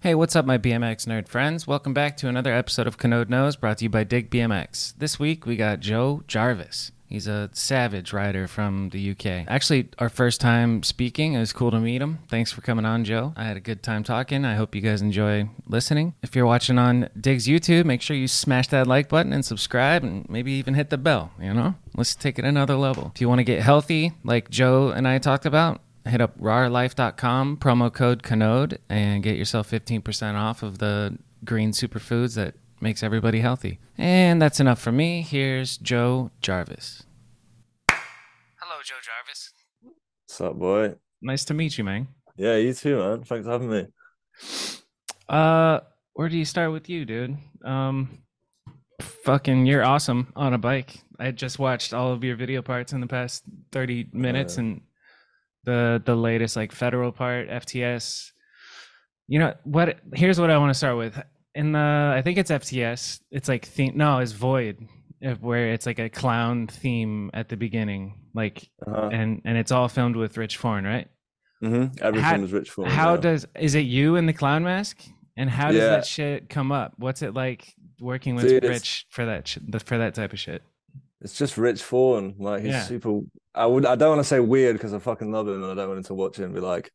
Hey, what's up, my BMX nerd friends? Welcome back to another episode of Canode Knows brought to you by Dig BMX. This week we got Joe Jarvis. He's a savage rider from the UK. Actually, our first time speaking. It was cool to meet him. Thanks for coming on, Joe. I had a good time talking. I hope you guys enjoy listening. If you're watching on Dig's YouTube, make sure you smash that like button and subscribe and maybe even hit the bell, you know? Let's take it another level. If you want to get healthy, like Joe and I talked about, hit up rawlife.com promo code canode and get yourself 15% off of the green superfoods that makes everybody healthy and that's enough for me here's joe jarvis hello joe jarvis What's up, boy? nice to meet you man Yeah, you too, man. Thanks for having me. uh where do you start with you dude um fucking you're awesome on a bike i just watched all of your video parts in the past 30 minutes Uh, and the the latest like federal part fts you know what here's what i want to start with in the i think it's fts it's like theme no it's void if- where it's like a clown theme at the beginning like Uh-huh. and and it's all filmed with rich foreign right hmm Everything How- was rich for me. how yeah. does is it you in the clown mask and how does Yeah. that shit come up what's it like working with Dude, it's- rich for that sh- the- for that type of shit it's just Rich Fawn. Like he's Yeah. super. I would. I don't want to say weird because I fucking love him and I don't want him to watch it and be like,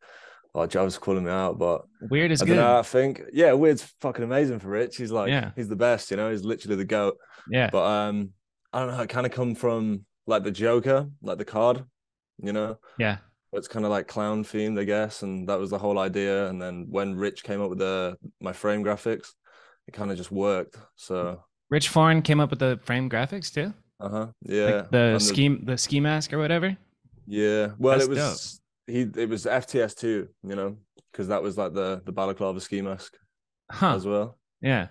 "Oh, Jarvis is calling me out." But weird is I good don't know. I think yeah, weird's fucking amazing for Rich. He's like, Yeah. he's the best. You know, he's literally the goat. yeah But um, I don't know. It kind of come from like the Joker, like the card. You know, yeah it's kind of like clown themed, I guess, and that was the whole idea. And then when Rich came up with the my frame graphics, it kind of just worked. So, rich foreign came up with the frame graphics too uh huh, yeah, Mm. like And the ski the ski mask or whatever. yeah. Well, That's it was he. It was FTS two, you know, because that was like the the balaclava ski mask Huh. as well. Yeah.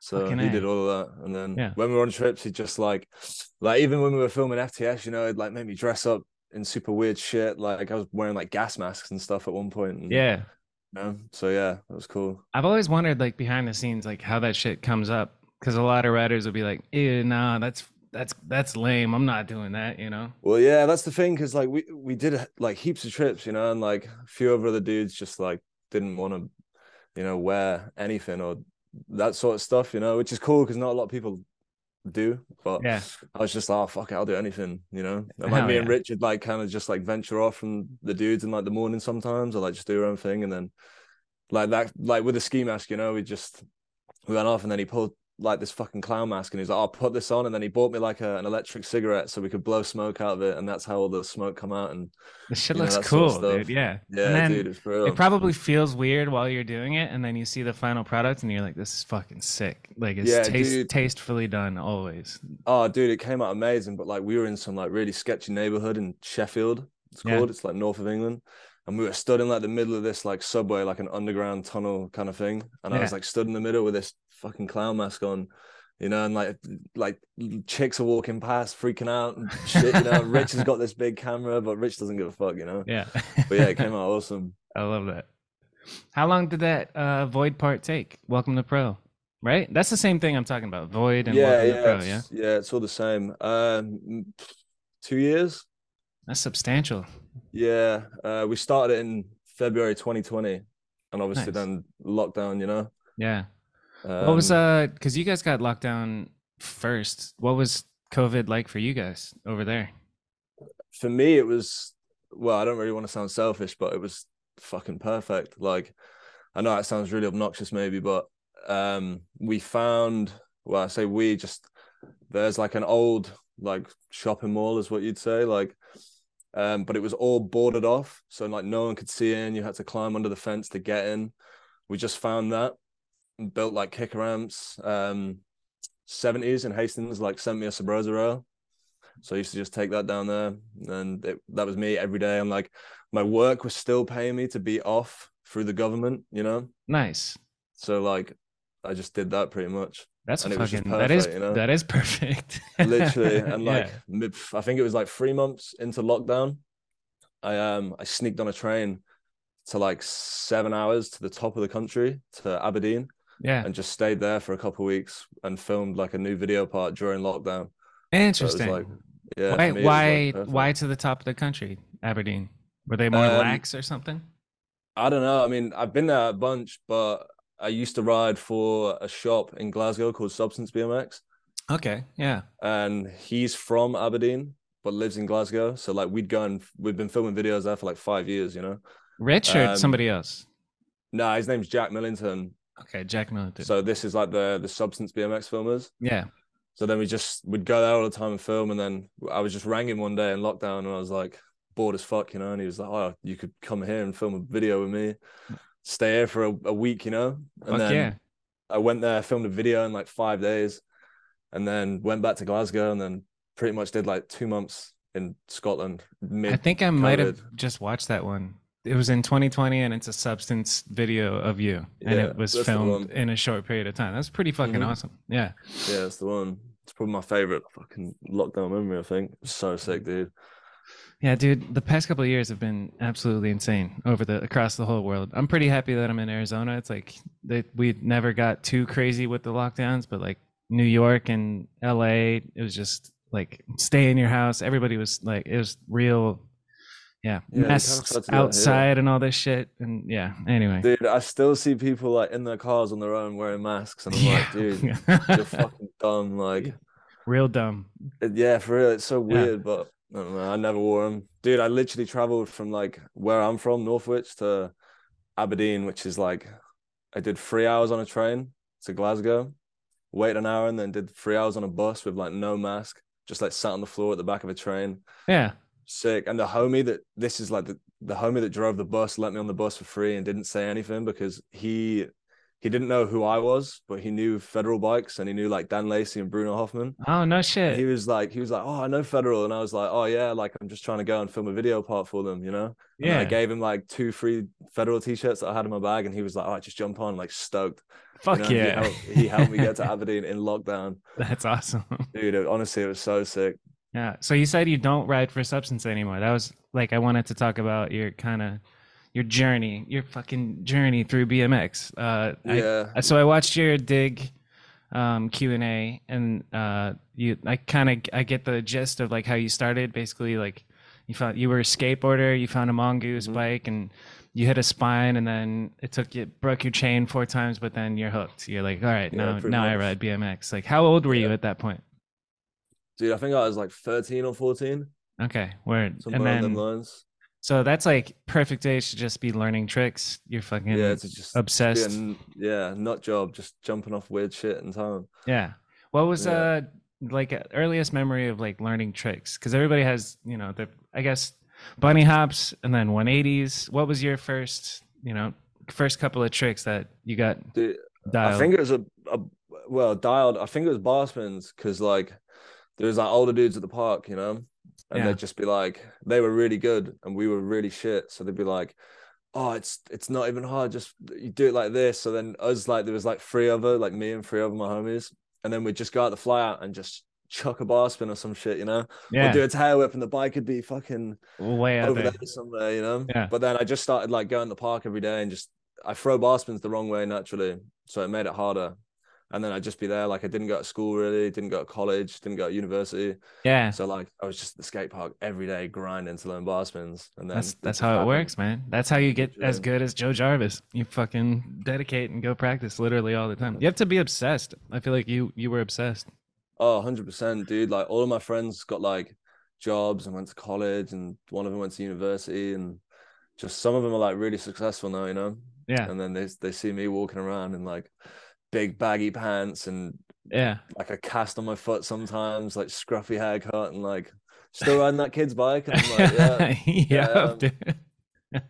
So Fucking he A. did all of that, and then Yeah. when we were on trips, he just like, like even when we were filming FTS, you know, it like made me dress up in super weird shit. Like I was wearing like gas masks and stuff at one point. And, Yeah. you know? So yeah, that was cool. I've always wondered like behind the scenes like how that shit comes up cuz a lot of writers will be like, "Ew, nah, that's that's that's lame. I'm not doing that," you know. Well, yeah, that's the thing because like we we did like heaps of trips, you know, and like a few of other dudes just like didn't want to, you know, wear anything or that sort of stuff, you know, which is cool because not a lot of people do. But Yeah. I was just like, oh, fuck it, I'll do anything, you know. And Hell like me and yeah. Richard like kind of just like venture off from the dudes in like the morning sometimes, or like just do our own thing, and then like that, like with a ski mask, you know, we just we went off, and then he pulled like this fucking clown mask and he's like, I'll put this on. And then he bought me like a, an electric cigarette so we could blow smoke out of it. And that's how all the smoke come out. And The shit You know, looks that sort cool, of dude. stuff. Yeah. yeah, and then dude, it's for real. it probably feels weird while you're doing it and then you see the final product and you're like, "This is fucking sick." Like it's Yeah, taste, dude. tastefully done always. oh, dude, it came out amazing. But like we were in some like really sketchy neighborhood in Sheffield. It's Yeah. called. It's like north of England. And we were stood in like the middle of this like subway, like an underground tunnel kind of thing. And I was Yeah. like stood in the middle with this fucking clown mask on. You know, and like like chicks are walking past, freaking out and shit. You know, Rich has got this big camera, but Rich doesn't give a fuck. You know, Yeah. but yeah, it came out awesome. I love that. How long did that uh, void part take? Welcome to pro, right? That's the same thing I'm talking about. Void and yeah, welcome yeah, to pro. it's, Yeah, yeah, it's all the same. Um, two years. that's substantial. Yeah, uh, we started it in February 2020, and obviously Nice. then lockdown. You know, Yeah. what was Um, uh? Because you guys got locked down first. What was COVID like for you guys over there? for me? It was well, I don't really want to sound selfish, but it was fucking perfect. Like, I know that sounds really obnoxious, maybe, but um, we found well, I say we just there's like an old like shopping mall is what you'd say like um but it was all boarded off so like no one could see in you had to climb under the fence to get in we just found that and built like kicker ramps um 70s in hastings like sent me a sabrosa rail so i used to just take that down there and it, that was me every day and like my work was still paying me to be off through the government you know Nice. so like i just did that pretty much That's And it was fucking. just that is perfect, you know? that is perfect. literally and Yeah. like mid- i think it was like three months into lockdown i um i sneaked on a train to like seven hours to the top of the country to aberdeen yeah, and just stayed there for a couple of weeks and filmed like a new video part during lockdown so it was interesting. like yeah for why me, it was, like, why perfect. why to the top of the country, Aberdeen? Were they more Um, lax or something? i don't know i mean i've been there a bunch but I used to ride for a shop in Glasgow called Substance BMX, Okay. Yeah. and he's from Aberdeen but lives in Glasgow. So like we'd go and we've been filming videos there for like five years, you know. Rich or Um, somebody else? Nah, his name's Jack Millington. Okay, Jack Miller. did. So this is like the the Substance BMX filmers. yeah. So then we just would go there all the time and film. And then I was just rang him one day in lockdown, and I was like bored as fuck, you know. And he was like, "Oh, you could come here and film a video with me, stay here for a, a week, you know." And Fuck then yeah. I went there, filmed a video in like five days, and then went back to Glasgow, and then pretty much did like two months in Scotland. Mid- I think I might have just watched that one. It was in 2020, and it's a substance video of you, and Yeah, it was that's the filmed one. in a short period of time. That's pretty fucking Mhm. awesome. Yeah. yeah, that's the one. It's probably my favorite fucking lockdown memory. I think so sick, dude. Yeah, dude, the past couple of years have been absolutely insane over the across the whole world. I'm pretty happy that I'm in Arizona. It's like they, we never got too crazy with the lockdowns, but like New York and LA, it was just like stay in your house. Everybody was like it was real yeah, Yeah, we masks kinda tried to do that here. outside and all this shit and yeah, anyway. Dude, I still see people like in their cars on their own wearing masks, and I'm like, dude. you're fucking dumb. Like, real dumb. it- yeah, for real, it's so Yeah. weird. But I don't know. I never wore them, dude. I literally traveled from like where I'm from, Northwich, to Aberdeen, which is like I did three hours on a train to Glasgow, wait an hour, and then did three hours on a bus with like no mask, just like sat on the floor at the back of a train. Yeah. Sick. And the homie that this is like the, the homie that drove the bus let me on the bus for free and didn't say anything because he he didn't know who I was, but he knew Federal Bikes and he knew like Dan Lacey and Bruno Hoffman. Oh no And He shit. was like, he was like, oh, I know Federal, and I was like, oh yeah, like I'm just trying to go and film a video part for them, you know. And I Yeah. gave him like two free Federal t-shirts that I had in my bag, and he was like, all right, just jump on, like stoked. you Fuck know? He yeah. helped, he helped me get to Aberdeen in lockdown, That's awesome. dude. it- honestly, it was so sick. Yeah. So you said you don't ride for substance anymore. That was like I wanted to talk about your kind of your journey, your fucking journey through BMX. Uh, I- Yeah, I, so I watched your dig um, Q and A, and uh, you, I kind of I get the gist of like how you started. Basically, like you found you were a skateboarder, you found a mongoose Mhm. bike, and you hit a spine, and then it took you broke your chain four times, but then you're hooked. You're like, all right, Yeah, now pretty now I much. ride BMX. Like, how old were you Yeah. at that point? dude. I think I was like 13 or 14, Okay, word. somewhere And on them then lines. so that's like perfect age to just be learning tricks. You're fucking Yeah, to just to be obsessed. a n- yeah, nut job, just jumping off weird shit in town. Yeah. What was Yeah. uh like uh, earliest memory of like learning tricks? Because everybody has, you know, the I guess bunny hops and then 180s. What was your first, you know, first couple of tricks that you got Dude, dialed? I think it was a, a well dialed. I think it was bar spins because like there was like older dudes at the park, you know, and Yeah. they'd just be like, they were really good and we were really shit. So they'd be like, oh, it's it's not even hard. Just you do it like this. So then us like there was like three other like me and three other my homies, and then we'd just go out the fly out and just chuck a bar spin or some shit, you know. yeah, We'd do a tail whip and the bike would be fucking way out over there. there somewhere, you know. Yeah. But then I just started like going to the park every day and just I throw bar spins the wrong way naturally, so it made it harder. And then I'd just be there, like I didn't go to school really, didn't go to college, didn't go to university. Yeah. So like I was just at the skate park every day grinding to learn bar spins. And then That's it that's just how it happened. works, man. That's how you get as Literally. good as Joe Jarvis. You fucking dedicate and go practice literally all the time. You have to be obsessed. I feel like you you were obsessed. Oh, 100 percent, dude. Like all of my friends got like jobs and went to college, and one of them went to university, and just some of them are like really successful now, you know. Yeah. And then they they see me walking around in like big baggy pants and Yeah. like a cast on my foot sometimes, like scruffy haircut, and like still riding that kid's bike. And I'm like, yeah. Yup, um, dude.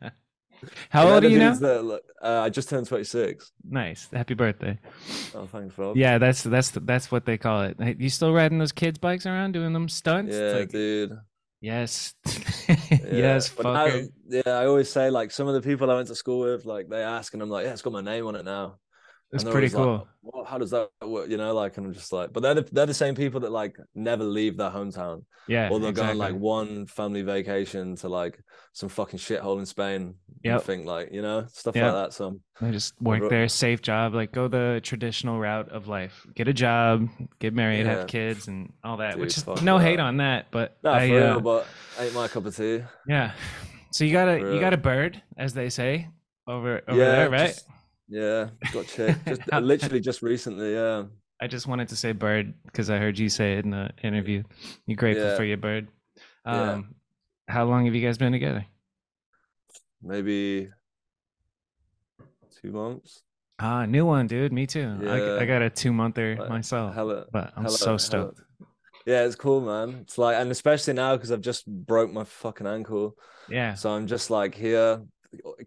How they're old the are you now? dudes that, like, uh, I just turned 26. Nice. Happy birthday. Oh, thanks, Rob. Yeah, that's that's that's what they call it. Hey, You still riding those kids bikes around doing them stunts? It's Yeah, like, dude. yes. Yeah. yes, But now- fucker. yeah, I always say like some of the people I went to school with, like they ask, and I'm like, yeah, it's got my name on it now. It's And they're pretty always like, cool. "What- how does that work? You know, like, and I'm just like, but they're the, they're the same people that like never leave their hometown, yeah. or they'll go on like exactly. one family vacation to like some fucking shithole in Spain. Yeah, Yep. think like you know stuff Yep. like that. So They just work ro- their safe job, like go the traditional route of life. Get a job, get married, have Yeah. kids and all that, which Dude, is fuck no hate that. on that, but no, I, for real, uh, but ain't my cup of tea. yeah. So you got a For you real. got a bird, as they say, over over yeah, there, right? just- Yeah, got checked. Just literally just recently. Yeah, I just wanted to say bird because I heard you say it in the interview. You're grateful Yeah. for your bird. Yeah. Um, How long have you guys been together? maybe two months. Ah, new one, dude. Me too. Yeah. I, I got a two monther Like, myself, Hella, but Oh, I'm hella- so hella- stoked. Yeah, it's cool, man. It's like, and especially now because I've just broke my fucking ankle, Yeah. so I'm just like here,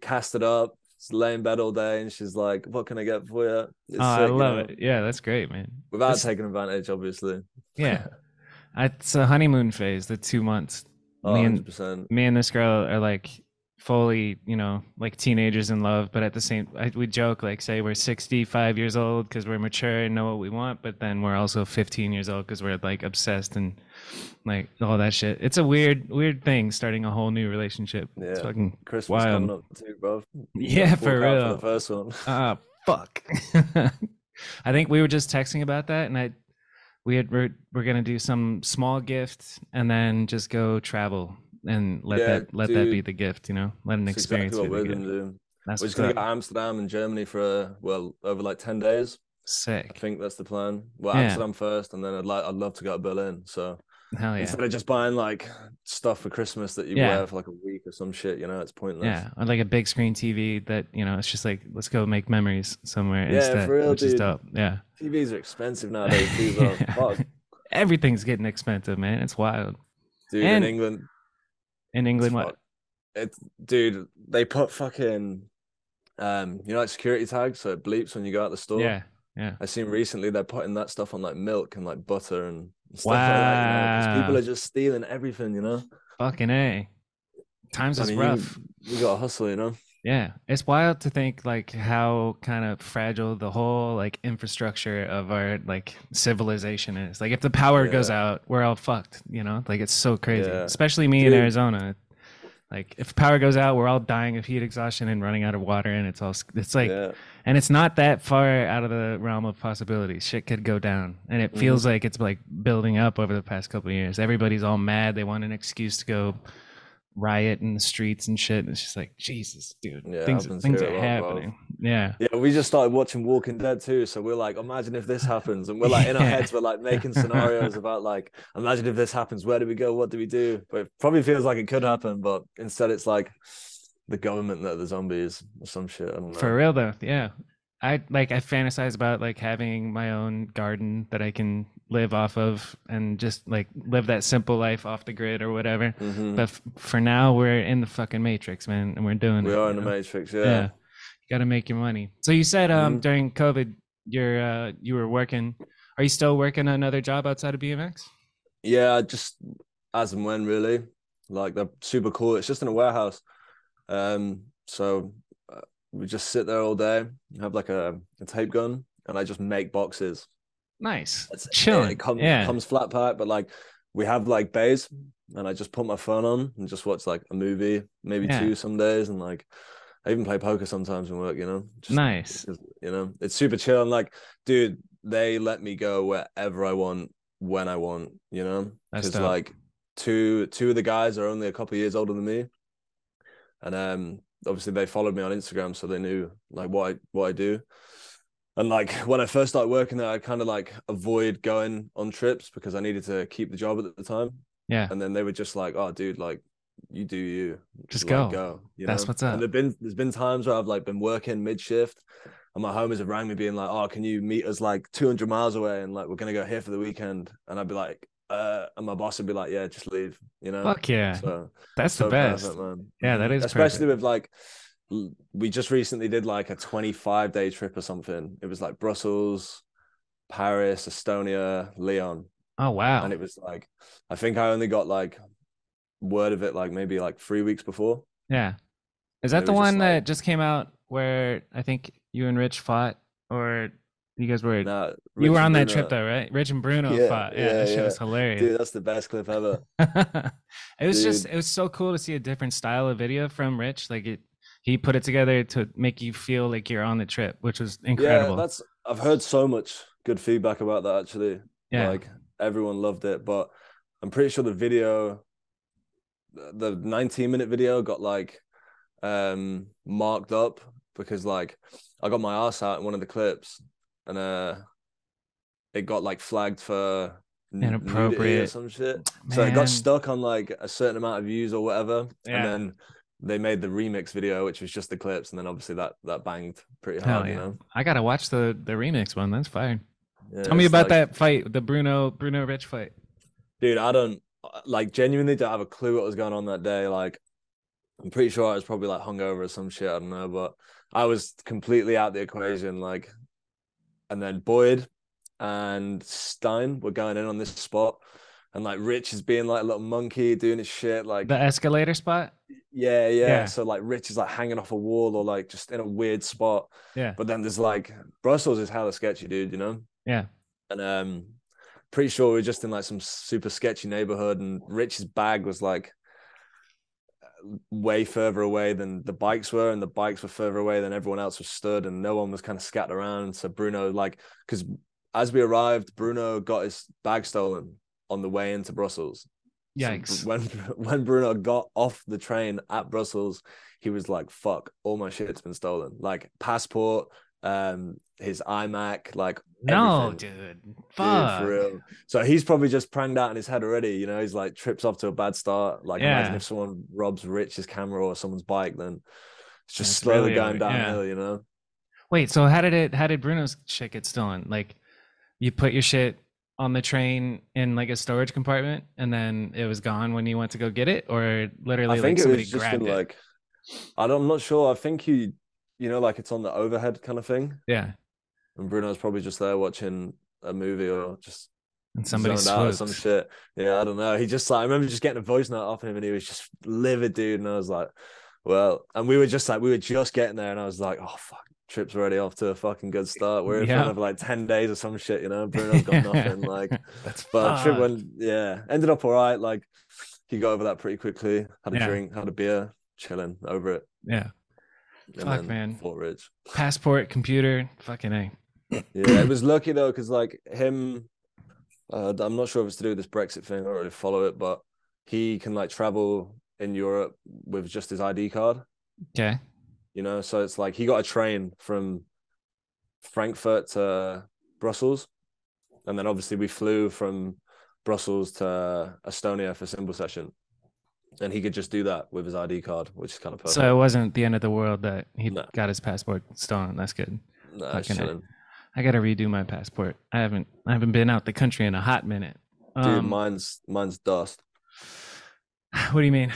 casted up, just lay in bed all day, and she's like, "What can I get for you?" It's Oh, I sick, you love know, it. Yeah, that's great, man. Without It's- taking advantage, obviously. yeah, it's a honeymoon phase. The two months. Oh, me 100 and percent. me and this girl are like fully, you know, like teenagers in love. But at the same, I, we joke like, say we're sixty-five years old because we're mature and know what we want, but then we're also fifteen years old because we're like obsessed and like all that shit. It's a weird, weird thing starting a whole new relationship. It's Yeah. fucking Christmas wild. coming up too, bro. Yeah, for Walk out real. the first one. Ah, fuck. I think we were just texting about that, and I we had we're, we're gonna do some small gift and then just go travel and let Yeah, that let that be dude. the gift, you know, let an That's experience exactly what be the we're gift. gonna do. That's We're just what's gonna up. go to Amsterdam and Germany for uh, well over like ten days. I sick. think that's the plan. Well, Yeah. Amsterdam first, and then I'd like I'd love to go to Berlin. So Hell Oh, yeah, instead of just buying like stuff for Christmas that you Yeah. wear for like a week or some shit, you know, it's pointless. yeah, or like a big screen TV that you know it's just like let's go make memories somewhere Yeah, instead, for real, which is dude. dope. Yeah, TVs are expensive nowadays. too, bro. Fuck, everything's getting expensive, man. It's wild dude, And- in England, in England. What? fuck. It's dude, they put fucking um, you know, like security tags, so it bleeps when you go out the store. Yeah, yeah. I seen recently they're putting that stuff on like milk and like butter and stuff like that. You know? 'cause people Wow. are just stealing everything, you know. Fucking a. Times I is mean, you- rough. You got to hustle, you know. Yeah, it's wild to think like how kind of fragile the whole like infrastructure of our like civilization is. Like if the power goes out, we're all fucked, you know? Like it's so crazy. Yeah. Especially me in Dude. Arizona. Like if power goes out, we're all dying of heat exhaustion and running out of water and it's all s- it's like yeah, and it's not that far out of the realm of possibility. Shit could go down, and Mm-hmm. it feels like it's like building up over the past couple of years. Everybody's all mad; they want an excuse to go riot in the streets and shit. And it's just like Jesus, dude. Yeah, things happens things here are a lot, bro. happening. Yeah, yeah. We just started watching Walking Dead too, so we're like, imagine if this happens, and we're like in our Yeah. heads, we're like making scenarios about like, imagine if this happens, where do we go, what do we do? But it probably feels like it could happen, but instead it's like the government that are the zombies or some shit. I don't know. for real though. Yeah, I like I fantasize about like having my own garden that I can live off of and just like live that simple life off the grid or whatever. Mhm. But f- for now, we're in the fucking matrix, man, and we're doing We it. are you in the know? matrix. yeah. Yeah. You got to make your money. So you said um Mhm. during COVID you're uh you were working are you still working another job outside of BMX? Yeah, just as and when really. Like they're super cool. It's just in a warehouse. Um, so uh, we just sit there all day, have like a, a tape gun, and I just make boxes. Nice. That's it. Chilling. It comes yeah. comes flat pack, but like we have like bays, and I just put my phone on and just watch like a movie, maybe Yeah. two some days, and like I even play poker sometimes and work. You know, just nice. because, you know it's super chill. I'm like, dude, they let me go wherever I want when I want. You know, That's because dope. like two two of the guys are only a couple years older than me, and um, obviously they followed me on Instagram, so they knew like what I what I do. And like when I first started working there, I kind of like avoid going on trips because I needed to keep the job at the time. Yeah. And then they were just like, "Oh, dude, like you do you, Just like, uh, go. you That's know? what's up. And there've been there's been times where I've like been working mid shift, and my homies have rang me being like, "Oh, can you meet us like 200 miles away and like we're gonna go here for the weekend?" And I'd be like, "Uh," and my boss would be like, "Yeah, just leave," you know. Fuck yeah. So That's so the best. perfect, man. Yeah, that is Especially perfect. with like, l- we just recently did like a 25 day trip or something. It was like Brussels, Paris, Estonia, Lyon, Oh wow. and it was like, I think I only got like word of it like maybe like three weeks before. yeah. Is and that it the was just one that like- just came out where I think you and Rich fought or you guys were Nah, you were Rich on and that Bruno- trip though, right? Rich and Bruno Yeah, fought. Yeah, yeah, that shit yeah. was hilarious. Dude, that's the best clip ever. it was just Dude. it was so cool to see a different style of video from Rich. Like it he put it together to make you feel like you're on the trip, which was Yeah, incredible. Yeah. that's I've heard so much good feedback about that actually. Like everyone loved it, but I'm pretty sure the video, the the 19 minute video got like um marked up because like I got my ass out in one of the clips and uh it got like flagged for n- nudity or Inappropriate. some shit. So it got Man. stuck on like a certain amount of views or whatever. Yeah. And then they made the remix video, which was just the clips, and then obviously that that banged pretty Hell hard, you yeah. know. I gotta watch the the remix one. That's fire. Yeah, Tell me it's about like- that fight, the Bruno Bruno Rich fight. dude i don't like genuinely don't have a clue what was going on that day like i'm pretty sure i was probably like hungover or some shit i don't know but i was completely out the equation like and then boyd and stein were going in on this spot and like rich is being like a little monkey doing his shit like The escalator spot. yeah, yeah Yeah. so like rich is like hanging off a wall or like just in a weird spot Yeah, but then there's like brussels is hella sketchy dude you know yeah. and um pretty sure we were just in like some super sketchy neighborhood and rich's bag was like way further away than the bikes were and the bikes were further away than everyone else was stood and no one was kind of scattered around so bruno like because as we arrived bruno got his bag stolen on the way into brussels So Yikes. when when bruno got off the train at brussels he was like fuck all my shit's been stolen like passport um his imac like no, everything. dude. Dude, Fuck. for real. So he's probably just pranged out in his head already. You know, he's like trips off to a bad start. Like imagine Yeah. if someone robs Rich's camera or someone's bike, then it's just That's slowly really going annoying, yeah. downhill. You know, Wait, so how did it? How did Bruno's shit get stolen? Like, you put your shit on the train in like a storage compartment, and then it was gone when you went to go get it, or literally I like think it somebody was just grabbed in it. like I don't, I'm not sure. I think he, you know, like it's on the overhead kind of thing, yeah, and Bruno's probably just there watching a movie or just and somebody zoned out or swooped. some shit. Yeah, I don't know. He just like I remember just getting a voice note off him, and he was just livid, dude. And I was like, well, and we were just like we were just getting there, and I was like, oh fuck, trip's already off to a fucking good start. We're in for Yeah. another like ten days or some shit, you know. Bruno's got nothing, like. That's But trip fucked. went, yeah, ended up all right. Like he got over that pretty quickly. Had a Yeah. drink, had a beer, chilling over it. yeah, and Fuck, then man. Fought Ridge. passport, computer, fucking a. Yeah, it was lucky though, because like him, uh, I'm not sure if it's to do with this Brexit thing. I don't really follow it, but he can like travel in Europe with just his ID card, Okay, you know. So it's like he got a train from Frankfurt to Brussels, and then obviously we flew from Brussels to Estonia for symbol session, and he could just do that with his ID card, which is kind of perfect. so it wasn't the end of the world that he No. got his passport stolen. That's good. Nah, it's fucking A. chilling. I gotta redo my passport. I haven't I haven't been out the country in a hot minute. Dude, Um, mine's mine's dust, what do you mean?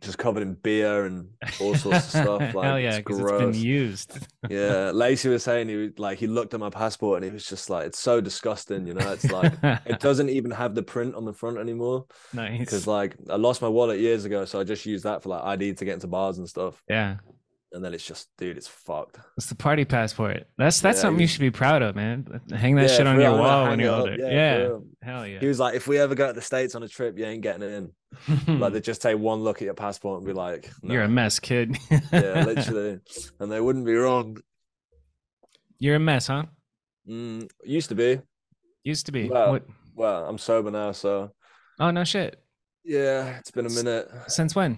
just covered in beer and all sorts of stuff. Like, Hell yeah, yeah, because it's been used. Yeah, Lacey was saying he was, like he looked at my passport and he was just like, "It's so disgusting," you know. It's like it doesn't even have the print on the front anymore because nice. like I lost my wallet years ago, so I just used that for like ID to get into bars and stuff. Yeah, And then it's just, dude, it's fucked. it's the party passport. That's that's Yeah, something you he's- should be proud of, man. Hang that Yeah, shit on for real, your I'm gonna wall hang when it you're up. older. Yeah, for Yeah, real. hell yeah. He was like, "If we ever go to the states on a trip, you ain't getting in." Like they just take one look at your passport and be like, Hmm. You're a "Nah." mess, kid. yeah, literally," and they wouldn't be wrong. You're a mess, huh? Mm, used to be. Used to be. Well- what? Well, I'm sober now, so Oh no, shit. yeah, it's been a S- minute. Since when?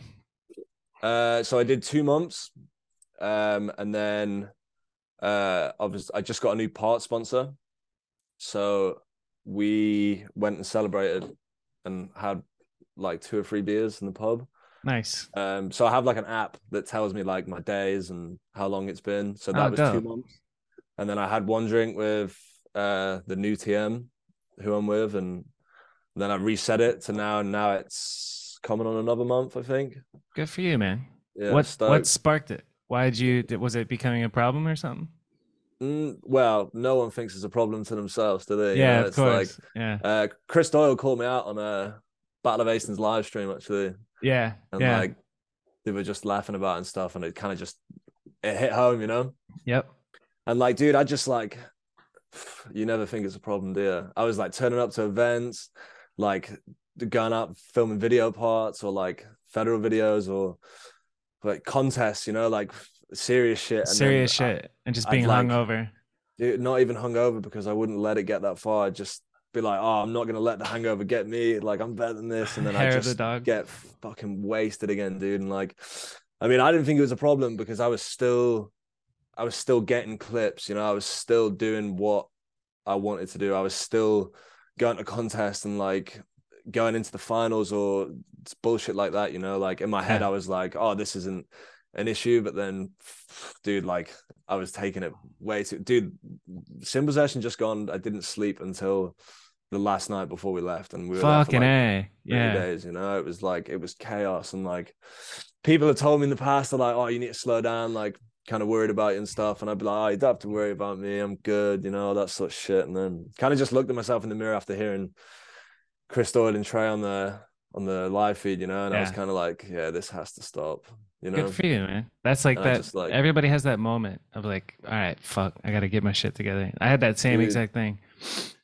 Uh, so I did two months, um, and then uh, I was I just got a new part sponsor, so we went and celebrated and had like two or three beers in the pub. Nice. Um, so I have like an app that tells me like my days and how long it's been. So that Oh, was two dope. months, and then I had one drink with uh, the new TM, who I'm with, and then I reset it to now, and now it's coming on another month, I think. Good for you, man. Yeah, what stoked. what sparked it? Why did you? did- Was it becoming a problem or something? Mm, well, no one thinks it's a problem to themselves, do they? You yeah, know, of it's like- course. yeah, uh, Chris Doyle called me out on a Battle of Aston's live stream actually, yeah, and yeah. like they were just laughing about it and stuff, and it kind of just it hit home, you know. yep. And like, dude, I just like you never think it's a problem, do you? I was like turning up to events, like going up filming video parts or like federal videos or like contests, you know, like serious shit. And then Serious I- shit, and just I'd being like- hungover. Dude, not even hungover because I wouldn't let it get that far. I'd just be like, oh, I'm not gonna let the hangover get me. Like I'm better than this, and then Hair I of the just dog. get fucking wasted again, dude. And like, I mean, I didn't think it was a problem because I was still I was still getting clips, you know, I was still doing what I wanted to do. I was still going to contests and like going into the finals or bullshit like that, you know, like in my head, Yeah. I was like, oh, this isn't an issue. But then, dude, like I was taking it way too, dude, sim possession just gone. I didn't sleep until the last night before we left. And we were there for, Fucking like, A. three Yeah. days. You know, it was like it was chaos, and like people have told me in the past, they're like, "Oh, you need to slow down," like kind of worried about you and stuff. And I'd be like, "Oh, you don't have to worry about me. I'm good," you know, that sort of shit. And then kind of just looked at myself in the mirror after hearing Chris Doyle and Trey on the on the live feed, you know, and I was Yeah. kind of like, "Yeah, this has to stop," you know. Good for you, man. That's like And I that. just, like- everybody has that moment of like, all right, fuck, I gotta get my shit together. I had that same Dude. exact thing.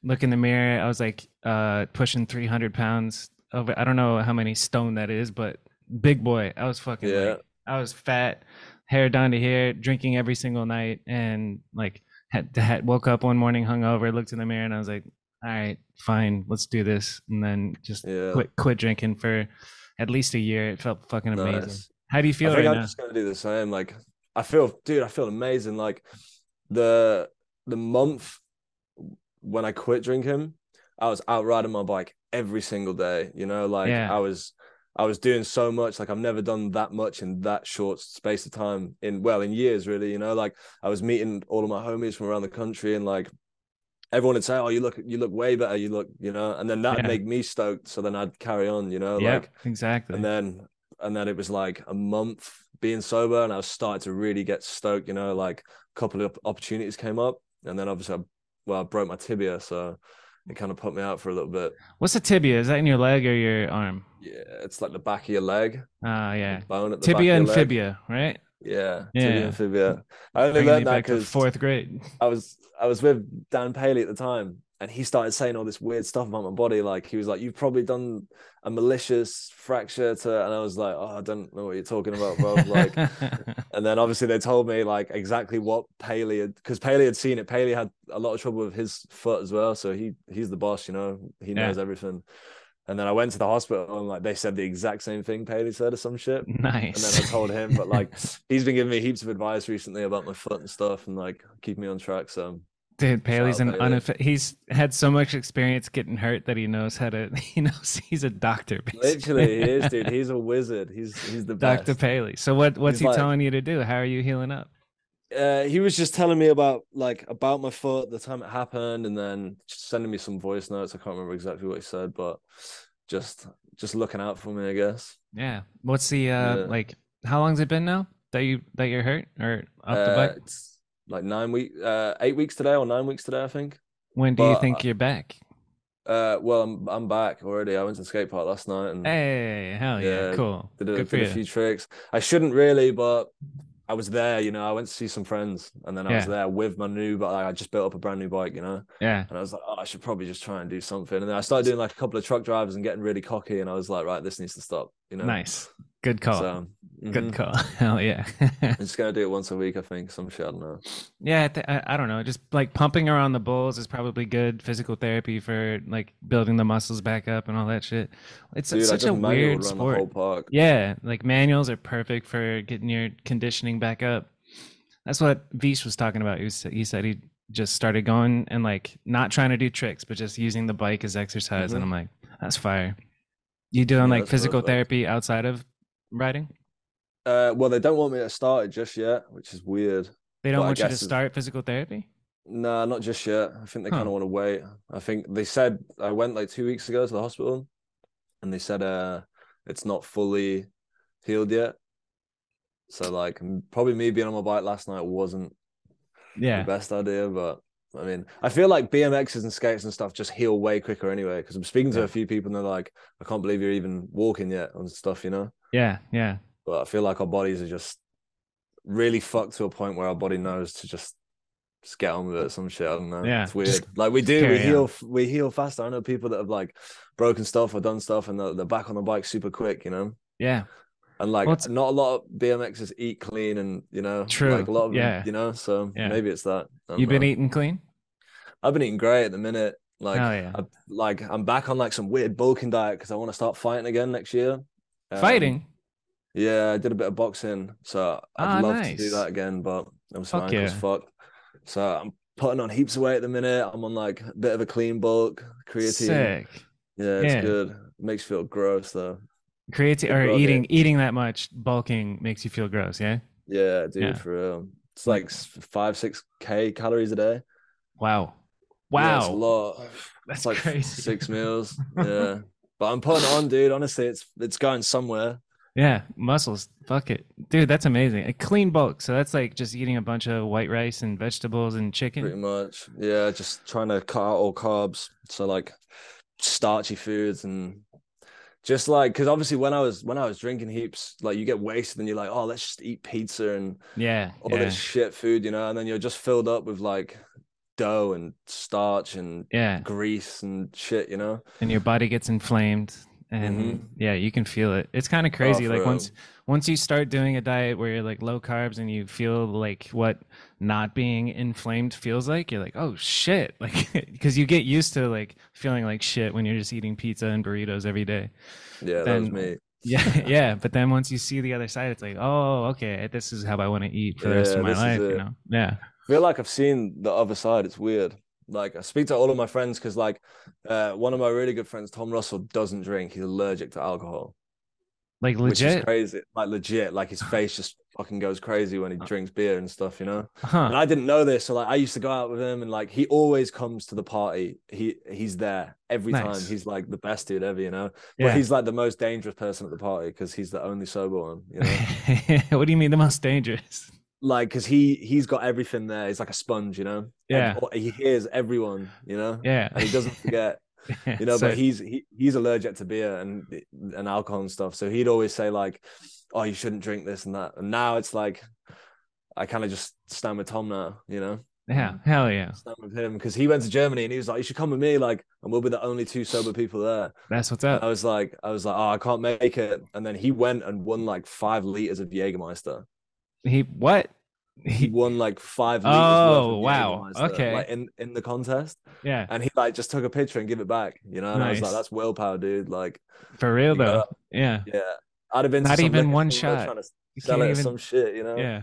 Look in the mirror. I was like uh, pushing 300 pounds of I don't know how many stone that is, but big boy. I was fucking. Yeah. Like, I was fat, hair down to here, drinking every single night, and like had, had woke up one morning hungover, looked in the mirror, and I was like, all right, fine, let's do this, and then just Yeah. quit quit drinking for at least a year. It felt fucking amazing. Nice. How do you feel I right think I'm now? just gonna do the same. Like I feel, dude, I feel amazing. Like the the month when I quit drinking, I was out riding my bike every single day. You know, like Yeah. I was I was doing so much. Like I've never done that much in that short space of time in well in years really. You know, like I was meeting all of my homies from around the country and like. Everyone would say, "Oh, you look, you look way better. You look, you know," and then that'd Yeah. make me stoked. So then I'd carry on, you know. Yeah, Like exactly. and then and then it was like a month being sober and i was starting to really get stoked you know like a couple of opportunities came up and then obviously I, well i broke my tibia so it kind of put me out for a little bit What's a tibia? Is that in your leg or your arm? yeah it's like the back of your leg Oh, the yeah. bone at the Tibia back and of your leg. fibia, right? yeah, Yeah. tibia and fibia i only Bringing me learned that back to because fourth grade. I was I was with Dan Paley at the time, and he started saying all this weird stuff about my body. Like he was like, "You've probably done a malicious fracture to," and I was like, "Oh, I don't know what you're talking about, bro." like, and then obviously they told me like exactly what Paley had because Paley had seen it. Paley had a lot of trouble with his foot as well, so he he's the boss, you know. He Yeah. knows everything. And then I went to the hospital and like they said the exact same thing Paley said or some shit. And then I nice. told him, but like he's been giving me heaps of advice recently about my foot and stuff and like keep me on track. So Dude, Paley's out an Paley. unoff- he's had so much experience getting hurt that he knows how to. He knows he's a doctor. Basically. literally he is, dude. He's a wizard. He's he's the best. Doctor Paley. So what? What's He's he like- telling you to do? How are you healing up? uh, he was just telling me about like about my foot, the time it happened, and then just sending me some voice notes. I can't remember exactly what he said, but just just looking out for me, I guess. Yeah. What's the uh Yeah. like? How long's it been now that you that you're hurt or up the Uh, bike? it's like nine week, uh, eight weeks today or nine weeks today, I think. When do you but, think uh, you're back? Uh, well, I'm I'm back already. I went to the skate park last night and Hey, hell yeah, Yeah, cool. did, a, Good for did you. a few tricks. I shouldn't really, but I was there. You know, I went to see some friends, and then I was Yeah. there with my new. But like, I just built up a brand new bike, you know. Yeah. And I was like, oh, I should probably just try and do something. And then I started doing like a couple of truck drivers and getting really cocky. And I was like, right, this needs to stop. You know, Nice. Good call. So, Good mhm. call. Hell yeah. I'm just gonna do it once a week, I think. Some shit, I don't know. yeah, I, th- I, I don't know. Just like pumping around the bulls is probably good physical therapy for like building the muscles back up and all that shit. It's Dude, I such just a manual weird run sport. the whole park. Yeah, like manuals are perfect for getting your conditioning back up. That's what Vish was talking about. He, was, he said he just started going and like not trying to do tricks, but just using the bike as exercise. And Mhm. I'm like, that's fire. You doing Yeah, like that's physical perfect. therapy outside of riding? Uh, well, they don't want me to start it just yet, which is weird. They don't Well, I want you to guess it's- start physical therapy? Nah, not just yet. I think they Huh. kind of want to wait. I think they said I went like two weeks ago to the hospital, and they said uh, it's not fully healed yet. So like, m- probably me being on my bike last night wasn't Yeah. the best idea, but I mean, I feel like BMXs and skates and stuff just heal way quicker anyway. Because I'm speaking to Yeah. a few people and they're like, I can't believe you're even walking yet and stuff, you know. Yeah. Yeah. But I feel like our bodies are just really fucked to a point where our body knows to just just get on with it. Some shit, I don't know. Yeah, it's weird. just Like we do, carry we on. heal, we heal faster. I know people that have like broken stuff or done stuff and they're, they're back on the bike super quick, you know. Yeah. And like, Well, it's- not a lot of BMXs eat clean, and you know, True, Like a lot of them, yeah. you know. So Yeah. maybe it's that. I don't You've been know. eating clean? I've been eating great at the minute. Like, Hell Oh, yeah. I, like I'm back on like some weird bulking diet because I want to start fighting again next year. Um, Fighting? Yeah, I did a bit of boxing, so Ah, I'd love to nice. do that again, but I was Fuck fine. I was yeah. fucked. So I'm putting on heaps of weight at the minute. I'm on like a bit of a clean bulk, creatine. Sick. Yeah, it's Yeah. good. makes you feel gross though. Creatine Good or bro, dude. eating eating that much bulking makes you feel gross. Yeah. Yeah, dude, Yeah. for real. It's like s- five, six k calories a day. Wow. Yeah, it's Wow. a lot. That's It's like crazy. six meals. Yeah, but I'm putting it on, dude. Honestly, it's it's going somewhere. Yeah, muscles. Fuck it, dude. That's amazing. A clean bulk. So that's like just eating a bunch of white rice and vegetables and Pretty chicken. much. Yeah, just trying to cut out all carbs. So like starchy foods and just like because obviously when I was when I was drinking heaps, like you get wasted and you're like, oh, let's just eat pizza and Yeah. all Yeah. this shit food, you know, and then you're just filled up with like dough and starch and yeah. grease and shit, you know. And your body gets inflamed, and Mhm. yeah, you can feel it. It's kind of crazy. Oh, for like real. once once you start doing a diet where you're like low carbs and you feel like what not being inflamed feels like, you're like, oh shit, like because you get used to like feeling like shit when you're just eating pizza and burritos every day. Yeah, that was Then- me. yeah yeah but then once you see the other side it's like oh okay this is how i want to eat for the rest of Yeah, my this is life you it. know yeah I feel like I've seen the other side. It's weird. Like I speak to all of my friends because like uh one of my really good friends, Tom Russell, doesn't drink. He's allergic to alcohol. like Which is legit crazy. Like legit. Like his face just fucking goes crazy when he drinks beer and stuff, you know? And huh I didn't know this. So like I used to go out with him and like he always comes to the party. He he's there every Nice. time. He's like the best dude ever, you know. But yeah he's like the most dangerous person at the party because he's the only sober one, you know. what do you mean the most dangerous like because he he's got everything there. He's like a sponge, you know. yeah And he hears everyone, you know. yeah And he doesn't forget. you know So- but he's he, he's allergic to beer and and alcohol and stuff so he'd always say like oh you shouldn't drink this and that and now it's like i kind of just stand with tom now you know yeah hell yeah stand with him because he went to germany and he was like you should come with me like and we'll be the only two sober people there that's what's And i up was like i was like oh i can't make it and then he went and won like five liters of jägermeister he what he he won like five liters worth Oh, of wow. Jägermeister, Okay. like in in the contest yeah and he like just took a picture and give it back you know and i was Nice. like that's willpower dude like for real you got though yeah Yeah, I'd have been to Not some even liquor one store shot. Trying to you sell can't it even some shit, you know. yeah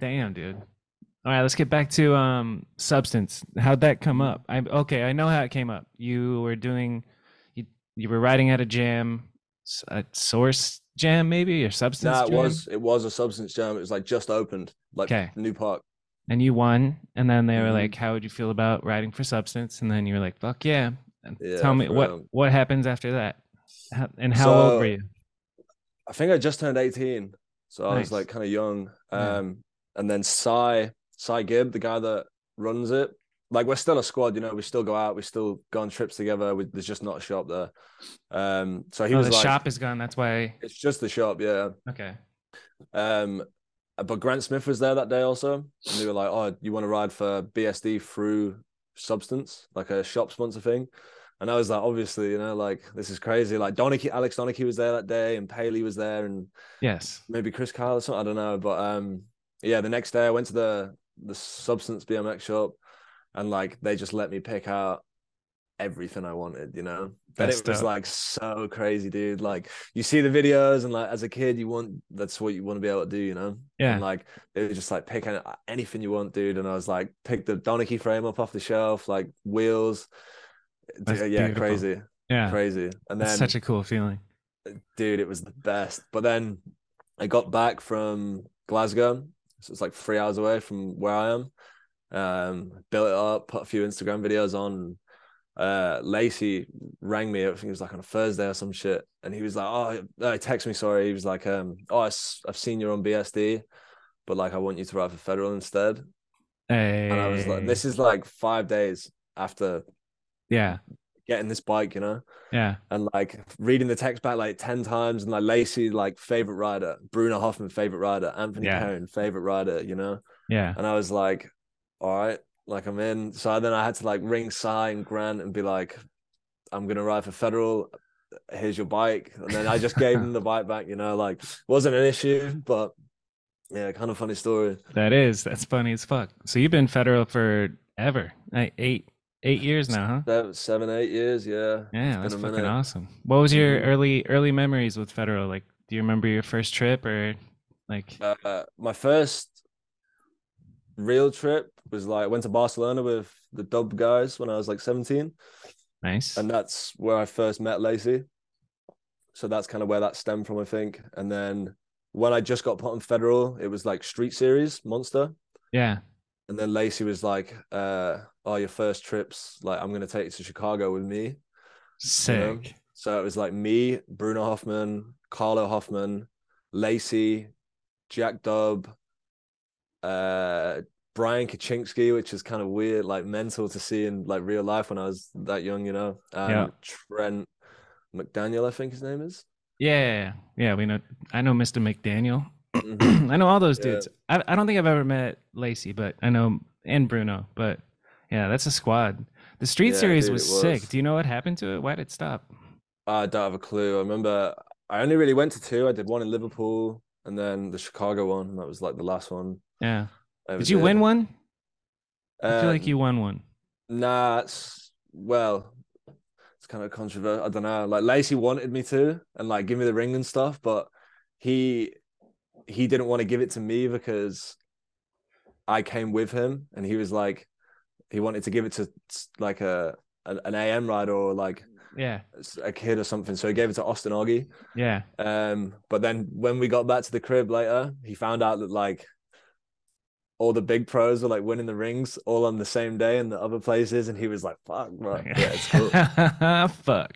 damn dude all right let's get back to um substance how'd that come up i'm okay i know how it came up you were doing you you were writing at a jam s- a source jam maybe or substance Nah, it jam? was it was a substance jam. It was like just opened, like Okay. new park. and you won and then they were Mhm. like how would you feel about writing for substance and then you were like fuck yeah, And Yeah, tell me for what real. what happens after that how, and how old were So- you I think I just turned eighteen, so I was Nice. like kind of young. Yeah. Um, and then Cy Cy Gibb, the guy that runs it, like we're still a squad, you know. We still go out, we still go on trips together. We, there's just not a shop there. Um, so he oh, was the like, shop is gone that's why it's just the shop, yeah. okay Um, but Grant Smith was there that day also, and they were like, "Oh, you want to ride for BSD through Substance, like a shop sponsor thing?" And I was like, "Obviously, you know, like this is crazy." Like Donicky, Alex Donicky was there that day, and Paley was there, and yes maybe Chris Kyle or something. I don't know, but um, yeah, the next day I went to the the Substance BMX shop, and like they just let me pick out everything I wanted, you know. And That's it was dope. like so crazy, dude. Like you see the videos, and like as a kid, you want that's what you want to be able to do, you know. Yeah. And like it was just like picking out anything you want, dude. And I was like, pick the Donicky frame up off the shelf, like wheels. That's yeah, beautiful. crazy, yeah crazy. And that's then such a cool feeling dude, it was the best. But then I got back from Glasgow, so it's like three hours away from where I am. Um, built it up, put a few Instagram videos on. Uh, Lacey rang me. I think it was like on a Thursday or some shit, and he was like, "Oh, no, he texted me. Sorry." He was like, "Um, oh, I, have seen you're on BSD, but like, I want you to ride for Federal instead." hey. And I was like, "This is like five days after yeah getting this bike, you know." yeah and like reading the text back like 10 times and like Lacey like favorite rider Bruno Hoffman favorite rider Anthony Yeah. Perrin favorite rider you know yeah and I was like all right like I'm in so then I had to like ring Cy and Grant and be like I'm gonna ride for federal here's your bike and then I just gave him the bike back you know like wasn't an issue but yeah kind of funny story That is. That's funny as fuck. So you've been federal forever. Like eight eight years now, huh? Seven, seven eight years yeah Yeah, It's that's been a fucking minute. awesome. What was your Mhm. early early memories with federal? Like do you remember your first trip or like uh, my first Uh, real trip was like I went to Barcelona with the Dub guys when I was like 17, Nice. and that's where I first met Lacey. So that's kind of where that stemmed from, I think. And then when I just got put on federal, it was like Street Series Monster, yeah. and then Lacey was like, uh, "Oh, your first trips, like I'm gonna take you to Chicago with me." Sick. So it was like me, Bruno Hoffman, Carlo Hoffman, Lacey, Jack Dubb, uh, Brian Kaczynski, which is kind of weird, like mental to see in like real life when I was that young, you know. Um, Yeah. Trent McDaniel, I think his name is. Yeah, yeah, yeah. Yeah, we know. I know Mr. McDaniel. Mhm. I know all those Yeah. dudes. I, I don't think I've ever met Lacey, but I know and Bruno. But yeah, that's a squad. The Street Yeah, Series dude, was, it sick. was. Do you know what happened to it? Why did it stop? Ah, I don't have a clue. I remember I only really went to two. I did one in Liverpool and then the Chicago one, and that was like the last one. Yeah. I ever Did you win one? I feel Uh, like you won one. Nah, it's well, it's kind of controversial. I don't know. Like Lacey wanted me to and like give me the ring and stuff, but he he didn't want to give it to me because I came with him and he was like he wanted to give it to like a an, an AM rider or like Yeah. a kid or something. So he gave it to Austin Augie. Yeah. Um, but then when we got back to the crib later, he found out that like all the big pros were like winning the rings all on the same day in the other places, and he was like, "Fuck, bro, yeah, it's cool." Fuck.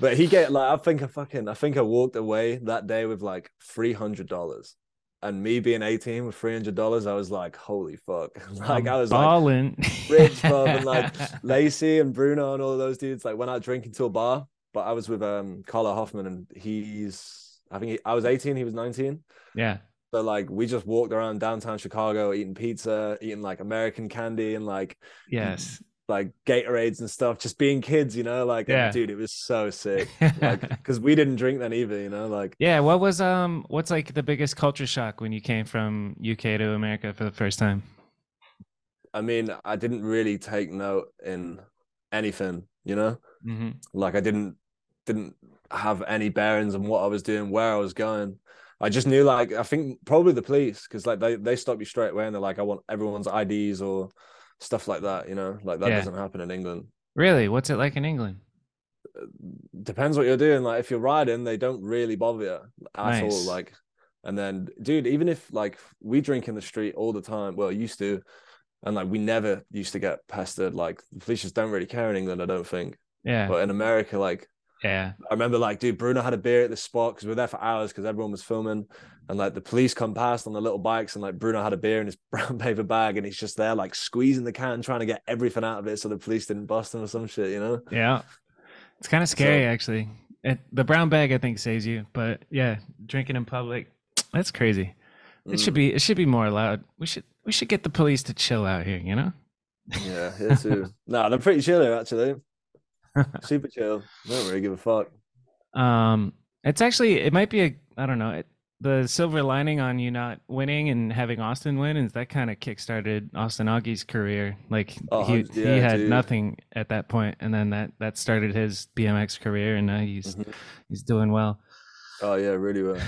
but he get like, I think I fucking, I think I walked away that day with like three hundred dollars, and me being eighteen with three hundred dollars, I was like, "Holy fuck!" Like I'm I was like balling. rich, bro, and like Lacey and Bruno and all those dudes like went out drinking to a bar. But I was with um Carla Hoffman, and he's I think he, I was eighteen, he was nineteen. yeah. So like we just walked around downtown Chicago eating pizza, eating like American candy and like Yes. like Gatorades and stuff, just being kids, you know, like Yeah. dude, it was so sick. Like cuz we didn't drink then either, you know, like yeah. What was um? What's like the biggest culture shock when you came from UK to America for the first time? I mean, I didn't really take note in anything, you know? hmm Like I didn't didn't have any bearings on what I was doing, where I was going. I just knew like I think probably the police cuz like they they stop you straight away and they're like I want everyone's IDs or stuff like that, you know? Like that Yeah. doesn't happen in England. Really? What's it like in England? depends what you're doing. Like if you're riding, they don't really bother you at all. Nice. Like, and then, dude, even if like we drink in the street all the time, well, used to, and like we never used to get pestered. Like the police just don't really care in England, I don't think. Yeah. But in America, like yeah. I remember, like dude, Bruno had a beer at the spot because we were there for hours because everyone was filming, and like the police come past on the little bikes, and like Bruno had a beer in his brown paper bag, and he's just there like squeezing the can, trying to get everything out of it, so the police didn't bust him or some shit, you know. Yeah. It's kind of scary, actually. It, the brown bag, I think, saves you. But yeah, drinking in public, that's crazy. It Mm. should be. It should be more allowed. We should. We should get the police to chill out here. You know. Yeah, here too. no, they're pretty chill here actually. Super chill. Don't really give a fuck. Um, it's actually it might be a I don't know it, the silver lining on you not winning and having Austin win is that kind of kickstarted Austin Augie's career. Like Oh, he hun- he yeah, had dude. nothing at that point, and then that that started his BMX career, and now he's Mhm. he's doing well. Oh yeah, really well.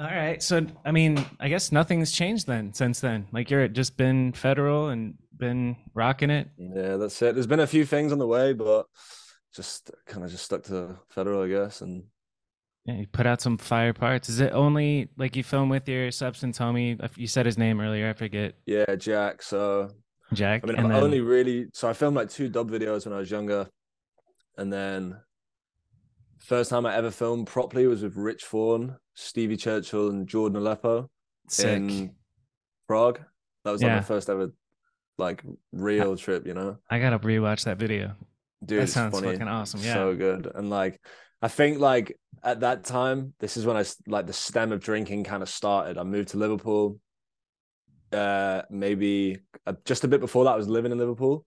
All right, so I mean, I guess nothing's changed then since then. Like you're just been federal and been rocking it. Yeah, that's it. There's been a few things on the way, but just kind of just stuck to federal, I guess. And Yeah, you put out some fire parts. Is it only like you film with your substance homie? You said his name earlier. I forget. yeah, Jack. So Jack. I mean, and I then- only really so I filmed like two dub videos when I was younger, and then first time I ever filmed properly was with Rich Fawn, Stevie Churchill, and Jordan Aleppo Sick. in Prague. That was like Yeah. my first ever like real trip, you know. I gotta rewatch that video. Dude, that it's sounds funny. fucking awesome. Yeah. so good and like i think like at that time this is when i s- like the stem of drinking kind of started i moved to liverpool uh maybe uh, just a bit before that i was living in liverpool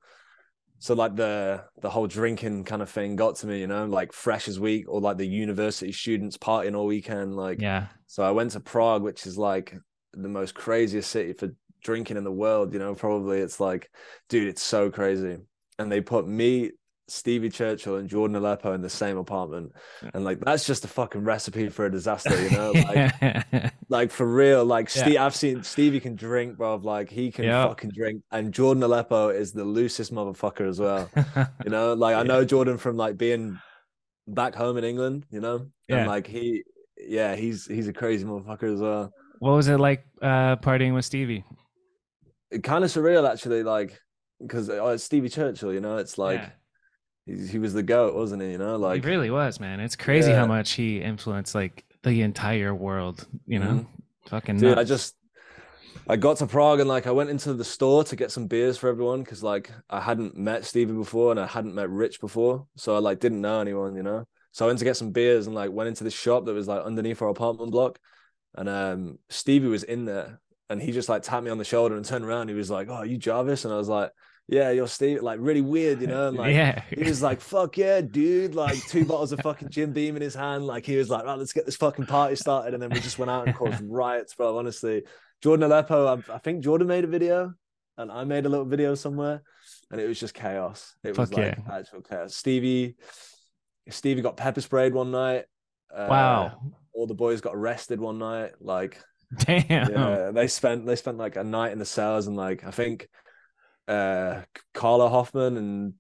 so like the the whole drinking kind of thing got to me you know like freshers week or like the university students partying all weekend like yeah. so i went to prague which is like the most craziest city for drinking in the world you know probably it's like dude it's so crazy and they put me Stevie Churchill and Jordan Aleppo in the same apartment, and like that's just a fucking recipe for a disaster, you know? Like, like for real, like Yeah. Steve, I've seen Stevie can drink, bro. Like he can Yeah. fucking drink, and Jordan Aleppo is the loosest motherfucker as well. You know, like I know Jordan from like being back home in England, you know, Yeah. and like he, yeah, he's he's a crazy motherfucker as well. what was it like uh, partying with Stevie? It kind of surreal actually, like because oh, it's Stevie Churchill, you know, it's like Yeah. he, he was the goat, wasn't he? You know, like he really was, man. It's crazy how Yeah. much he influenced like the entire world. You know, fucking Mm-hmm. dude, I nuts. just I got to Prague and like I went into the store to get some beers for everyone because like I hadn't met Stevie before and I hadn't met Rich before, so I like didn't know anyone, you know. So I went to get some beers and like went into the shop that was like underneath our apartment block, and um Stevie was in there and he just like tapped me on the shoulder and turned around. He was like, "Oh, are you Jarvis?" And I was like, "Yeah, you're Steve." Like really weird, you know. And, like yeah, he was like, fuck yeah, dude. Like two bottles of fucking Jim Beam in his hand. Like he was like, right, let's get this fucking party started. And then we just went out and caused riots, bro. Honestly, Jordan Aleppo, I, I think Jordan made a video and I made a little video somewhere and it was just chaos. It was Fuck like actual chaos. Stevie, Stevie got pepper sprayed one night. Uh, wow, All the boys got arrested one night. Like damn. yeah, they spent they spent like a night in the cells and like I think uh Carla Hoffman and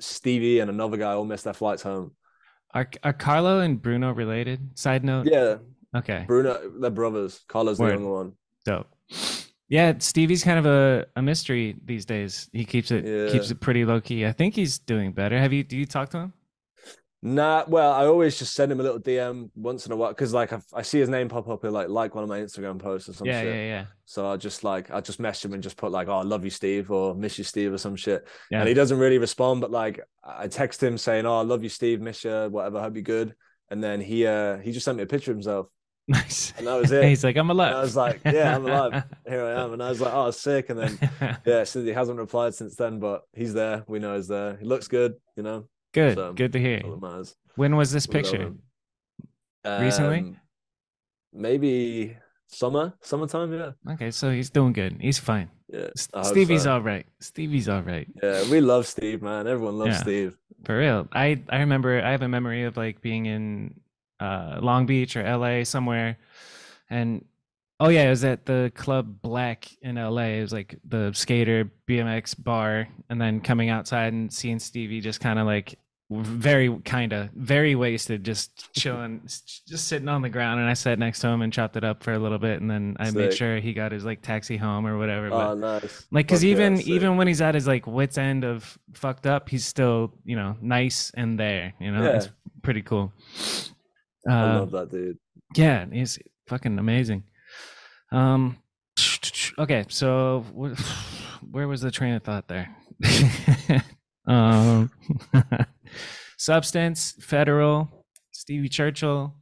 Stevie and another guy all missed their flights home. Are are Carlo and Bruno related? Side note. Yeah, Okay. Bruno, they're brothers. Carla's the Word. younger one. Dope. Yeah, Stevie's kind of a, a mystery these days. He keeps it keeps Yeah. it pretty low key. I think he's doing better. Have you do you talk to him? Nah, well, I always just send him a little DM once in a while because like I, I see his name pop up in like like one of my Instagram posts or some yeah, shit. yeah, yeah, So I just like I just message him and just put like, "Oh, I love you, Steve," or "Miss you, Steve," or some shit. yeah. And he doesn't really respond, but like I text him saying, "Oh, I love you, Steve. Miss you. Whatever. Hope you're good." And then he uh he just sent me a picture of himself, nice. and that was it. he's like, I'm alive. And I was like, "Yeah, I'm alive. Here I am." And I was like, "Oh, sick." And then yeah, since he hasn't replied since then, but he's there. We know he's there. He looks good, you know. good, So, good to hear. All that matters. When was this We love picture? him. Um, Recently? maybe summer, summertime. Yeah, Okay, so he's doing good. He's fine. yeah. S- I hope Stevie's so. all right. Stevie's all right. Yeah, we love Steve, man. Everyone loves Yeah. Steve. For real. I I remember I have a memory of like being in uh Long Beach or LA somewhere and oh yeah, it was at the club Black in LA. It was like the skater BMX bar and then coming outside and seeing Stevie just kind of like very kind of very wasted just chilling s- just sitting on the ground and I sat next to him and chopped it up for a little bit and then I made Sick. sure he got his like taxi home or whatever. but- Oh, nice. like because Fuck yeah, even sick. even when he's at his like wits end of fucked up he's still you know nice and there you know Yeah. it's pretty cool I uh, love that dude. yeah he's fucking amazing um okay so wh- where was the train of thought there um substance federal stevie churchill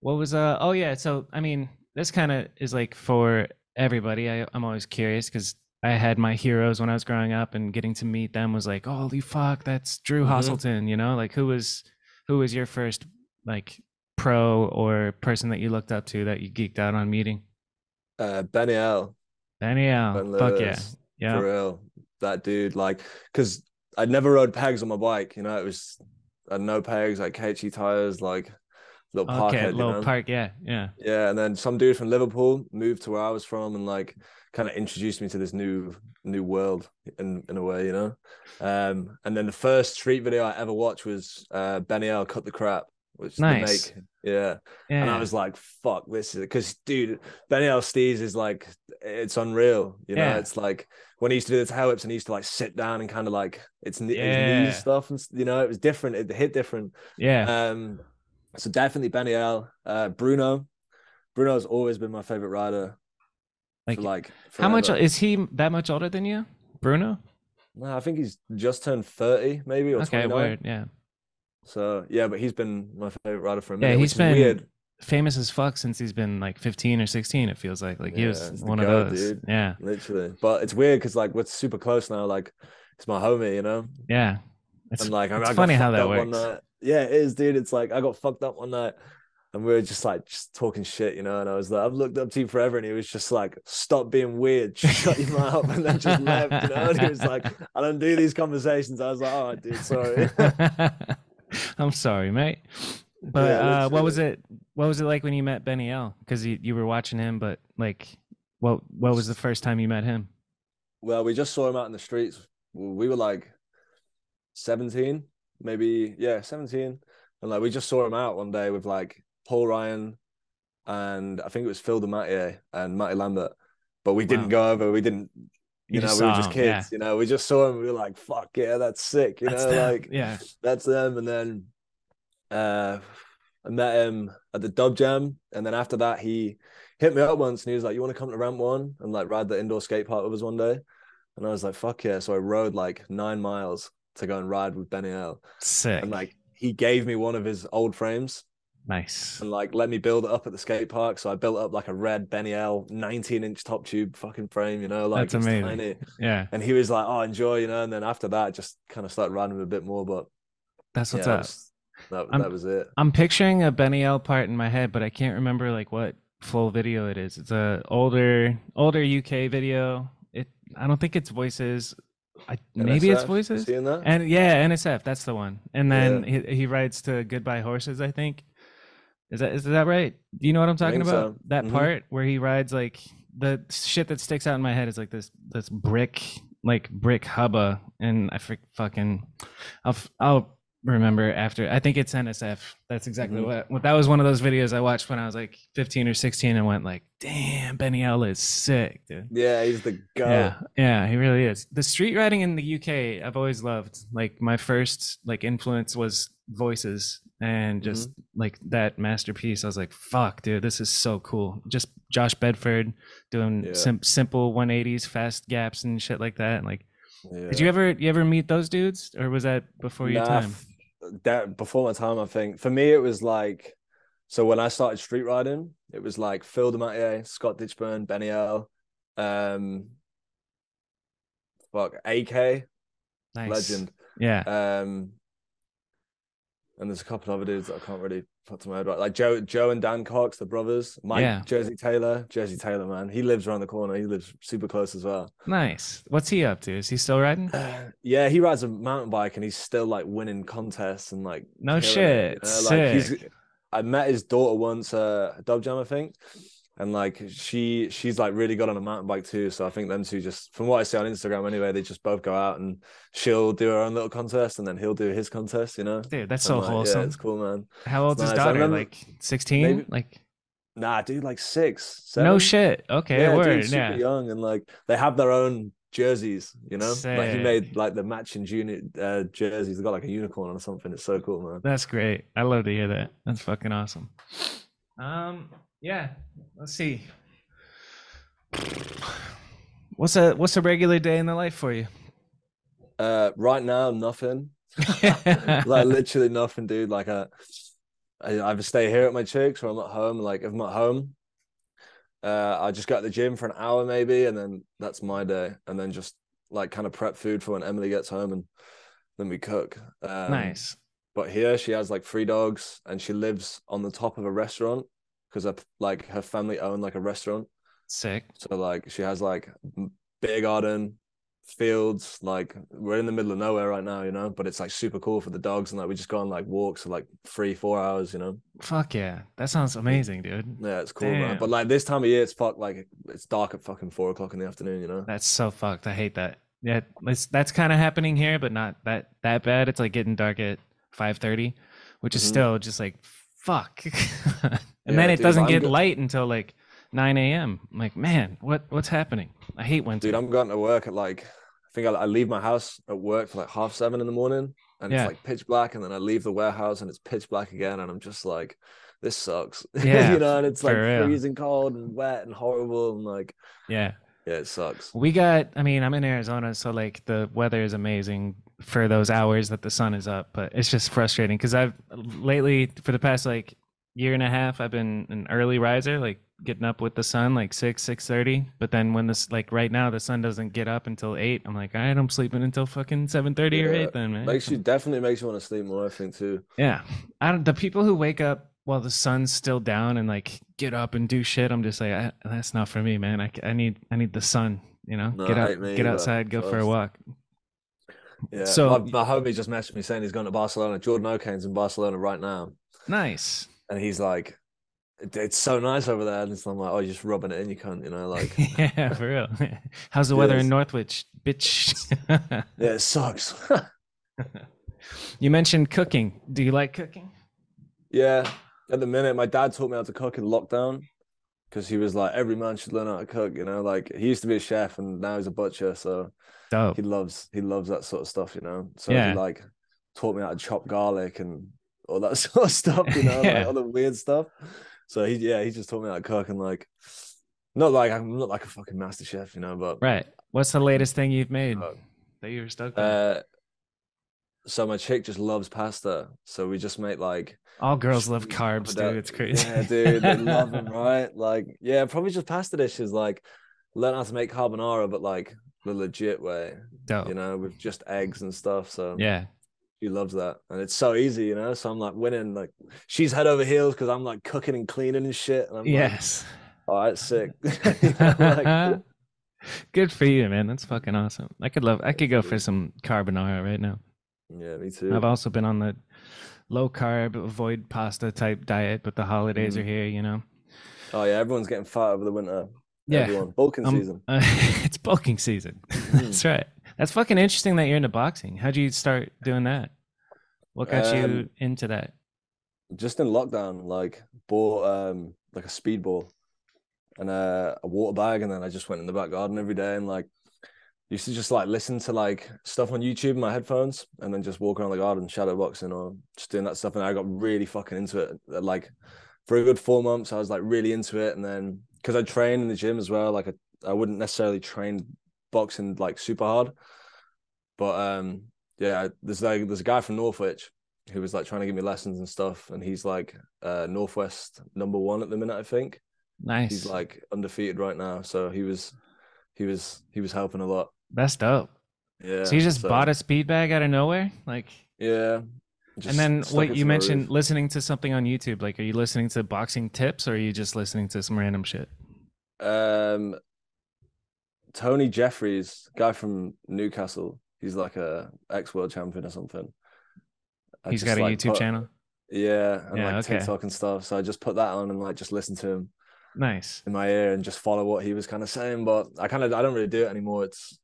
what was uh oh yeah so i mean this kind of is like for everybody I, i'm always curious because i had my heroes when i was growing up and getting to meet them was like holy fuck that's drew Mhm. Hosselton, you know like who was who was your first like pro or person that you looked up to that you geeked out on meeting Uh, Benny L. Ben danielle oh, fuck yeah Lewis, yeah For real. That dude, like, because I never rode pegs on my bike, you know, it was I had no pegs, like KHE tires, like little park. okay head, you little know? park yeah yeah Yeah, and then some dude from Liverpool moved to where I was from and like kind of introduced me to this new new world in in a way, you know. Um, and then the first street video I ever watched was uh Benny L cut the crap, which Nice. they make. Yeah. yeah And I was like, fuck, this is because dude, Benny L. Steez is like it's unreal. You know, Yeah. it's like when he used to do the tail whips and he used to like sit down and kind of like it's kn- his Yeah. knees stuff and s- you know, it was different, it hit different. yeah Um, so definitely Benny L. Uh, Bruno. Bruno's always been my favorite rider. like, for like how much forever. is he that much older than you bruno No, I think he's just turned 30, maybe, or okay 29. word yeah So yeah, but he's been my favorite rider for a Yeah, minute. he's which been- is weird. famous as fuck since he's been like 15 or 16 it feels like like he Yeah, was it's the one of goat, those dude. yeah Literally. But it's weird because like we're super close now. Like it's my homie, you know? yeah it's and like I- it's I got funny how fucked that up one works. night. Yeah, it is, dude. It's like I got fucked up one night and we were just like just talking shit, you know. And I was like, I've looked up to you forever, and he was just like, stop being weird, shut your mouth, and then just left, you know. And he was like, I don't do these conversations. I was like, all right, dude, sorry. I'm sorry, mate. But Yeah, uh, what was literally. it? What was it like when you met Benny L? Because you, you were watching him, but like, what what was the first time you met him? Well, we just saw him out in the streets. We were like 17, maybe, yeah, 17. And like we just saw him out one day with like Paul Ryan and I think it was Phil DeMattia and Matty Lambert. But we didn't Wow. go over, we didn't, you, You know, just we were saw just him, yeah. kids, you know, we just saw him. We were like, fuck, yeah, that's sick, you know, them, like yeah, that's them. And then uh I met him at the dub jam. And then after that, he hit me up once and he was like, You want to come to ramp one and like ride the indoor skate park with us one day? And I was like, Fuck yeah. So I rode like nine miles to go and ride with Benny L. sick, And like he gave me one of his old frames nice. and like let me build it up at the skate park. So I built up like a red Benny L 19 inch top tube fucking frame, you know, like That's it's amazing. tiny. Yeah, And he was like, Oh, enjoy, you know. And then after that, I just kind of started riding him a bit more. But that's what's yeah, that up. was- that, I'm- that was it. I'm picturing a Benny L part in my head, but I can't remember like what flow video it is. It's a older older UK video. It I don't think it's voices. I, maybe it's NSF, voices. Seeing that? And yeah, NSF, that's the one. And then he, he rides to Goodbye Horses, I think. Is that is that right? Do you know what I'm talking think about? so. That Mhm. part where he rides like the shit that sticks out in my head is like this this brick like brick hubba and I freak fucking I'll f- I'll remember after. I think it's NSF. That's exactly Mhm. what, what that was one of those videos I watched when I was like 15 or 16 and went like, "Damn, Benny L is sick, dude." yeah, he's the guy. Yeah, yeah, he really is. The street riding in the UK, I've always loved. Like my first like influence was Voices, and Mm-hmm. just like that masterpiece, I was like, "Fuck, dude, this is so cool." Just Josh Bedford doing Yeah. sim- simple 180s, fast gaps and shit like that. And like, Yeah. did you ever you ever meet those dudes, or was that before your Nah, time? f- That before my time, I think. For me, it was like so when I started street riding, it was like Phil DeMattier, Scott Ditchburn, Benny L, um, fuck, AK, Nice. legend. Yeah. Um, and there's a couple of other dudes that I can't really put to my head right. Like Joe, Joe and Dan Cox, the brothers. Mike Yeah. Jersey Taylor, Jersey Taylor, man, he lives around the corner. He lives super close as well. Nice. What's he up to? Is he still riding? yeah, he rides a mountain bike and he's still like winning contests and like No killing it, Oh, shit. you know? Like, he's- Sick. I met his daughter once uh, at Dub Jam, I think, and like she she's like really good on a mountain bike too. So I think them two just from what I see on Instagram anyway, they just both go out and she'll do her own little contest and then he'll do his contest. You know, Dude, that's I'm so like, wholesome. Yeah, it's cool, man. How old's his nice. I daughter? remember- Like 16? Maybe- Like Nah, dude, like six, No seven. shit. Okay, Yeah, dude, word. super yeah. young and like they have their own jerseys, you know. Like he Sick. made like the matching unit uh, jerseys. They got like a unicorn or something. It's so cool, man. That's great. I love to hear that. That's fucking awesome. Um, yeah. Let's see. What's a what's a regular day in the life for you? Uh, right now, nothing. like literally nothing, dude. Like I, I either stay here at my chicks or I'm at home. Like if I'm at home, uh, I just go to the gym for an hour maybe, and then that's my day. And then just like kind of prep food for when Emily gets home, and then we cook. Um, nice. But here she has like three dogs, and she lives on the top of a restaurant because like her family own like a restaurant. Sick. So like she has like m- beer garden, fields. Like we're in the middle of nowhere right now, you know. But it's like super cool for the dogs, and like we just go on like walks for like three, four hours, you know. Fuck yeah. That sounds amazing, dude. Yeah, it's cool, man. Damn. But like this time of year, it's fuck like it's dark at fucking four o'clock in the afternoon, you know. That's so fucked. I hate that. Yeah, it's, that's kind of happening here, but not that that bad. It's like getting dark at 5:30, which is Mhm. still just like fuck. and Yeah, then it dude, doesn't I'm get go- light until like 9 a.m. I'm like, man, what what's happening? I hate winter. Dude, I'm going to work at like I think I, I leave my house at work for like half seven in the morning, and Yeah. it's like pitch black, and then I leave the warehouse and it's pitch black again, and I'm just like, this sucks, Yeah, you know. And it's like for real. freezing cold and wet and horrible, and like yeah. yeah, it sucks. We got, I mean, I'm in Arizona, so like the weather is amazing for those hours that the sun is up, but it's just frustrating because I've lately, for the past like year and a half, I've been an early riser, like getting up with the sun, like six, six thirty. But then when this, like right now, the sun doesn't get up until eight. I'm like, all right, I'm sleeping until fucking seven thirty or Yeah, eight, then man. Makes you definitely makes you want to sleep more, I think too. yeah, I don't. The people who wake up while the sun's still down and like get up and do shit, I'm just like, I, that's not for me, man. I, I need I need the sun, you know. No, get I out, hate me get either. outside, go for a Gross. walk. Yeah. So- my, my homie just messaged me saying he's going to Barcelona. Jordan O'Kane's in Barcelona right now, Nice. and he's like, "It- "It's so nice over there." And it's- I'm like, "Oh, you're just rubbing it in your cunt," you know, like, yeah, for real. How's the weather in Yes. Northwich, bitch? yeah, it sucks. you mentioned cooking. Do you like cooking? yeah. At the minute, my dad taught me how to cook in lockdown because he was like, "Every man should learn how to cook," you know. Like, he used to be a chef, and now he's a butcher, so Dope. he loves he loves that sort of stuff, you know. So Yeah. he like taught me how to chop garlic and all that sort of stuff, you know, Yeah. like all the weird stuff. So he yeah, he just taught me how to cook and like not like I'm not like a fucking master chef, you know, but Right. What's the latest thing you've made Oh. that you were stoked on? uh so my chick just loves pasta. So we just make like All girls love sweet carbs, dude. pappardelle- It's crazy. Yeah, dude, they love them, right? Like, yeah, probably just pasta dishes, like learn how to make carbonara, but like the legit way, Dope. you know, with just eggs and stuff. So Oh. yeah. she loves that and it's so easy you know so i'm like winning like she's head over heels because i'm like cooking and cleaning and shit and i'm like Yes. all right sick You know, like, Good for you, man. That's fucking awesome. I could love. I could go for Dude. some carbonara right now. yeah me too I've also been on the low carb, avoid pasta type diet, but the holidays Mhm. are here. You know. oh yeah everyone's getting fat over the winter Yeah. everyone bulking Um, season uh, it's bulking season. Mm. That's right. That's fucking interesting that you're into boxing. How'd you start doing that? What got you Um, into that? just in lockdown like bought um like a speedball and a, a water bag and then i just went in the back garden every day and like used to just like listen to like stuff on youtube in my headphones and then just walk around the garden shadow boxing or just doing that stuff and i got really fucking into it uh, like for a good four months i was like really into it and then because i train in the gym as well like I, I wouldn't necessarily train boxing like super hard but um yeah there's like there's a guy from northwich who was like trying to give me lessons and stuff and he's like uh northwest number one at the minute i think Nice. he's like undefeated right now so he was he was he was helping a lot That's dope. yeah so you just bought a speed bag out of nowhere, like. yeah just and then stuck it what to you my mentioned roof. listening to something on YouTube, like are you listening to boxing tips or are you just listening to some random shit? um tony jeffries guy from newcastle he's like a ex-world champion or something I He's just, got a like, YouTube put- channel. yeah and Yeah, like okay. tiktok and stuff so i just put that on and like just listen to him Nice. in my ear and just follow what he was kind of saying. But I kind of I don't really do it anymore. It's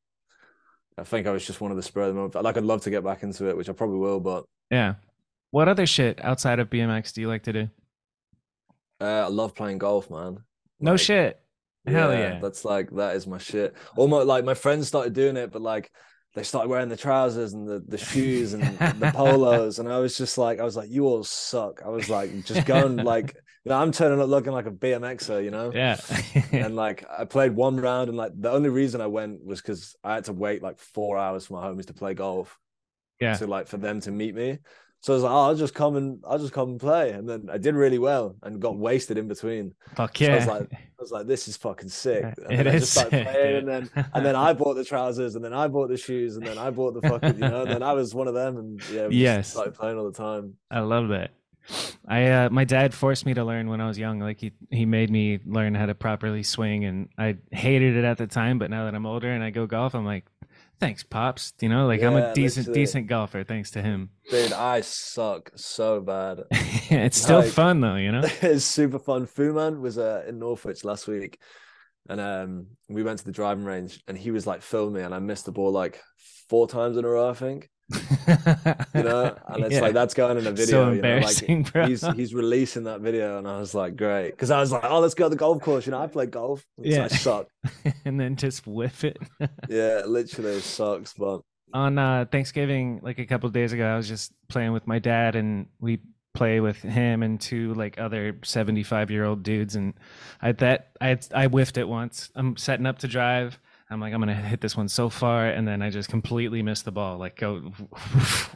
I think I was just one of the spur of the moment. Like I'd love to get back into it, which I probably will. But Yeah. What other shit outside of BMX do you like to do? uh, I love playing golf, man. No Like, shit. Hell yeah. That's like that is my shit. Almost like my friends started doing it, but like they started wearing the trousers and the, the shoes and the polos. And I was just like, I was like, you all suck. I was like, just going like you know, I'm turning up looking like a BMXer, er, you know? Yeah. and like I played one round, and like the only reason I went was because I had to wait like four hours for my homies to play golf. Yeah. So like for them to meet me, so I was like, oh, I'll just come and I'll just come and play, and then I did really well and got wasted in between. Fuck so I yeah. was like- I was like, this is fucking sick. Yeah, And it then I is just started sick, playing, dude. and then and then I bought the trousers, and then I bought the shoes, and then I bought the fucking you know, and then I was one of them, and yeah, we Yes. just started playing all the time. I love that. I uh, my dad forced me to learn when I was young. Like he he made me learn how to properly swing, and I hated it at the time. But now that I'm older and I go golf, I'm like, thanks, pops. You know, like I'm a Yeah, decent literally. decent golfer thanks to him. Dude, I suck so bad. it's still Like- fun though, you know. it's super fun. Fu Man was uh, in Norwich last week, and um, we went to the driving range, and he was like filming, and I missed the ball like four times in a row, I think. You know, and it's Yeah. like that's going in a video. so you know, like embarrassing, bro. he's he's releasing that video, and I was like, great, because I was like, oh, let's go to the golf course. You know, I play golf. It's Yeah. like, suck. and then just whip it. Yeah, it literally sucks, but on uh, Thanksgiving, like a couple days ago, I was just playing with my dad, and we play with him and two like other seventy-five-year-old dudes. And I that I I whiffed it once. I'm setting up to drive. I'm like, I'm gonna hit this one so far, and then I just completely miss the ball, like go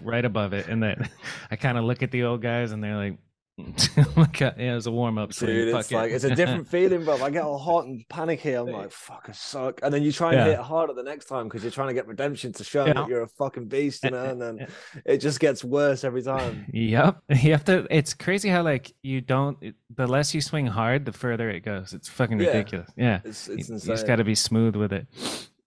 right above it. And then I kind of look at the old guys, and they're like, oh my god, yeah, it was a warm up. Dude, it's like it's a different feeling, bro. I get all hot and panicky. I'm like, fuck, I suck. And then you try and Yeah. hit harder the next time because you're trying to get redemption to show Yeah. that you're a fucking beast, you know. And then it just gets worse every time. Yep. You have to. It's crazy how like you don't. it- The less you swing hard, the further it goes. It's fucking Yeah. ridiculous. Yeah. It's it's you, you insane. just got to be smooth with it.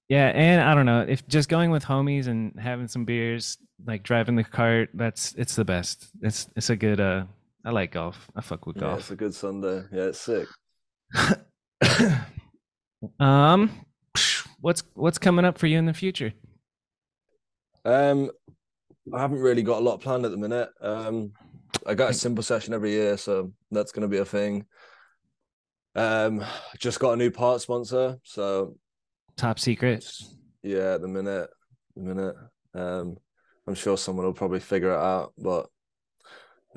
Yeah, and I don't know if just going with homies and having some beers, like driving the cart. That's it's the best. It's it's a good. uh I like golf. I fuck with yeah, it's golf. a good Sunday. Yeah, it's sick. um, what's what's coming up for you in the future? Um, I haven't really got a lot planned at the minute. Um, I got a simple session every year, so that's going to be a thing. Um, just got a new part sponsor, so Top secret. yeah, at the minute, the minute. Um, I'm sure someone will probably figure it out, but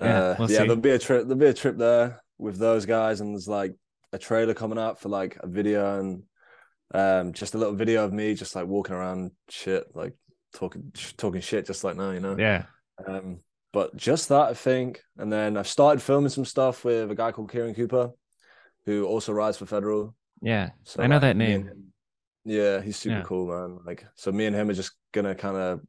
uh, Yeah, yeah, we'll see. there'll be a trip. There'll be a trip there with those guys, and there's like a trailer coming out for like a video and um, just a little video of me just like walking around, shit, like talking, talking shit, just like now, you know. Yeah. Um, but just that, I think. And then I've started filming some stuff with a guy called Kieran Cooper, who also rides for Federal. Yeah. So I know like, that me and name. him- yeah, he's super Yeah. cool, man. Like, so me and him are just gonna kind of.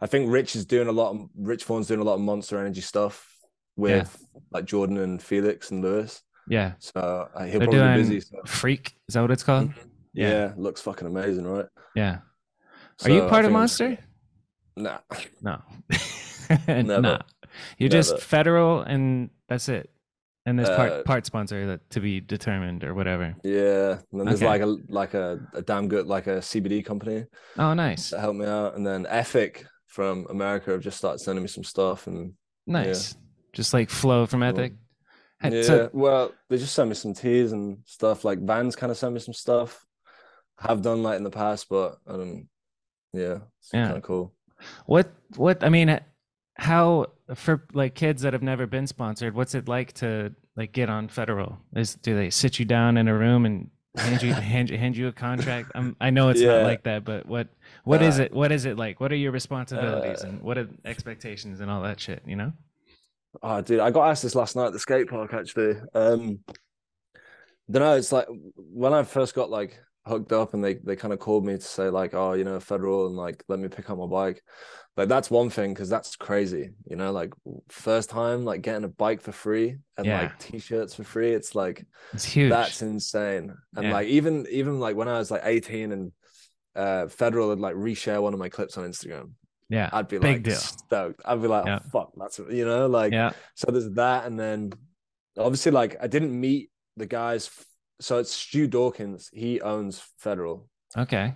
I think Rich is doing a lot. Of, Rich Vaughn's doing a lot of Monster Energy stuff with like Jordan and Felix and Lewis. Yeah. So uh, he'll They're probably doing be busy. So. Freak. Is that what it's called? Mm-hmm. Yeah. Yeah. looks fucking amazing, right? Yeah. Are So you I part of think- Monster? Nah, No. Nah. You're Never. just federal and that's it. And this Uh, part part sponsor that to be determined or whatever. yeah. And then there's Okay. like a like a, a damn good like a CBD company. Oh nice. that helped me out. And then Ethic from America have just started sending me some stuff. And Nice. Just like flow from ethic. Ha- yeah, so- well, they just sent me some teas and stuff. Like Vans kind of sent me some stuff. Have done like in the past, but I don't. Yeah, it's Yeah. kind of cool. what what I mean how for like kids that have never been sponsored, what's it like to like get on federal? Is do they sit you down in a room and hand you hand, you- hand you a contract? i I know it's Yeah. not like that, but what what is Uh, it? What is it like? What are your responsibilities and what are expectations and all that shit? You know? Oh, dude, I got asked this last night at the skate park actually. Um, don't know. It's like when I first got like hooked up, and they they kind of called me to say like, oh, you know, federal, and like let me pick up my bike. Like that's one thing because that's crazy, you know. Like first time, like getting a bike for free and Yeah. like t-shirts for free. It's like It's huge. that's insane. And Yeah. like even even like when I was like eighteen and uh federal would like reshare one of my clips on Instagram, yeah. I'd be Big like deal. stoked. I'd be like, Yeah. oh, fuck, that's you know like. yeah. So there's that, and then obviously, like I didn't meet the guys. f- So it's Stu Dawkins. He owns Federal. Okay.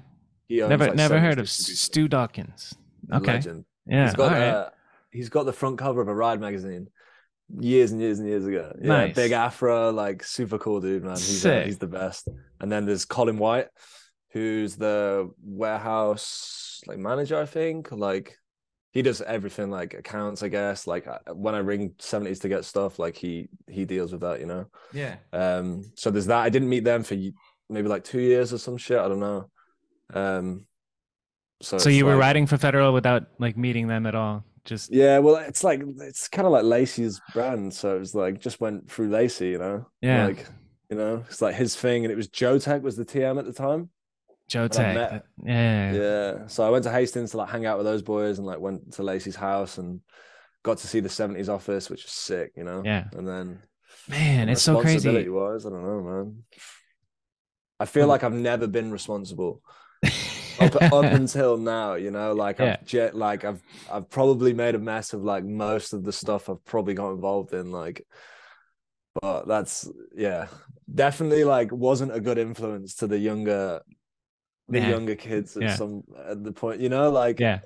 He owns, Never like, never Sevens heard of Distribution. Stu Dawkins. Okay. Legend. Yeah. he's got all right. uh, he's got the front cover of a Ride magazine years and years and years ago. Yeah, Nice. big afro, like super cool dude, man. He's, uh, Sick. he's the best. And then there's Colin White, who's the warehouse like manager, I think. Like he does everything, like accounts, I guess. Like I- when I ring seventies to get stuff, like he he deals with that, you know. yeah. Um, so there's that. I didn't meet them for y- maybe like two years or some shit. I don't know. Um, so So it's you were like- riding for federal without like meeting them at all. Just Yeah, well, it's like it's kind of like Lacey's brand, so it was like just went through Lacey, you know. Yeah. like you know, it's like his thing, and it was Joe Tech was the TM at the time. Joe when I Tech. met- that- Yeah. Yeah. so I went to Hastings to like hang out with those boys, and like went to Lacey's house and got to see the '70s office, which is sick, you know. Yeah. and then Man, it's so crazy. Wise, I don't know, man. I feel Um, like I've never been responsible. up, up until now, you know, like Yeah. I've jet, like I've I've probably made a mess of like most of the stuff I've probably got involved in, like. But that's yeah, definitely like wasn't a good influence to the younger, the Yeah. younger kids at Yeah. some at the point, you know, like yeah.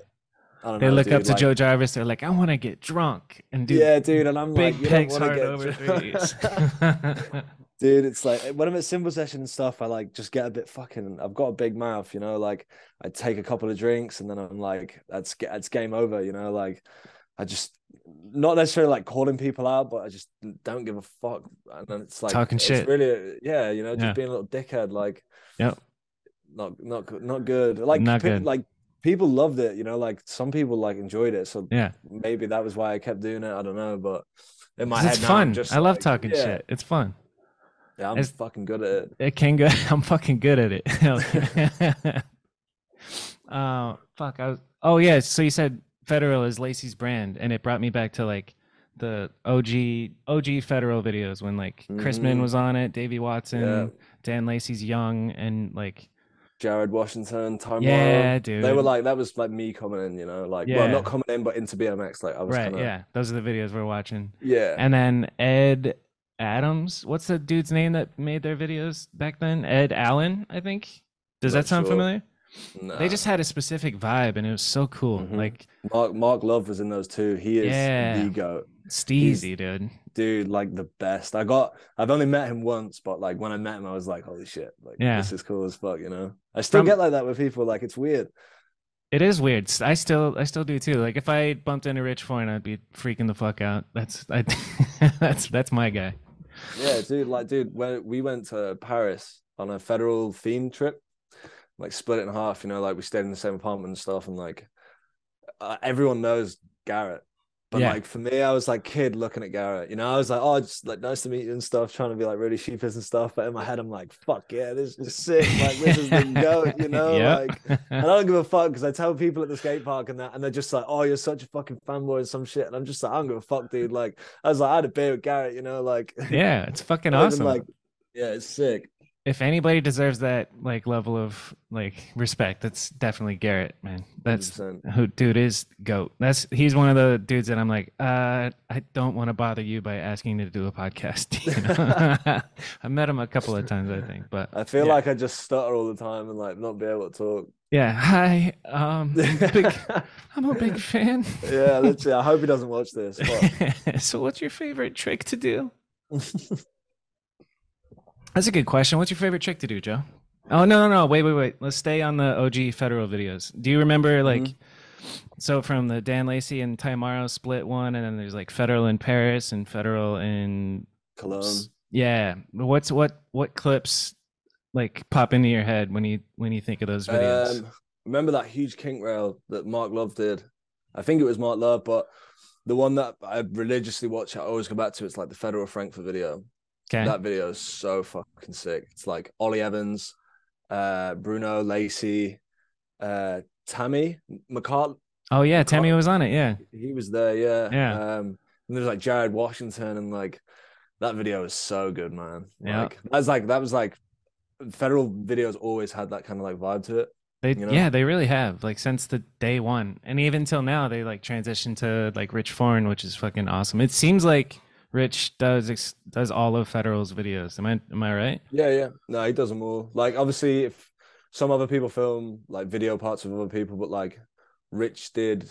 I don't They know, look up dude, to like- Joe Jarvis. They're like, I want to get drunk and do yeah, dude, and I'm big like, you don't pegs want to hard get over drunk. threes. dude it's like eh, when i'm at symbol session and stuff i like just get a bit fucking i've got a big mouth you know like i take a couple of drinks and then i'm like that's ga- that's game over you know like i just not necessarily like calling people out but i just don't give a fuck and then it's like Talking it's shit. really yeah you know just Yeah. being a little dickhead like Yep. not not g- not good like Not pe- good. like people loved it you know like some people like enjoyed it so yeah. maybe that was why i kept doing it i don't know but in my 'Cause head. It's now, fun. I'm just I love like, talking yeah, shit. It's fun. Yeah, I'm It's- fucking good at it. It can go. I'm fucking good at it. Hell yeah. uh, fuck. I was. Oh yeah. So you said Federal is Lacey's brand, and it brought me back to like the OG OG Federal videos when like Chris Min Mhm. was on it, Davey Watson, Yeah. Dan Lacey's young, and like Jared Washington, Time yeah, dude. They were like that was like me commenting, you know, like well Yeah. not commenting but into BMX. Like I was right. kind of Yeah, those are the videos we're watching. yeah. And then Ed Adams. What's the dude's name that made their videos back then? Ed Allen, I think. Does Not that sound sure. Uh, familiar? nah. They just had a specific vibe, and it was so cool. Mhm. Like Mark Mark Love was in those two. He is Yeah. the goat, Steezy, dude. dude. Like the best. I got. I've only met him once, but like when I met him, I was like, holy shit, like Yeah. this is cool as fuck. You know. I still From- get like that with people. Like it's weird. It is weird. S- I still, I still do too. Like if I bumped into Rich Foyne, I'd be freaking the fuck out. That's, I, that's, that's my guy. Yeah, dude. Like, dude, when we went to Paris on a federal theme trip, like split it in half. You know, like we stayed in the same apartment and stuff, and like uh, everyone knows Garrett. But Yeah. like for me, I was like kid looking at Garrett. You know, I was like, oh, just like nice to meet you and stuff, trying to be like really sheepish and stuff. But in my head, I'm like, fuck yeah, this is sick. Like this is the goat. You know, Yep. like and I don't give a fuck because I tell people at the skate park and that, and they're just like, "Oh, you're such a fucking fanboy and some shit," and I'm just like, "I don't give a fuck, dude." Like, I was like, "I had a beer with Garrett," you know, like, yeah, it's fucking not even awesome. like, yeah, it's sick. if anybody deserves that like level of like respect, that's definitely Garrett, man. That's 100%. who dude is goat. That's he's one of the dudes that I'm like, uh, I don't want to bother you by asking to do a podcast. you know? I met him a couple of times, I think, but I feel yeah. like I just stutter all the time and like not be able to talk. yeah, hi, um, big, I'm a big fan. yeah, literally. I hope he doesn't watch this. Fuck. so, what's your favorite trick to do? That's a good question. What's your favorite trick to do, Joe? Oh no, no, no! Wait, wait, wait. Let's stay on the OG federal videos. Do you remember like, so from the Dan Lacey and Taimaro split one, and then there's like federal in Paris and federal in Cologne. yeah. What's what what clips like pop into your head when you when you think of those videos? Um, remember that huge kink rail that Mark Love did? I think it was Mark Love, but the one that I religiously watch, I always go back to. It's like the Federal Frankfurt video. okay, That video is so fucking sick. It's like Ollie Evans, uh, Bruno Lacey, uh, Tammy McCart. oh yeah, Nicole- Tammy was on it. Yeah, He was there, yeah. Yeah. Um, and there's like Jared Washington, and like that video is so good, man. Yeah. Like that was like that was like federal videos always had that kind of like vibe to it. They you know? yeah, they really have like since the day one, and even till now, they like transitioned to like Rich Foreign, which is fucking awesome. It seems like Rich does ex- does all of Federal's videos. Am I am I right? Yeah, yeah. No, he does them all. Like obviously, if some other people film like video parts of other people, but like Rich did,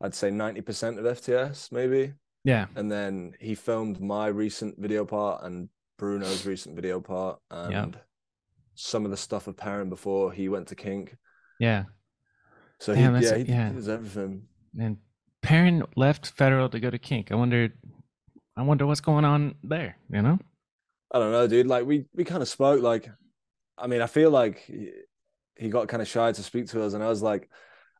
I'd say ninety percent of FTS maybe. Yeah, and then he filmed my recent video part and Bruno's recent video part and Yeah. some of the stuff of Perrin before he went to Kink. yeah. So Damn, he, that's- yeah, he yeah. does everything. And Perrin left Federal to go to Kink. I wonder, I wonder what's going on there. You know? I don't know, dude. Like we we kind of spoke. Like, I mean, I feel like he, he got kind of shy to speak to us, and I was like,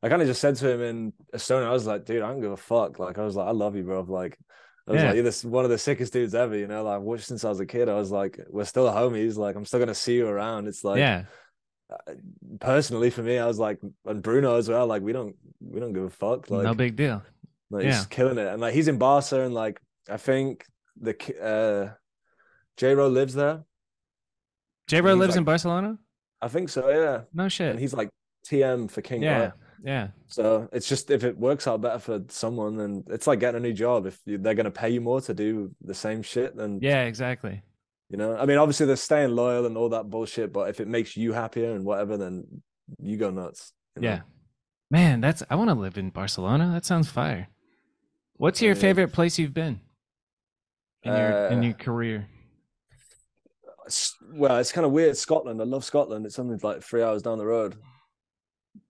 I kind of just said to him in Estonia, I was like, dude, I don't give a fuck. Like, I was like, I love you, bro. Like. I was Yeah. like, you're this one of the sickest dudes ever, you know. Like, I've watched since I was a kid. I was like, we're still homies. Like, I'm still gonna see you around. It's like, yeah, personally for me, I was like, and Bruno as well. Like, we don't, we don't give a fuck. Like, no big deal. like, he's yeah. killing it, and like he's in Barca, and like I think the ki- uh, J Ro lives there. J Bro he's lives in like- Barcelona. I think so, yeah. No And shit. he's like TM for King. yeah, right? yeah, So it's just if it works out better for someone, then it's like getting a new job. If you, they're gonna pay you more to do the same shit, then yeah. Exactly. you know. I mean, obviously they're staying loyal and all that bullshit, but if it makes you happier and whatever, then you go nuts. you know? Yeah. Man, that's I want to live in Barcelona. That sounds fire. What's your Yeah. favorite place you've been in your in Uh, your career? S- well, it's kind of weird. Scotland. I love Scotland. It's only like three hours down the road,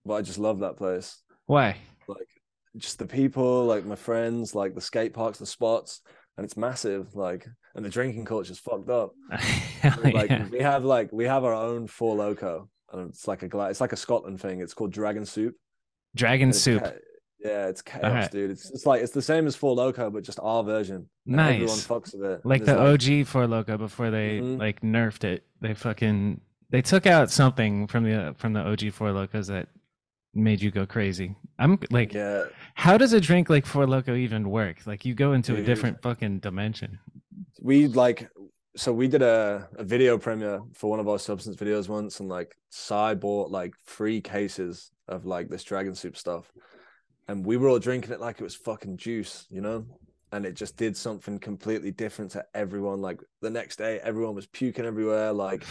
but I just love that place. Why? Just the people, like my friends, like the skate parks, the spots, and it's massive. Like, and the drinking culture's fucked up. Hell Like, yeah. we have like we have our own four loco, and it's like a gla- it's like a Scotland thing. It's called Dragon Soup. Dragon and it's soup. ca- Yeah, it's chaos, Alright. dude. It's, it's like it's the same as Four Loco, but just our version. And Everyone Nice. fucks with it. and Like it's the OG Four Loco before they Mhm. like nerfed it. They fucking they took out something from the from the OG Four Locos that made you go crazy. I'm like, yeah, how does a drink like Four Loco even work? Like you go into a Dude. different fucking dimension. we like so we did a, a video premiere for one of our substance videos once and like Cy bought like three cases of like this dragon soup stuff and we were all drinking it like it was fucking juice you know and it just did something completely different to everyone like the next day everyone was puking everywhere like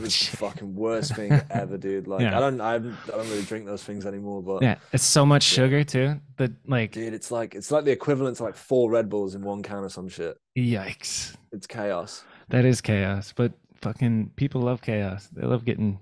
was the Shit. fucking worst thing ever dude like Yeah. i don't I, haven't- I don't really drink those things anymore but Yeah, it's so much Yeah. sugar too. That like dude it's like it's like the equivalent to like four red bulls in one can or some shit yikes. it's chaos That is chaos, but fucking people love chaos. They love getting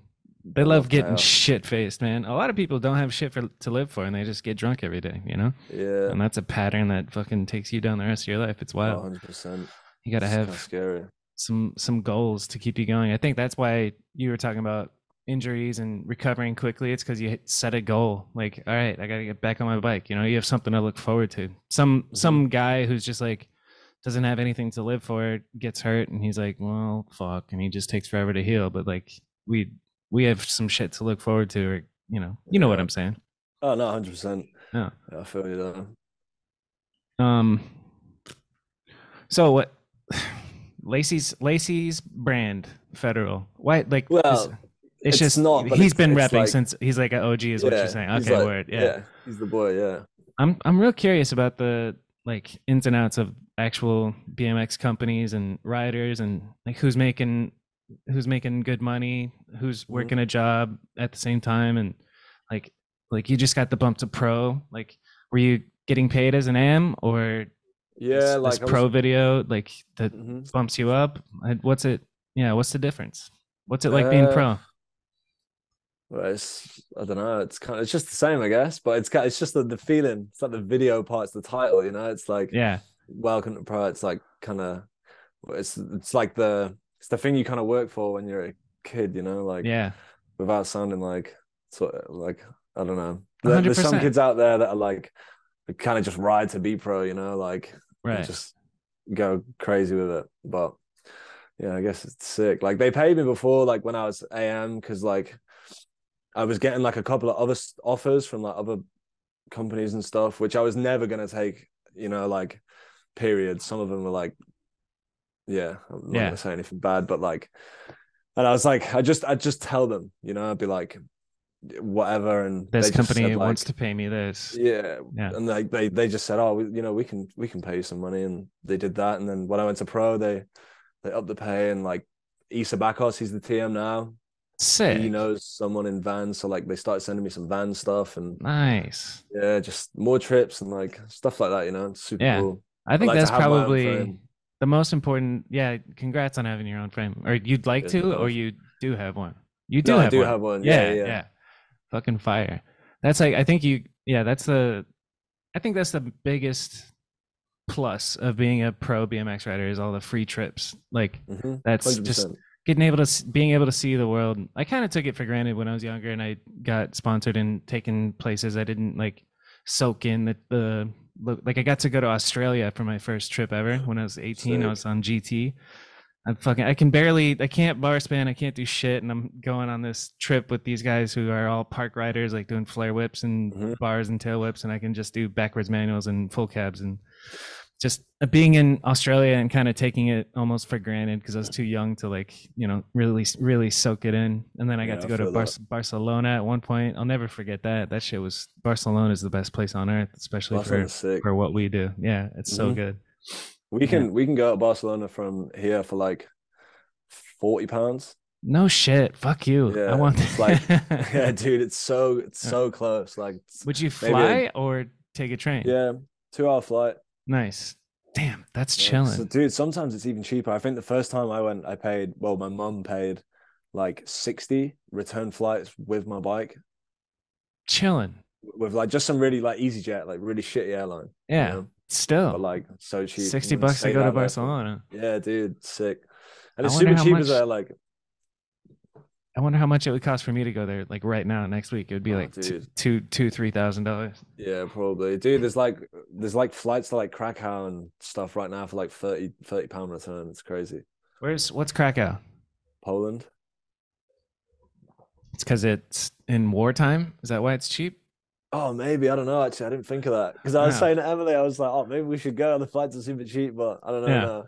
they I love, love getting chaos. shit faced, man. A lot of people don't have shit for, to live for, and they just get drunk every day, you know. yeah And that's a pattern that fucking takes you down the rest of your life. It's wild. 100 percent you gotta It's have kinda scary. some some goals to keep you going. I think that's why you were talking about injuries and recovering quickly. It's because you hit- set a goal. Like, all right, I gotta get back on my bike. You know, you have something to look forward to. Some Mhm. some guy who's just like doesn't have anything to live for gets hurt and he's like, well, fuck, and he just takes forever to heal. But like we we have some shit to look forward to. Or, you know, you know what Yeah. I'm saying. Oh no, hundred percent. Yeah. I feel you though. Um. So what? Lacey's Lacey's brand federal. Why like this- Well, it's, it's just not, not. but He's it's- been it's repping like- since he's like an OG is what Yeah, you're saying. he's Okay, like- word. Yeah. he's the boy. Yeah, I'm I'm real curious about the like ins and outs of actual BMX companies and riders and like who's making who's making good money, Mm-hmm. who's working a job at the same time and like like you just got the bump to pro. Like were you getting paid as an am or yeah. this, like this I was- pro video like that Mhm. bumps you up I- what's it yeah what's the difference what's it like being Uh, pro Well, it's I don't know. It's kind of it's just the same, I guess. But it's ki- it's just the, the feeling. It's like the video part's the title. You know, it's like yeah welcome to pro. It's like kind of it's it's like the it's the thing you kind of work for when you're a kid. You know, like yeah without sounding like sort of like I don't know. There- There's some 100%. kids out there that are like kind of just ride to be pro. You know, like and right just go crazy with it. But yeah, I guess it's sick. Like they paid me before, like when I was AM, because like I was getting like a couple of other s- offers from like other companies and stuff, which I was never gonna take. You know, like period. Some of them were like, yeah, I'm not Yeah. gonna say anything bad, but like, and I was like, I just, I just tell them, you know, I'd be like, whatever, and this they just said, company like, wants to pay me this yeah. Yeah. And like they they just said, oh, we, you know, we can we can pay you some money, and they did that. And then when I went to pro, they they upped the pay, and like Issa Bakos, he's the TM now. sick He knows someone in van, so like they started sending me some van stuff, and Mm. nice yeah, just more trips and like stuff like that. You know, it's super Yeah. cool. i think like to that's have my own probably frame. the most important yeah congrats on having your own frame or you'd like Yeah, to or both. you do have one you do no, have I do one have one. yeah, Yeah, yeah, Fucking fire. That's like I think you yeah, that's the I think that's the biggest plus of being a pro BMX rider is all the free trips. Like Mhm. that's Hundred just percent. getting able to s- being able to see the world. I kind of took it for granted when I was younger and I got sponsored and taken places I didn't like soak in the the look like I got to go to Australia for my first trip ever when I was 18 I Sick. was on GT I fucking I can barely I can't bar spin, I can't do shit, and I'm going on this trip with these guys who are all park riders, like doing flare whips and Mhm. bars and tail whips, and I can just do backwards manuals and full cabs and just being in Australia and kind of taking it almost for granted because I was too young to like you know really really soak it in. And then I got Yeah, to I go to feel Bar- that. Barcelona at one point. I'll never forget that. That shit was Barcelona is the best place on earth, especially for Barcelona's sick. for what we do. Yeah, it's so Mhm. good. We can we can go to Barcelona from here for like forty pounds. No shit. Fuck you. I Yeah, want it's like- yeah, dude, it's so it's Yeah. so close. Like, it's- Would you Maybe fly I- or take a train? yeah, two hour flight. Nice. Damn, that's Yeah, chilling. So, dude, sometimes it's even cheaper. I think the first time I went, I paid, well, my mum paid like 60 return flights with my bike, chilling. with like just some really like EasyJet, like really shitty airline. you Yeah. know, Still. But like so cheap. 60 and bucks to stayed go to out there for- Barcelona. Yeah, dude, sick. I And it's wonder super how cheap much- as there. Like, I wonder how much it would cost for me to go there, like right now, next week. It would be Oh, like two, dude. two, two, three thousand dollars. Yeah, probably. Dude, there's like there's like flights to like Krakow and stuff right now for like 30 30 pound return. It's crazy. Where's what's Krakow? Poland. It's because it's in wartime. Is that why it's cheap? Oh, maybe. I don't know. Actually, I didn't think of that because I was Yeah. saying to Emily, I was like, oh, maybe we should go. The flights are super cheap, but I don't know. Yeah. no.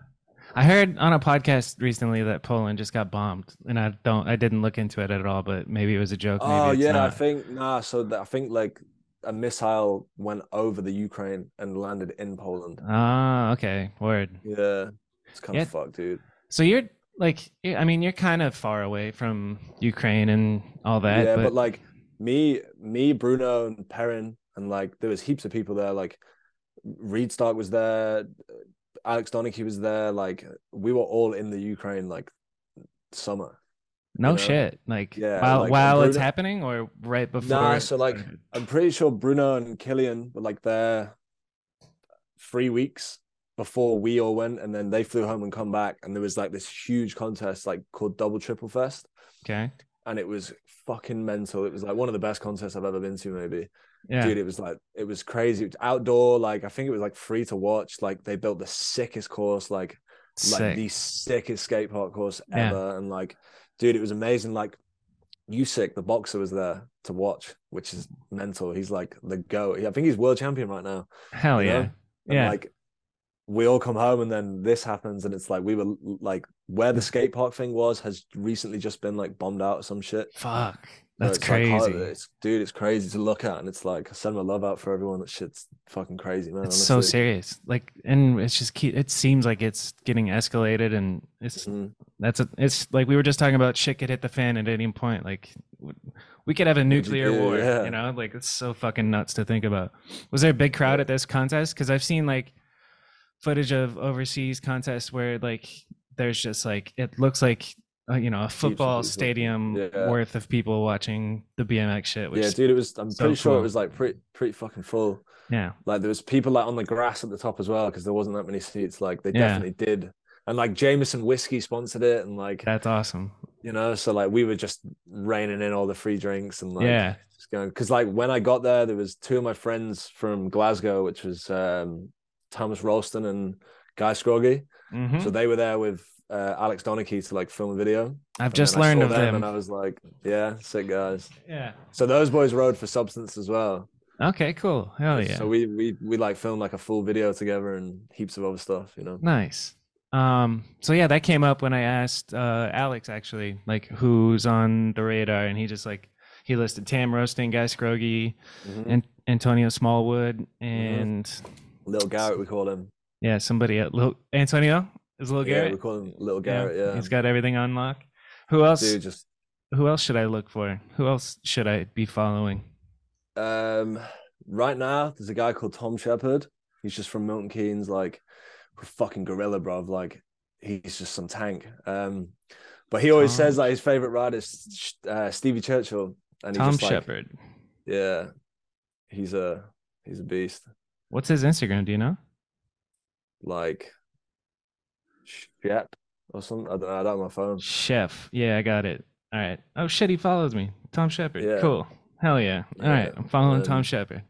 I heard on a podcast recently that Poland just got bombed, and I don't, I didn't look into it at all. But maybe it was a joke. Maybe Oh, it's yeah. I not. think, nah. So that, I think like a missile went over the Ukraine and landed in Poland. Ah, okay. Word. Yeah. It's kind Yeah. of fucked, dude. So you're like, yeah, I mean, you're kind of far away from Ukraine and all that. yeah, but, but... like me, me, Bruno and Perrin, and like there was heaps of people there. Like Reed Stark was there, Alex Donaghy was there. Like we were all in the Ukraine like summer. no you know? shit. Like Yeah, while like, while Bruno- it's happening, or right before. Nah, it so, like, started? I'm pretty sure Bruno and Killian were like there three weeks before we all went, and then they flew home and come back, and there was like this huge contest like called Double Triple Fest, okay. and it was fucking mental. It was like one of the best contests I've ever been to, maybe. Yeah. dude it was like it was crazy it was outdoor like i think it was like free to watch like they built the sickest course like like sick. the sickest skate park course Yeah. ever and like dude it was amazing like Usyk, the boxer, was there to watch, which is mental. He's like the go. I think he's world champion right now. Hell you know? yeah. And Yeah. like we all come home and then this happens, and it's like we were like where the skate park thing was has recently just been like bombed out or some shit. Fuck. So That's it's like crazy. hard- it's, dude, it's crazy to look at. And it's like, I send my love out for everyone. That shit's fucking crazy, man. it's so honestly. serious. Like, and it's just keep. It seems like it's getting escalated, and it's Mm. that's a, it's like we were just talking about shit could hit the fan at any point. Like, w- we could have a nuclear do, war. yeah. You know, like it's so fucking nuts to think about. Was there a big crowd Yeah. at this contest? Because I've seen like footage of overseas contests where like there's just like it looks like uh, you know a football people. stadium Yeah. worth of people watching the BMX shit. Which Yeah, dude, it was, I'm so pretty sure cool. it was like pretty, pretty fucking full. yeah. Like there was people like on the grass at the top as well because there wasn't that many seats. Like they Yeah. definitely did. And like Jameson Whiskey sponsored it. And like, That's awesome. you know, so like we were just reining in all the free drinks and like, yeah. just going because like when I got there, there was two of my friends from Glasgow, which was um, Thomas Ralston and Guy Scroggy. Mhm. So they were there with uh, Alex Donachie to like film a video. I've And just then I learned saw of them. and I was like, "Yeah, sick guys." Yeah. So those boys rode for Substance as well. Okay. Cool. Hell Oh, yeah. So we we we like filmed like a full video together and heaps of other stuff, you know. Nice. Um, so yeah, that came up when I asked uh, Alex actually, like who's on the radar, and he just like he listed Tam Roasting, Guy Scroggy, Mhm. and Antonio Smallwood, Mm-hmm. and Little Garrett, we call him. yeah, somebody at Lil Antonio is Lil Yeah, we Garrett. call him Little Garrett. Yeah, he's got everything on lock. Who else? dude, just Who else should I look for? Who else should I be following? Um, right now, there's a guy called Tom Shepard. He's just from Milton Keynes, like fucking gorilla, bruv. Like he's just some tank. Um, but he always Tom- says like his favorite rider is uh, Stevie Churchill, and he Tom just, like, Shepard. Yeah, he's a he's a beast. What's his Instagram? Do you know? Like Shep or something. I don't know. I don't have my phone. Chef. Yeah, I got it. All right. Oh shit, he follows me. Tom Shepard. Yeah. Cool. Hell yeah. All Yeah, right. I'm following Tom um, Shepard.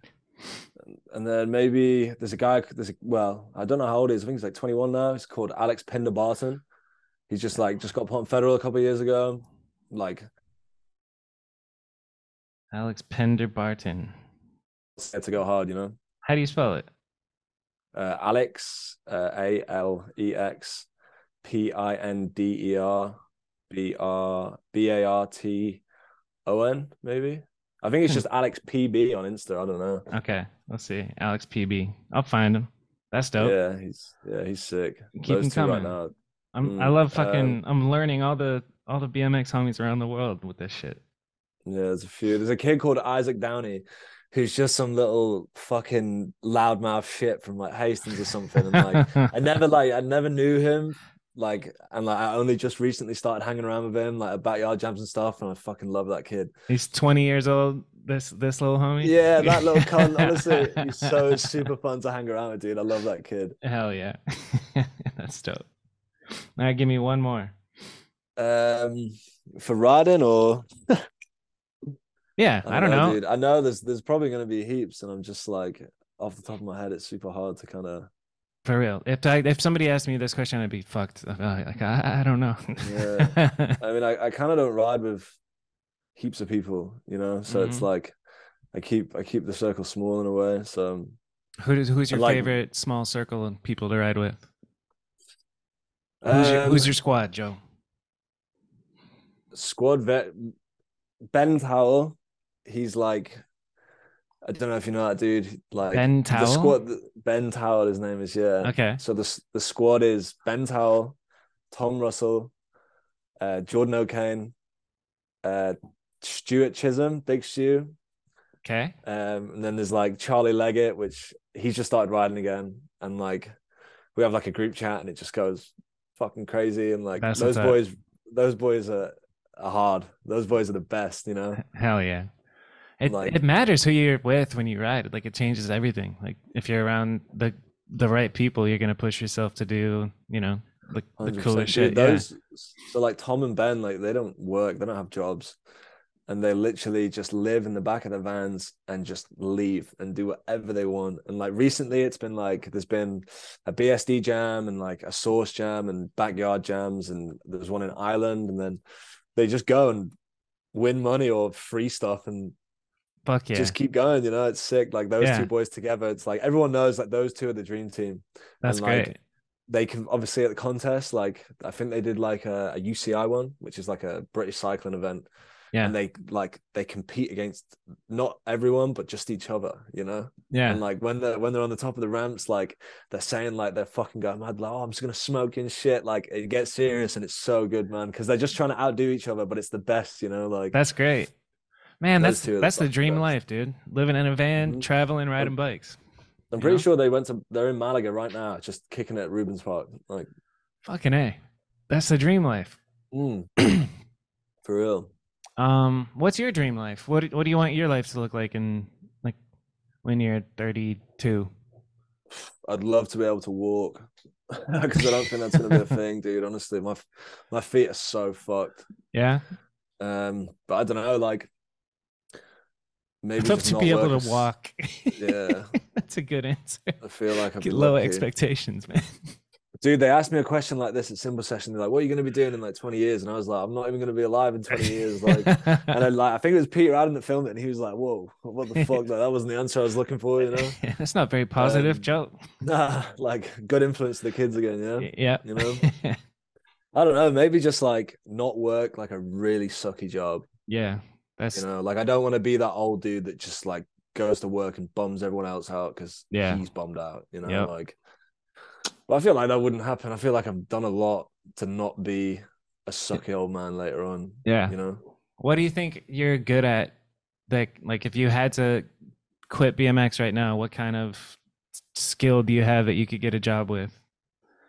And then maybe there's a guy. There's a, well, I don't know how old he is. I think he's like 21 now. He's called Alex Pender Barton. He's just like just got put on federal a couple of years ago. Like Alex Pender Barton. had to go hard, you know. How do you spell it? Uh, Alex uh, A L E X P I N D E R B R B A R T O N maybe. I think it's Hmm. just Alex PB on Insta. I don't know. Okay. Let's see. Alex PB. I'll find him. That's dope. Yeah, he's yeah he's sick. Keep Those him two right coming. now. I'm, I Mm, love um, fucking. I'm learning all the all the BMX homies around the world with this shit. Yeah, there's a few. There's a kid called Isaac Downey, who's just some little fucking loudmouth shit from like Hastings or something. And like, I never like, I never knew him. Like, and like, I only just recently started hanging around with him, like at backyard jams and stuff. And I fucking love that kid. He's 20 years old. This this little homie. Yeah, that little cunt. Honestly, he's so super fun to hang around with, dude. I love that kid. Hell yeah. That's dope. All right, give me one more. Um, for riding or Yeah, I don't know. dude. I know there's there's probably going to be heaps, and I'm just like off the top of my head, it's super hard to kind of For real. If I, if somebody asked me this question, I'd be fucked. I'd be Like, I, I don't know. I mean, I, I kind of don't ride with heaps of people, you know. So it's Mhm. like I keep I keep the circle small in a way. So Who does, who's your Like- favorite small circle of people to ride with? Who's, your, um, who's your squad, Joe? squad vet? Ben Towel. He's like I don't know if you know that dude. Like ben the Towel. squad. Ben Towel. His name is yeah. Okay. So the s- the squad is Ben Towell, Tom Russell, uh, Jordan O'Kane, uh, Stuart Chisholm, Big Stu, Okay. um, and then there's like Charlie Leggett, which he's just started riding again, and like we have like a group chat, and it just goes fucking crazy, and like That's what's those up. boys, those boys are, are hard. Those boys are the best, you know. Hell yeah. It, Like- it matters who you're with when you ride. Like it changes everything. Like if you're around the the right people, you're gonna push yourself to do, you know, the, the 100%. coolest Dude, shit. Those so like Tom and Ben, like they don't work, they don't have jobs, and they literally just live in the back of the vans and just leave and do whatever they want. And like recently, it's been like there's been a BSD jam and like a source jam and backyard jams, and there's one in Ireland, and then they just go and win money or free stuff and yeah. Fuck yeah. just keep going. You know, it's sick. Like those Yeah. two boys together, it's like everyone knows like those two are the dream team That's and, like, great. they can obviously at the contest like i think they did like a, a uci one which is like a british cycling event Yeah. and they like they compete against not everyone but just each other you know Yeah. and like when they're when they're on the top of the ramps like they're saying like they're fucking going mad like oh i'm just gonna smoke and shit like it gets serious and it's so good man because they're just trying to outdo each other but it's the best you know like That's great. Man, Those that's two are the that's the fucking dream best. life, dude. Living in a van, Mhm. traveling, riding bikes. i'm you pretty know? sure they went to they're in malaga right now just kicking it at rubens park like Fucking A. That's the dream life. mm, for real um, what's your dream life? What do- what do you want your life to look like in like when you're 32? I'd love to be able to walk because I don't think that's gonna be a thing, dude. Honestly, my f- my feet are so fucked. Yeah. Um, but I don't know, like maybe I'd love just to not be work able as- to walk. Yeah, That's a good answer. I feel like I'm Get low lucky. expectations, man. Dude, they asked me a question like this at Simple Session. They're like, "What are you gonna be doing in like 20 years?" And I was like, "I'm not even gonna be alive in 20 years." Like, and I like I think it was Peter Adam that filmed it, and he was like, "Whoa, what the fuck? Like, that wasn't the answer I was looking for." You know, That's not very positive, Um, Joe. nah, like good influence to the kids again. Yeah, Yeah. you know. I don't know. Maybe just like not work like a really sucky job. yeah. That's You know, like I don't want to be that old dude that just like goes to work and bums everyone else out because Yeah. he's bummed out. You know, Yep. like. Well, I feel like that wouldn't happen. I feel like I've done a lot to not be a sucky old man later on. yeah. You know, What do you think you're good at? That like, if you had to quit BMX right now, what kind of skill do you have that you could get a job with?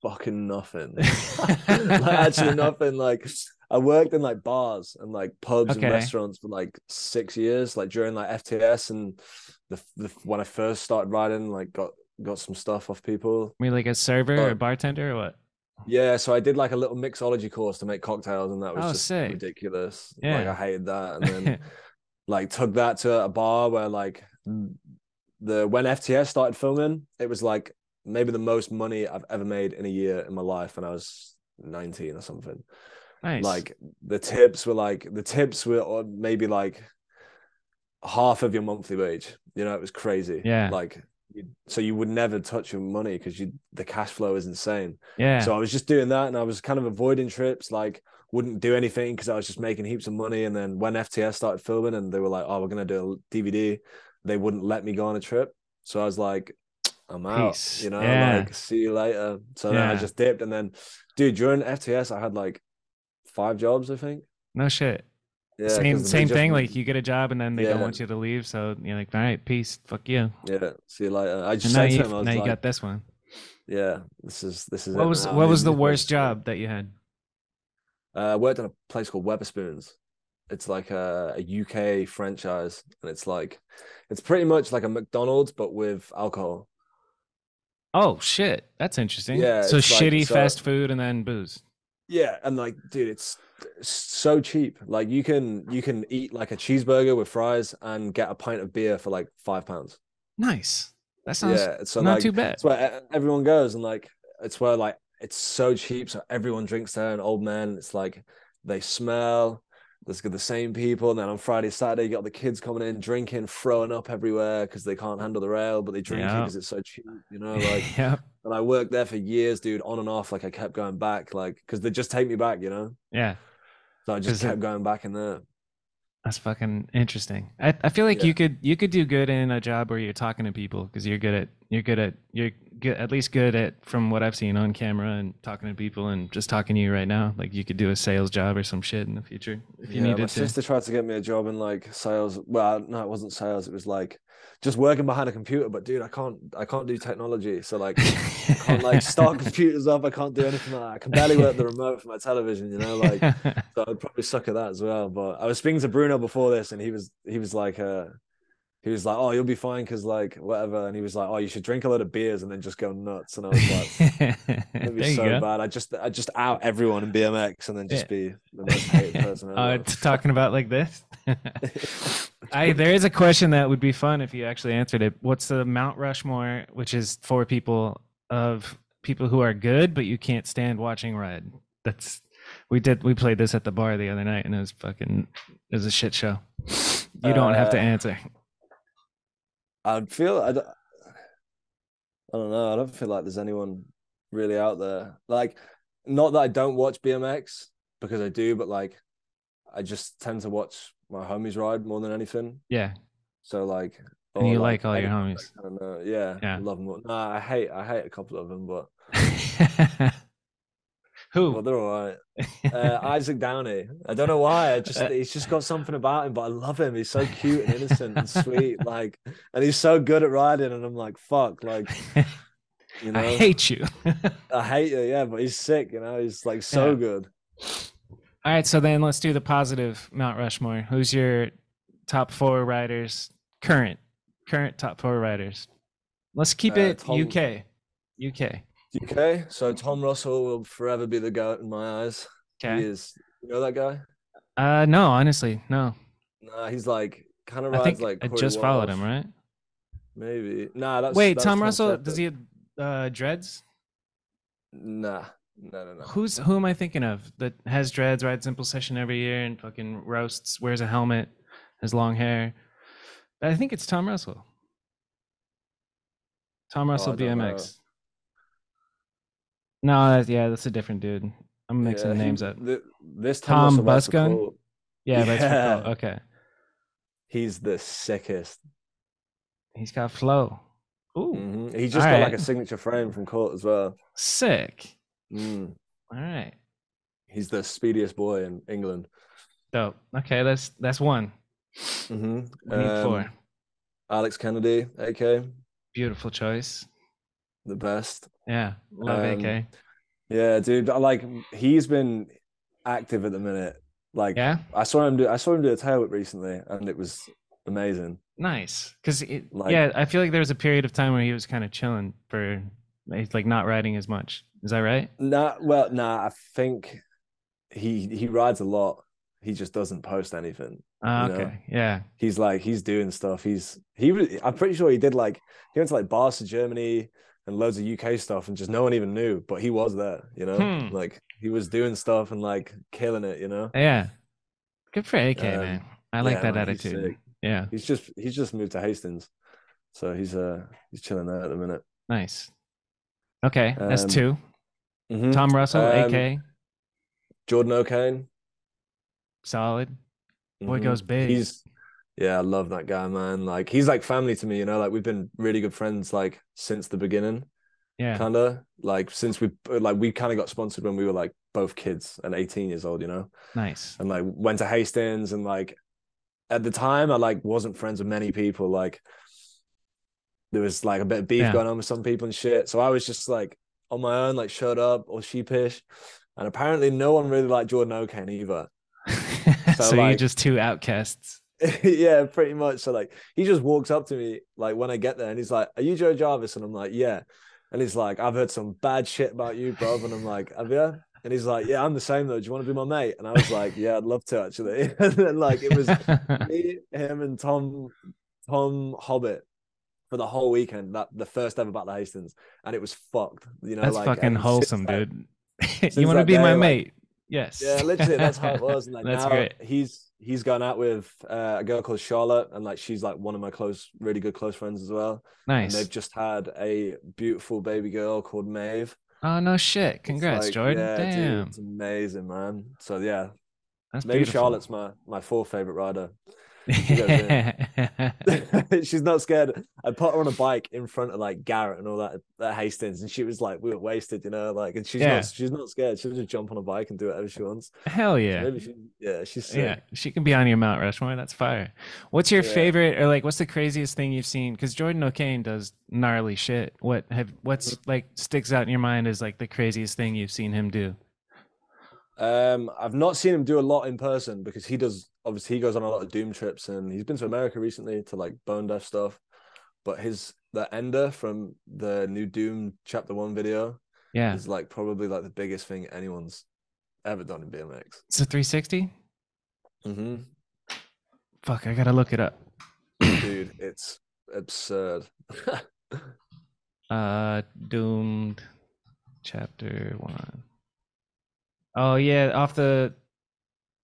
fucking nothing. like actually nothing. Like I worked in like bars and like pubs Okay. and restaurants for like six years, like during like FTS and the, the when I first started riding, like got got some stuff off people. Me like a server or Oh. a bartender or what? Yeah, so I did like a little mixology course to make cocktails, and that was Oh, just sick. ridiculous. Like Yeah. I hated that, and then like took that to a bar where like the when FTS started filming, it was like maybe the most money I've ever made in a year in my life, and I was nineteen or something nice. like the tips were like the tips were on maybe like half of your monthly wage you know it was crazy Yeah. like you- so you would never touch your money because you the cash flow is insane yeah. so i was just doing that and i was kind of avoiding trips like wouldn't do anything because i was just making heaps of money and then when fts started filming and they were like oh we're gonna do a dvd they wouldn't let me go on a trip so i was like i'm out Peace. you know Yeah. like see you later so then i Yeah. just dipped and then dude during fts i had like five jobs, I think. no shit. Yeah, same 'cause they same just- thing. Like you get a job and then they don't Yeah. want you to leave, so you're like, all right, peace, fuck you. Yeah, see you later. I And just now said to you, him, I was now you like, got this one. "Yeah, this is this is." What it was now. what I'm was in the this worst place." job that you had? Uh, I worked at a place called Weatherspoons. It's like a, a UK franchise, and it's like it's pretty much like a McDonald's but with alcohol. Oh shit, that's interesting. Yeah, so it's like- shitty so- fast food and then booze. yeah, and like, dude, it's so cheap. Like, you can you can eat like a cheeseburger with fries and get a pint of beer for like five pounds. Nice. That sounds yeah, so not like, too bad. It's where e- everyone goes, and like it's where like it's so cheap, so everyone drinks there. And old men, it's like they smell. There's the same people, and then on Friday, Saturday, you got the kids coming in, drinking, throwing up everywhere because they can't handle the ale, but they drink it Yeah. because it's so cheap, you know. Like, yeah. and I worked there for years, dude, on and off. Like, I kept going back, like, because they just take me back, you know. Yeah. So I Is just it- kept going back in there. That's fucking interesting. I, I feel like Yeah. you could you could do good in a job where you're talking to people because you're good at you're good at you're good, at least good at from what I've seen on camera and talking to people and just talking to you right now. Like you could do a sales job or some shit in the future if you yeah, my needed to. sister tried to get me a job in like sales. Well, no, it wasn't sales. It was like just working behind a computer. But dude, I can't, I can't do technology. So like, I can't like start computers up. I can't do anything like that. I can barely work the remote for my television. You know, like so I'd probably suck at that as well. But I was speaking to Bruno before this, and he was he was like, uh, he was like, oh, you'll be fine because like whatever. And he was like, oh, you should drink a lot of beers and then just go nuts. And I was like. It'd there be you so go. bad. I just, I just out everyone in BMX, and then just Yeah. be the most hated person. ever. Uh, t- talking about like this. I there is a question that would be fun if you actually answered it. What's the Mount Rushmore, which is for people of people who are good but you can't stand watching red? That's we did we played this at the bar the other night and it was fucking it was a shit show. You don't have to Uh, answer. I'd feel I don't, I don't know. I don't feel like there's anyone really out there. Like, not that I don't watch BMX because I do, but like, I just tend to watch my homies ride more than anything. Yeah, So like, and or, you like, all your any- homies. I don't know. Yeah, Yeah. love them. all. Nah, I hate I hate a couple of them, but who? well, they're all right. Uh, Isaac Downey. I don't know why. I just he's just got something about him, but I love him. He's so cute and innocent and sweet. Like, and he's so good at riding. And I'm like, fuck, like. You know, I hate you. I hate you, yeah, but he's sick, you know, he's like so Yeah. good. All right, so then let's do the positive Mount Rushmore. Who's your top four riders current? Current top four riders. Let's keep Uh, it Tom- UK. UK. Okay, so Tom Russell will forever be the goat in my eyes. He Okay. is you know that guy? Uh no, honestly, no. Nah, he's like kind of I rides think like I Corey just followed him, Walsh, right? Maybe. Nah, that's Wait, that's Tom Russell, Shepard. does he have uh dreads? Nah, no no no. Who's who am I thinking of that has dreads, rides simple session every year and fucking roasts, wears a helmet, has long hair? I think it's Tom Russell. Tom Russell Oh, I don't know. BMX. No, that's, yeah, that's a different dude. I'm mixing Yeah, the he- names up. th- this Tom Tom, Russell rides for Busgun? Colt. Yeah, that's Yeah. for Cole. okay. He's the sickest. He's got flow. Ooh, Mhm. He just got like Alright. a signature frame from Court as well. sick. Mm. All right, He's the speediest boy in England. dope. Okay, that's that's one. hmm We need four. Alex Kennedy, AK, Beautiful choice. the best. Yeah, love um, AK. Yeah, dude. I Like he's been active at the minute. Like Yeah, I saw him do I saw him do a tail whip recently and it was amazing. nice. Cause it, like- yeah, I feel like there was a period of time where he was kind of chilling for he's like not riding as much. Is that right? Nah well, nah, I think he he rides a lot. He just doesn't post anything. Ah, No. okay. Yeah. He's like he's doing stuff. He's he was I'm pretty sure he did like he went to like bars to Germany and loads of UK stuff and just no one even knew, but he was there, you know? Hmm. Like he was doing stuff and like killing it, you know? Yeah. Good for AK, Um, man. I like yeah, that man, he's attitude. sick. Yeah. He's just he's just moved to Hastings. So he's uh he's chilling there at the minute. Nice. Okay, that's Um, 2 Mhm. Tom Russell, um, AK, Jordan O'Kane. solid. Boy Mhm. goes big. He's yeah, I love that guy, man. Like he's like family to me, you know. Like we've been really good friends like since the beginning, yeah. kind of. Like since we like we kind of got sponsored when we were like both kids and 18 years old, you know. nice. And like went to Hastings and like at the time I like wasn't friends with many people. Like there was like a bit of beef Yeah. going on with some people and shit. So I was just like on my own, like shut up or sheepish. And apparently no one really liked Jordan O'Kane either. so So, you're like- just two outcasts. yeah, pretty much. So like he just walks up to me like when I get there and he's like, Are you Joe Jarvis? And I'm like, Yeah. And he's like, I've heard some bad shit about you, bro. And I'm like, Have you? And he's like, "Yeah, I'm the same though. Do you want to be my mate?" And I was like, "Yeah, I'd love to actually." and then like it was me, him, and Tom, Tom Hobbit for the whole weekend. That the first ever Battle of Hastings, and it was fucked. You know, That's like, fucking and since wholesome, that- dude. you since want to that be day, my like- mate? Yes. Yeah, literally, that's how it was. And like That's now, great. he's he's gone out with uh, a girl called Charlotte, and like she's like one of my close, really good close friends as well. And Nice. they've just had a beautiful baby girl called Maeve. Oh no shit! It's Congrats, like, Jordan. yeah, dude, Damn, it's amazing, man. So yeah, that's maybe beautiful. Charlotte's my my fourth favorite rider. She's not scared. I put her on a bike in front of like Garrett and all that at Hastings, and she was like, we were wasted, you know, like, and she's Yeah. not she's not scared. She'll just jump on a bike and do whatever she wants. Hell So yeah. maybe she, yeah, she's sick. Yeah, she can be on your Mount Rushmore. That's fire. What's your Yeah. favorite, or like, what's the craziest thing you've seen? Because Jordan O'Kane does gnarly shit. What have what's Mm-hmm. like sticks out in your mind as like the craziest thing you've seen him do? Um, I've not seen him do a lot in person because he does obviously he goes on a lot of doom trips and he's been to America recently to like bone deaf stuff. But his the ender from the new Doom chapter one video Yeah, is like probably like the biggest thing anyone's ever done in BMX. it's a 360. Mm-hmm. Fuck, I gotta look it up. Dude, it's absurd. Uh, Doomed, Chapter One. Oh yeah, off the,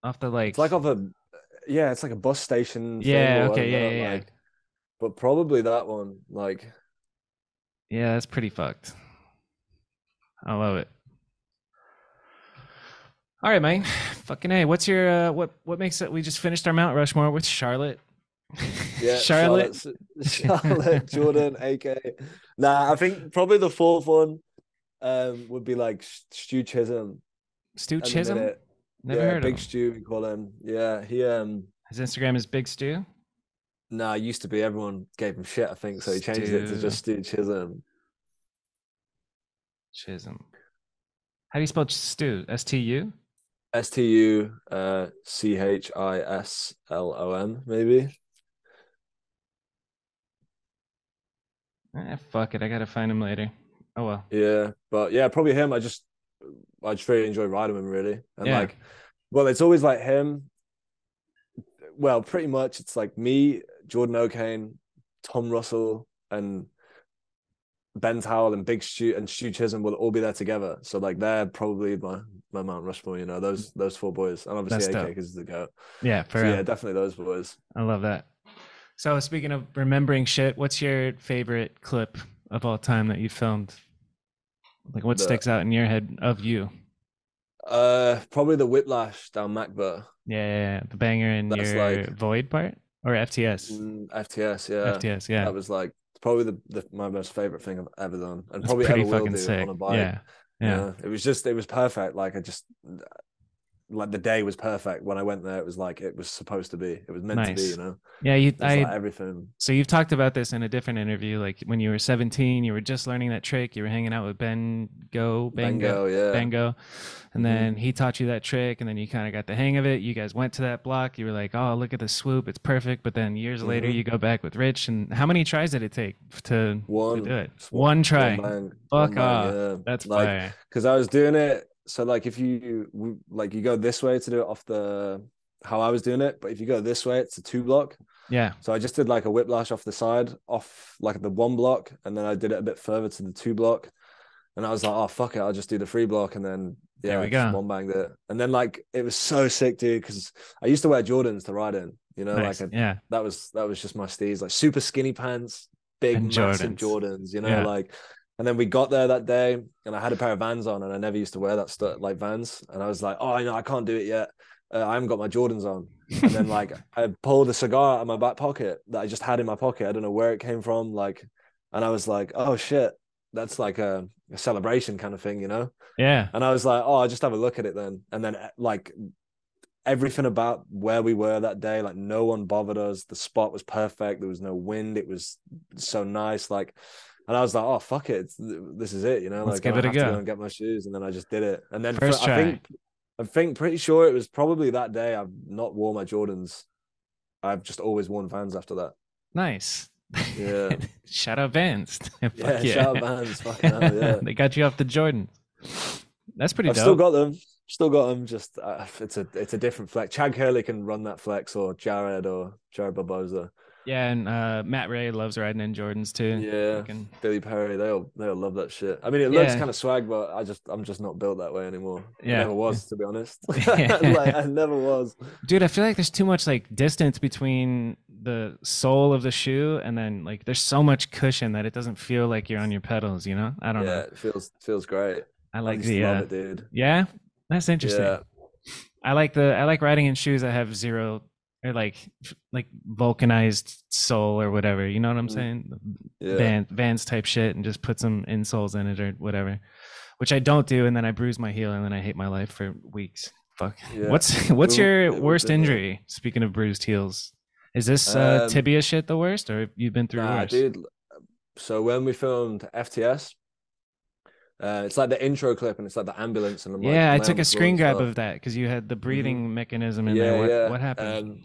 off the like. It's like off a yeah, it's like a bus station. thing or Yeah, okay, whatever, yeah, yeah, yeah. like, But probably that one, like Yeah, that's pretty fucked. I love it. All right, man. Fucking a. What's your uh, what? What makes it? We just finished our Mount Rushmore with Charlotte. Yeah, Charlotte. Charlotte's- Charlotte, Jordan, AK. Nah, I think probably the fourth one um, would be like S- Stu Chisholm. Stu at the Chisholm. minute. Never yeah, heard Big of him. Stu, we call him. Yeah, he. um His Instagram is Big Stu. Nah, used to be everyone gave him shit. I think so. He changed it to just Stu Chisholm. Chisholm. How do you spell Stu? S T U. S T U uh, C H I S L O M. Maybe. Eh, fuck it. I gotta find him later. Oh well. Yeah, but yeah, probably him. I just, I just really enjoy riding with him really, and Yeah. like, well, it's always like him. Well, pretty much, it's like me, Jordan O'Kane, Tom Russell, and Ben Towell and Big Stu and Stu Chisholm will all be there together. So like, they're probably my my Mount Rushmore. You know, those those four boys, and obviously That's AK dope. because the goat. Yeah, for So, real. yeah, definitely those boys. I love that. So speaking of remembering shit, what's your favorite clip of all time that you filmed? Like what The- sticks out in your head of you? Uh, probably the Whiplash down Macbeth, Yeah, yeah, yeah. the banger in That's your like- void part or FTS? Mm, FTS, yeah. FTS, yeah. that was like probably the, the my most favorite thing I've ever done, and That's probably pretty ever will fucking do sick. on a bike. Yeah, you yeah, know? Uh, it was just it was perfect. Like I just like the day was perfect when I went there. It was like it was supposed to be. It was meant to be. Nice. You know, yeah. You, it was I. like everything. So you've talked about this in a different interview. Like when you were 17, you were just learning that trick. You were hanging out with Ben Go, Ben Go, Bango, yeah, Bango. And Mhm. then he taught you that trick, and then you kind of got the hang of it. You guys went to that block. You were like, oh, look at the swoop. It's perfect. But then years later, Mhm. you go back with Rich. And how many tries did it take f- to, to one do it? It's One try. one bang, Fuck one bang, off. yeah. That's like fire. because I was doing it. So like if you w- like you go this way to do it off the how I was doing it, but if you go this way, it's a two block. Yeah. So I just did like a whiplash off the side, off like the one block, and then I did it a bit further to the two block. And I was like, oh fuck it, I'll just do the three block, and then yeah, There we just go. one banged it. And then like it was so sick, dude, because I used to wear Jordans to ride in. You know, Nice. like I, yeah. that was that was just my steez, like super skinny pants, big And massive Jordans. Jordans. You know, Yeah. like. And then we got there that day, and I had a pair of Vans on, and I never used to wear that stuff like Vans. And I was like, oh, I know I can't do it yet. Uh, I haven't got my Jordans on. And then like I pulled a cigar out of my back pocket that I just had in my pocket. I don't know where it came from. Like, and I was like, oh shit, that's like a, a celebration kind of thing, you know? yeah. And I was like, oh, I'll just have a look at it then. And then eh, like everything about where we were that day, like no one bothered us. The spot was perfect. There was no wind. It was so nice. Like, and I was like, oh fuck it, It's- this is it, you know? Let's like give I it a have to go. go and get my shoes. And then I just did it. And then First I think I think pretty sure it was probably that day I've not worn my Jordans. I've just always worn Vans after that. Nice. Yeah. shout out Vans. Fuck yeah, yeah. shout out Vans, fucking hell, yeah. they got you off the Jordan. That's pretty I've dope. still got them. Still got them. Just uh, it's a it's a different flex. Chad Hurley can run that flex, or Jared, or Jared Barboza, yeah, and uh, Matt Ray loves riding in Jordans too. Yeah. Fucking- Billy Perry. They all they all love that shit. I mean, it looks Yeah. kind of swag, but I just I'm just not built that way anymore. Yeah. I never was, to be honest. like I never was. Dude, I feel like there's too much like distance between the sole of the shoe and then like there's so much cushion that it doesn't feel like you're on your pedals, you know? I Yeah, don't know. it feels feels great. I I like just the love uh, it, dude. Yeah. That's interesting. Yeah, I like the I like riding in shoes that have zero or like f- like vulcanized sole or whatever. You know what I'm Mm. saying? yeah. Van, Vans type shit and just put some insoles in it or whatever. Which I don't do and then I bruise my heel and then I hate my life for weeks. Fuck. yeah. What's what's It would- your it would worst be- injury? Speaking of bruised heels, is this uh, Um, tibia shit the worst, or have you been through Nah, worse? dude. So when we filmed FTS, uh, it's like the intro clip, and it's like the ambulance, and I'm like, yeah, I laying on took the a floor screen and grab stuff. of that because you had the breathing mechanism in there. Mm-hmm. Yeah, What, yeah, what happened?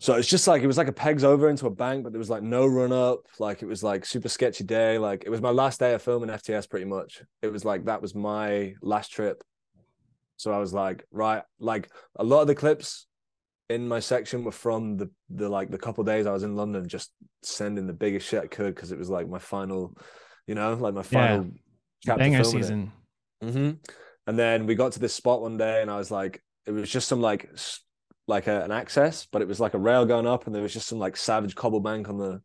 So it's just like it was like a pegs over into a bank, but there was like no run up. Like it was like super sketchy day. Like it was my last day of filming FTS pretty much. It was like that was my last trip. So I was like, right, like a lot of the clips in my section were from the the like the couple days I was in London, just sending the biggest shit I could because it was like my final, you know, like my Yeah. final chapter Banger filming it. season. Mm-hmm. And then we got to this spot one day, and I was like, it was just some like s- like a, an access, but it was like a rail going up, and there was just some like savage cobble bank on the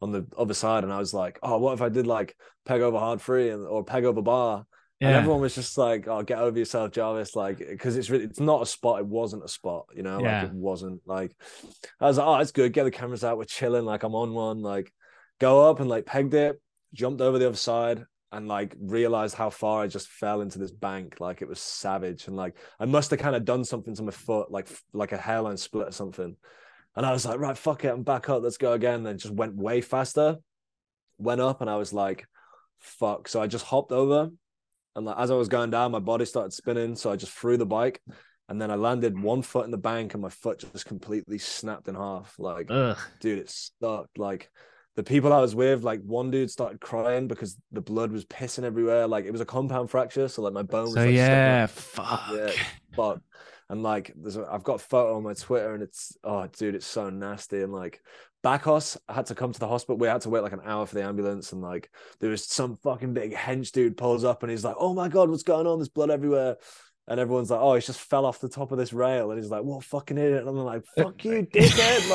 on the other side, and I was like, oh, what if I did like peg over hard free and or peg over bar? And Yeah, everyone was just like, oh, get over yourself, Jarvis, like because it's really it's not a spot. It wasn't a spot, you know, Yeah. like it wasn't like. I was like, oh, it's good. Get the cameras out. We're chilling. Like I'm on one. Like go up and like pegged it, jumped over the other side, and like realized how far I just fell into this bank. Like it was savage, and like I must have kind of done something to my foot, like like a hairline split or something. And I was like, right, fuck it, I'm back up. Let's go again. Then just went way faster, went up, and I was like, fuck. So I just hopped over, and like as I was going down, my body started spinning. So I just threw the bike. And then I landed one foot in the bank, and my foot just completely snapped in half. Like, ugh, dude, it sucked. Like the people I was with, like one dude started crying because the blood was pissing everywhere. Like it was a compound fracture, so like my bone was So like, stuck in yeah, fuck. yeah, but and like there's a, I've got a photo on my Twitter and it's oh dude, it's so nasty and like Bacchus had to come to the hospital. We had to wait like an hour for the ambulance and like there was some fucking big hench dude pulls up and he's like, oh my god, what's going on? There's blood everywhere. And everyone's like, oh, he's just fell off the top of this rail. And he's like, what a fucking idiot? And I'm like, fuck you, dickhead.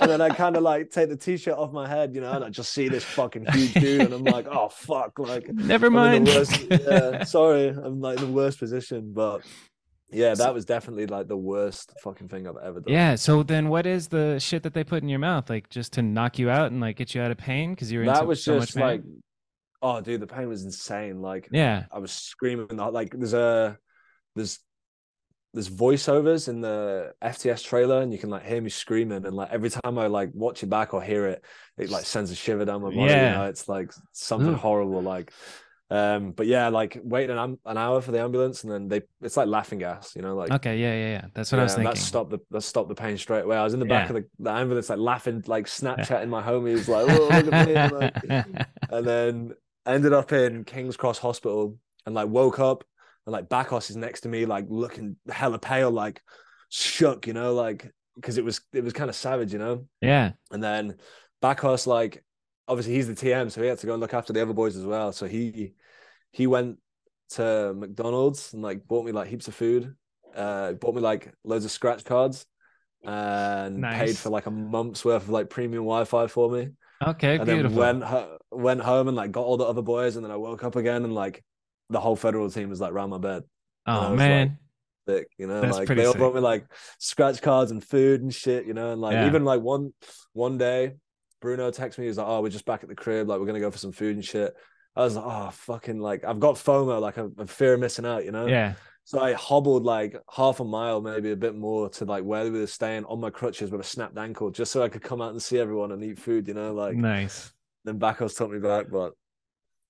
and then I kind of like take the t shirt off my head, you know, and I just see this fucking huge dude. And I'm like, oh, fuck. Like, Never I'm in mind. the worst- yeah, sorry, I'm like in the worst position, but yeah, that was definitely like the worst fucking thing I've ever done. Yeah, So then, what is the shit that they put in your mouth, like just to knock you out and like get you out of pain because you were in that so, was so just much pain? like, oh, dude, the pain was insane. Like, yeah, I was screaming the- like there's a there's there's voiceovers in the FTS trailer and you can like hear me screaming and like every time I like watch it back or hear it, it like sends a shiver down my body. Yeah. You know, it's like something Ugh. horrible. Like, um, but yeah, like waiting an, am- an hour for the ambulance and then they it's like laughing gas. You know, like okay, yeah, yeah, yeah. That's what I was yeah, thinking. That stopped the that stopped the pain straight away. I was in the back Yeah. of the, the ambulance, like laughing, like Snapchatting my homies, like, oh, look at me. like- and then ended up in King's Cross Hospital and like woke up and like Bacchus is next to me, like looking hella pale, like shook, you know, like because it was it was kind of savage, you know. yeah. And then Bacchus, like obviously he's the TM, so he had to go and look after the other boys as well. So he he went to McDonald's and like bought me like heaps of food, uh, bought me like loads of scratch cards, and paid Nice. for like a month's worth of like premium Wi-Fi for me Okay. and beautiful. then went ho- went home and like got all the other boys, and then I woke up again and like the whole federal team was like round my bed, I was oh like, man. like you know, That's like pretty they all sick. brought me like scratch cards and food and shit, you know, and like Yeah. even like one one day, Bruno texted me, he was like, "Oh, we're just back at the crib, like we're gonna go for some food and shit." I was like, "Oh, fucking like I've got FOMO, like I'm, I'm fear of missing out," you know. yeah. So I hobbled like half a mile, maybe a bit more, to like where we were staying on my crutches with a snapped ankle, just so I could come out and see everyone and eat food, you know, like nice. then Bacchus took me back, but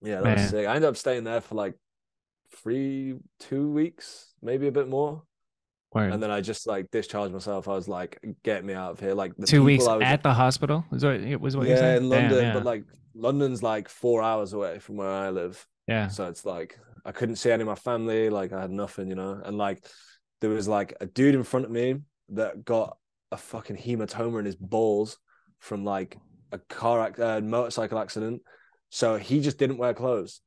yeah, that Man. was sick. I ended up staying there for like three, two weeks, maybe a bit more, Word. and then I just like discharged myself. I was like, "Get me out of here!" Like the Two weeks people I was- at the hospital is what it was what you yeah said. in London, yeah. but like London's like four hours away from where I live, yeah. so it's like I couldn't see any of my family. Like I had nothing, you know. And like there was like a dude in front of me that got a fucking hematoma in his balls from like a car ac- uh, motorcycle accident. So he just didn't wear clothes.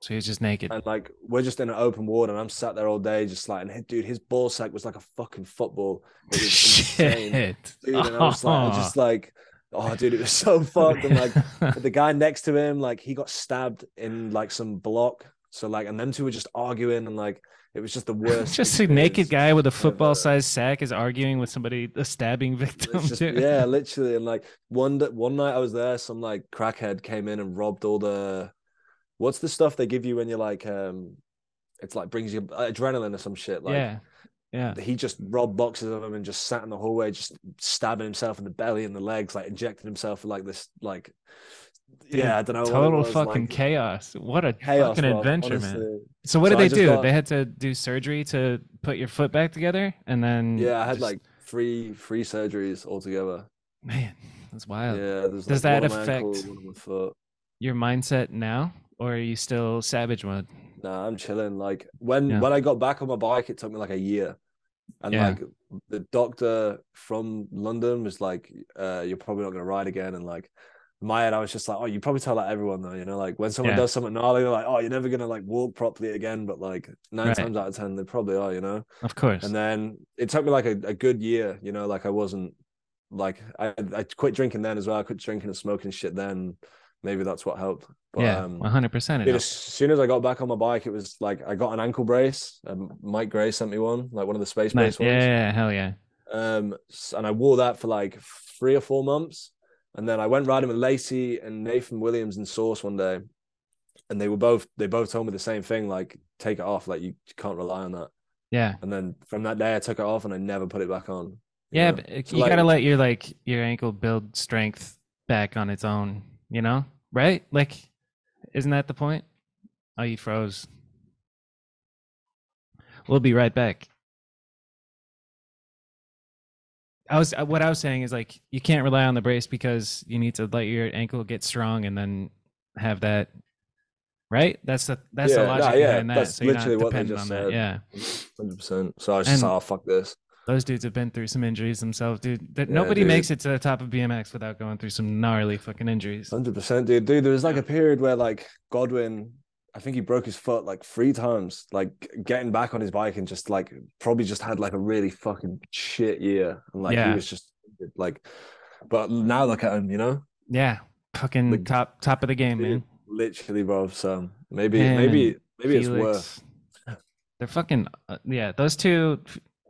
So he's just naked. And like we're just in an open ward, and I'm sat there all day, just like, and hey, dude, his ball sack was like a fucking football. It was insane, Shit. dude. And I was like, I was just like, oh, dude, it was so fucked. And like the guy next to him, like he got stabbed in like some block. So like, and them two were just arguing, and like it was just the worst. just a naked experience. uh, guy with a ever- football-sized sack is arguing with somebody, a stabbing victim. It's just- dude. yeah, literally. And like one d- one night I was there, some like crackhead came in and robbed all the what's the stuff they give you when you're like um it's like brings you adrenaline or some shit. Like yeah, yeah. he just robbed boxes of them and just sat in the hallway, just stabbing himself in the belly and the legs, like injecting himself with like this like yeah, I don't know. what it Total was, fucking like, chaos. What a chaos, fucking Rob, adventure, man. honestly. So what did So I they just do? got- They had to do surgery to put your foot back together, and then Yeah, I had Mm, just- like three three surgeries altogether. man, that's Yeah, wild. there's Does that like one on my affect- ankle, one on my foot. Your mindset now, or are you still savage mode? Nah, I'm chilling. Like when Yeah. when I got back on my bike, it took me like a year. And Yeah. like the doctor from London was like, uh, you're probably not gonna ride again. And like in my head, I was just like, Oh, you probably tell that everyone though, you know, like when someone Yeah. does something gnarly, they're like, Oh, you're never gonna like walk properly again. But like nine Right. times out of ten, they probably are, you know? Of course. And then it took me like a, a good year, you know, like I wasn't like I, I quit drinking then as well. I quit drinking and smoking shit then. Maybe that's what helped. But yeah, um one hundred percent. Dude, as soon as I got back on my bike, it was like I got an ankle brace. Um, Mike Gray sent me one, like one of the space Nice. brace Yeah, ones. yeah, yeah, hell yeah. Um, s- and I wore that for like three or four months. And then I went riding with Lacey and Nathan Williams and Source one day, and they were both they both told me the same thing: like take it off, like you can't rely on that. Yeah. And then from that day, I took it off and I never put it back on. you Yeah, know? but it- So, you like- gotta let your like your ankle build strength back on its own, you know? Right? Like, isn't that the point? Oh, you froze. We'll be right back. I was uh, what I was saying is like you can't rely on the brace because you need to let your ankle get strong and then have that right. That's the that's the Yeah, no, logic yeah, behind that. that's so you're not literally what they dependent on just that. said. Yeah, 100%. So I was just And- like, oh, fuck this. those dudes have been through some injuries themselves, dude. That Yeah, nobody dude. makes it to the top of BMX without going through some gnarly fucking injuries. Hundred percent, dude. Dude, there was like a period where like Godwin, I think he broke his foot like three times. Like getting back on his bike and just like probably just had like a really fucking shit year, and like Yeah. he was just like. But now look at him, you know, Yeah, fucking Like, top top of the game, dude, man. literally, bro. So maybe, Him maybe, and maybe it's worth. Felix. They're fucking uh, yeah. Those two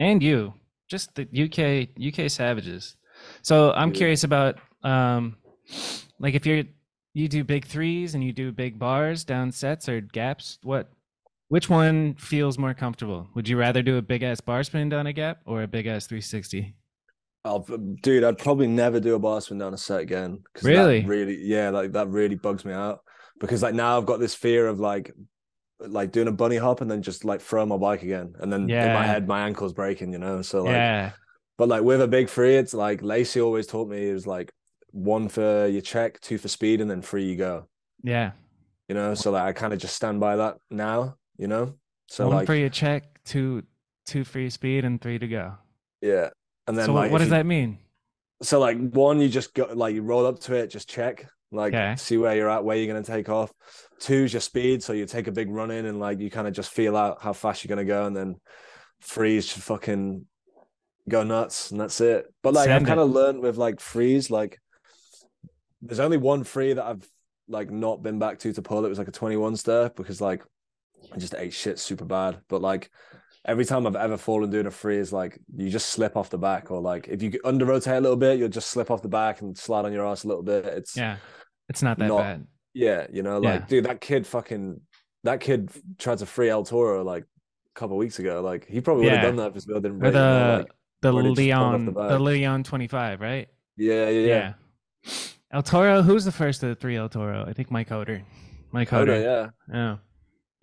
and you, just the UK UK savages. So I'm Yeah. curious about um, like if you're you do big threes and you do big bars down sets or gaps. What which one feels more comfortable? Would you rather do a big ass bar spin down a gap or a big ass 360? I'll, dude, I'd probably never do a bar spin down a set again. 'cause that Really? really, yeah, like that really bugs me out because like now I've got this fear of like, like doing a bunny hop and then just like throwing my bike again, and then in Yeah. my head my ankle's breaking, you know. So like, yeah. but like with a big three, it's like Lacey always taught me it was like one for your check, two for speed, and then three you go, Yeah. you know. So like I kind of just stand by that now, you know. So One like, for your check, two two for your speed, and three to go. yeah, and then So like what if does you- that mean? So like one, you just go like you roll up to it, just check, like Okay. see where you're at, where you're gonna take off. Two's your speed, so you take a big run in and like you kind of just feel out how fast you're gonna go, and then freeze should fucking go nuts, and that's it. But like Send I've it. kind of learned with like freeze, like there's only one free that I've like not been back to to pull. It was like a 21 stir because like I just ate shit super bad. But like every time I've ever fallen doing a free is like you just slip off the back, or like if you under rotate a little bit, you'll just slip off the back and slide on your ass a little bit. It's yeah, Yeah. It's not that Not- bad. you know, like Yeah. dude, that kid fucking that kid tried to free El Toro like a couple weeks ago. Like he probably would Yeah. uh, have done that if his wheel didn't Or break. you know, the like, the where they just pulled off Leon the the, back. Leon twenty five, right? yeah, yeah, yeah. Yeah. El Toro, who's the first of the three El Toro? I think Mike Oder. Mike Coda, Oder. Oh, yeah. Yeah.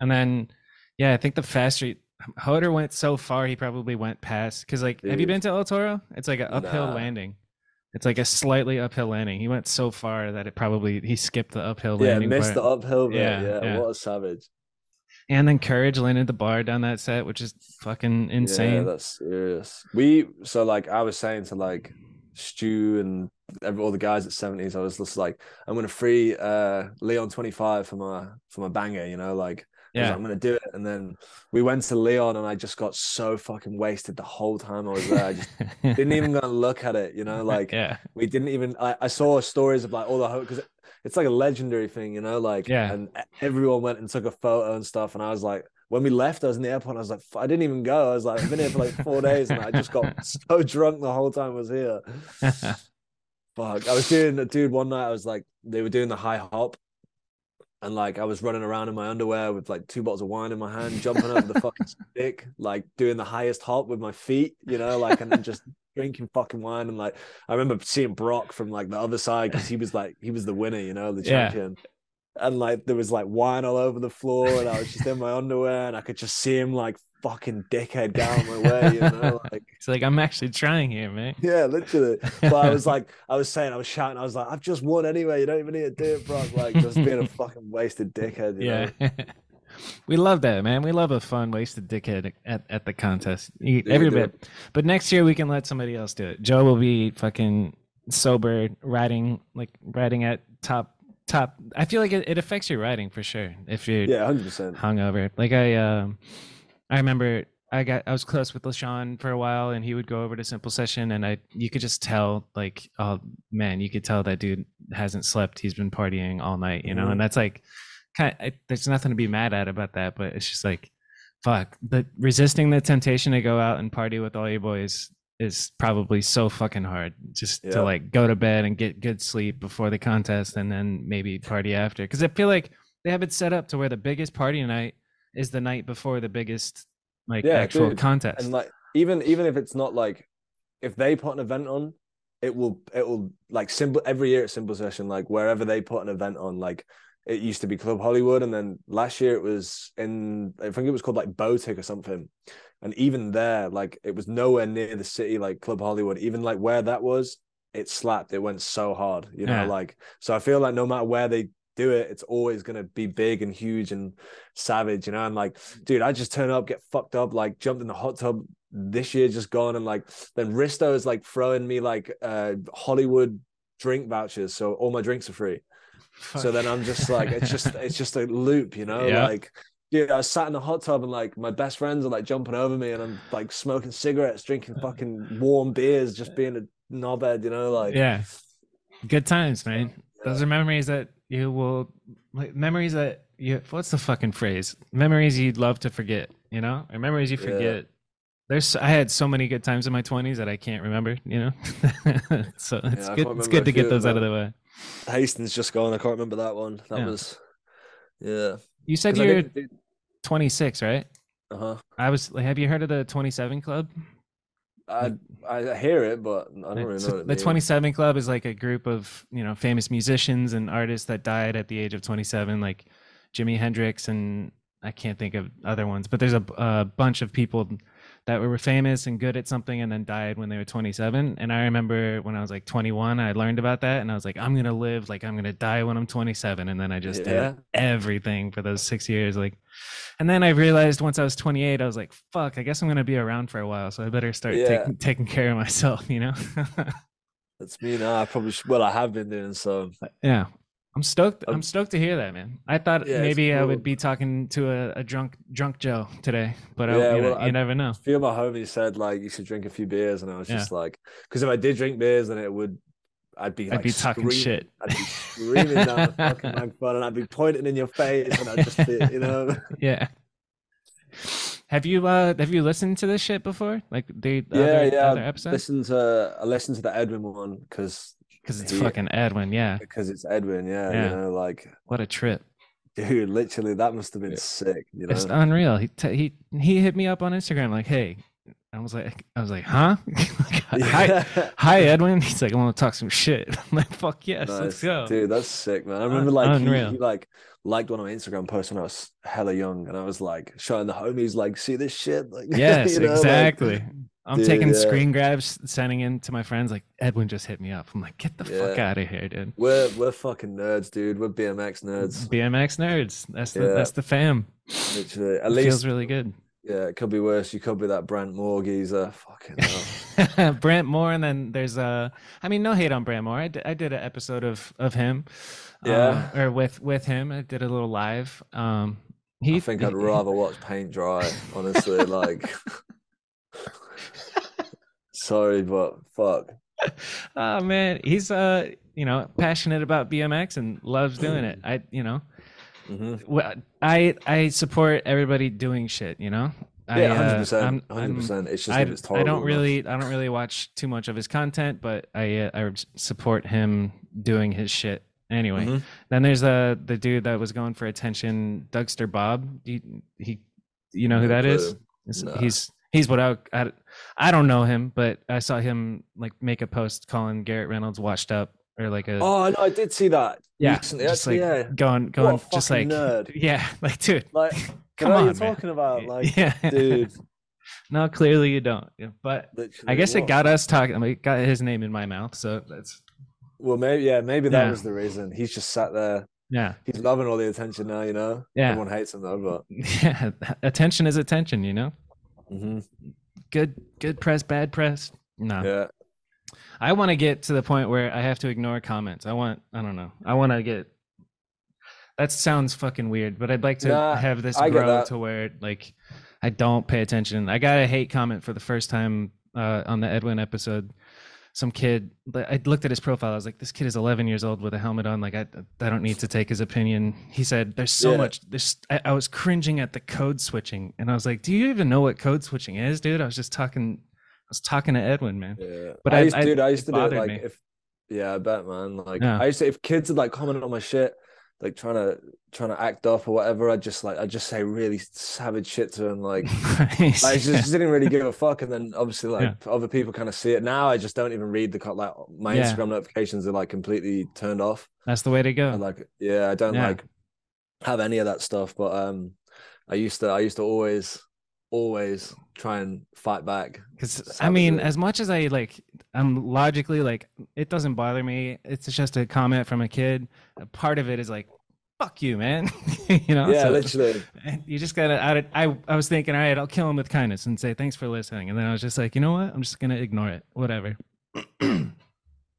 And then yeah, I think the fast street Hoder went so far he probably went past because like have you Dude. been to El Toro? It's like an uphill Nah. landing. It's like a slightly uphill landing. He went so far that it probably he skipped the uphill Yeah, landing. missed part. the uphill bit. Yeah, Yeah, yeah. what a savage. And then Courage landed the bar down that set, which is fucking Yeah, insane. that's serious. We so like I was saying to like Stu and every, all the guys at seventies, I was just like, I'm gonna free uh Leon twenty five for my for my banger, you know, like I was yeah. like, I'm gonna do it. And then we went to Leon and I just got so fucking wasted the whole time I was there. I just didn't even go and look at it, you know, like yeah. we didn't even I, I saw stories of like all the because it's like a legendary thing you know like Yeah. and everyone went and took a photo and stuff and i was like when we left i was in the airport and i was like "F- i didn't even go i was like i've been here for like four days and i just got so drunk the whole time i was here fuck i was doing a dude one night i was like they were doing the high hop and like I was running around in my underwear with like two bottles of wine in my hand, jumping over the fucking stick, like doing the highest hop with my feet, you know, like and then just drinking fucking wine and like I remember seeing Brock from like the other side because he was like he was the winner, you know, the Yeah. champion. And like there was like wine all over the floor, and I was just in my underwear, and I could just see him like fucking dickhead get out of my way, you know, like It's like I'm actually trying here, man. yeah, literally. But I was like, I was saying, I was shouting, I was like, I've just won anyway. You don't even need to do it, Brock. Like just being a fucking wasted dickhead. You know? yeah. we love that, man. We love a fun wasted dickhead at, at the contest. You- Yeah, Every we do. bit. But next year we can let somebody else do it. Joe will be fucking sober, riding like riding at top top. I feel like it, it affects your riding for sure if you're Yeah, hundred percent. hungover. Like I, um, I remember I got I was close with Lashawn for a while, and he would go over to Simple Session, and I you could just tell like oh man, you could tell that dude hasn't slept. He's been partying all night, you know, Mhm. and that's like kind. Of, there's nothing to be mad at about that, but it's just like fuck. The resisting the temptation to go out and party with all your boys is probably so fucking hard just Yeah. to like go to bed and get good sleep before the contest and then maybe party after because i feel like they have it set up to where the biggest party night is the night before the biggest like Yeah, actual dude. contest. And like even even if it's not like if they put an event on, it will it will like simple every year at Simple Session, like wherever they put an event on, like it used to be Club Hollywood, and then last year it was in I think it was called like Botic or something. And even there, like it was nowhere near the city like Club Hollywood. Even like where that was, it slapped. It went so hard, you know. Yeah. Like so, I feel like no matter where they do it, it's always gonna be big and huge and savage, you know. And like, dude, I just turn up, get fucked up, like jumped in the hot tub this year, just gone, and like then Risto is like throwing me like uh Hollywood drink vouchers, so all my drinks are free. So Fuck. then I'm just like, it's just it's just a loop, you know, Yeah. like. Dude, I was sat in the hot tub and like my best friends are like jumping over me and I'm like smoking cigarettes, drinking fucking warm beers, just being a knobhead, you know, like yeah, good times, man. Those are memories that you will like memories that you. What's the fucking phrase? Memories you'd love to forget, you know, or memories you Yeah. forget. There's I had so many good times in my 20s that I can't remember, you know. so it's I can't good. It's remember a good to few get of those out of them. the way. Hastings just gone. I can't remember that one. That Yeah. was, yeah. You said 'Cause I you're didn't do- 26, right? Uh-huh. I was. Have you heard of the 27 Club? I I hear it, but I don't really know. Right, what so it the means. 27 club is like a group of you know famous musicians and artists that died at the age of 27 like jimi hendrix and i can't think of other ones but there's a, b- a bunch of people that were famous and good at something and then died when they were 27 and i remember when i was like 21 i learned about that and i was like i'm gonna live like i'm gonna die when i'm 27 and then i just Yeah. did everything for those six years like and then i realized once i was 28 i was like fuck i guess i'm gonna be around for a while so i better start Yeah. taking, taking care of myself you know That's me now. I probably should, well, I have been doing some. Yeah. I'm stoked. Um, I'm stoked to hear that, man. I thought Yeah, it's maybe I cool. would be talking to a, a drunk drunk Joe today, but Yeah, I, you, know, well, I- you never know. A few of my homies said like you should drink a few beers, and I was Yeah. just like, because if I did drink beers, then it would, I'd be like I'd be talking screaming- shit. I'd be screaming down the fucking microphone, and I'd be pointing in your face, and I'd just be, you know, yeah. Have you uh have you listened to this shit before? Like the Yeah, other, yeah, other episodes? listen to I listened to the Edwin one because Because it's yeah. fucking Edwin, yeah. because it's Edwin, yeah, Yeah. you know, like What a trip. dude, literally that must have been sick, you know. It's unreal. He t- he he hit me up on Instagram like, "Hey." I was like I was like, "Huh?" Like, hi, Yeah. hi Edwin. He's like, "I want to talk some shit." I'm like, "Fuck yes, Nice. let's go." Dude, that's sick, man. I remember like he, unreal. he like liked one of my Instagram posts when I was hella young and I was like showing the homies like see this shit like Yes, you know, like, exactly. I'm Dude, taking yeah. screen grabs, sending in to my friends. Like Edwin just hit me up. I'm like, get the fuck Yeah. out of here, dude. We're we're fucking nerds, dude. We're BMX nerds. BMX nerds. That's the Yeah. that's the fam. Literally. At It least feels really good. yeah, it could be worse. You could be that Brent Moore geezer. Fucking hell. Brant Moore, and then there's uh, I mean, no hate on Brant Moore. I di- I did an episode of of him, Yeah. uh, or with with him. I did a little live. Um, he I think I'd he- rather watch paint dry, honestly. like sorry, but fuck. Oh man, he's uh, you know, passionate about BMX and loves doing Mm. it. I, you know, hmm wh- I I support everybody doing shit. You know, I, Yeah, uh, hundred I'm- percent. I'm- Hundred percent. It's just I, if it's I horrible. don't enough. really I don't really watch too much of his content, but I uh, I support him doing his shit anyway. Mhm. Then there's the the dude that was going for attention, Dougster Bob. Do you, he, you know who No that is? clue. It's- Nah. He's he's what I, I I don't know him, but I saw him like make a post calling Garrett Reynolds washed up or like a Oh, I, know, I did see that. yeah, recently, just actually, like yeah. going a going just like fucking nerd. yeah, like dude, Like, come I know on, you're man. talking about like, yeah, dude. no, clearly you don't. Yeah, But Literally, I guess it what? got us talking. I mean, it got his name in my mouth, so that's Well, maybe yeah, maybe that Yeah. was the reason. He's just sat there. yeah, He's loving all the attention now, you know. Yeah. Everyone hates him though, but yeah. Attention is attention, you know. Mhm. Good, good press, bad press. No, yeah, I want to get to the point where I have to ignore comments. I want, I don't know. I want to get. That sounds fucking weird, but I'd like to Nah, have this I get grow that. to where like I don't pay attention. I got a hate comment for the first time uh, on the Edwin episode. Some kid, but I looked at his profile. I was like, this kid is 11 years old with a helmet on. Like, I, I don't need to take his opinion. He said, there's so Yeah. much. There's, I, I was cringing at the code switching, and I was like, do you even know what code switching is, dude? I was just talking. I was talking to Edwin, man. yeah. But I, I- used, I- dude, I used it to do it bothered like me. if, yeah, I bet, man. Like, Yeah. I used to if kids would like comment on my shit, like trying to trying to act up or whatever. I just like I just say really savage shit to them, like. I just, just didn't really give a fuck, and then obviously like other people kind of see it. Now I just don't even read the co- like my Yeah. Instagram notifications are like completely turned off. That's the way to I go. like yeah, I don't Yeah. like have any of that stuff. But um, I used to I used to always always try and fight back. Because I savage mean, it. as much as I like, I'm logically like, it doesn't bother me. It's just a comment from a kid. A part of it is like, fuck you, man. you know? yeah, So, literally. You just gotta. I, I I was thinking, all right, I'll kill him with kindness and say thanks for listening. And then I was just like, you know what? I'm just gonna ignore it. Whatever.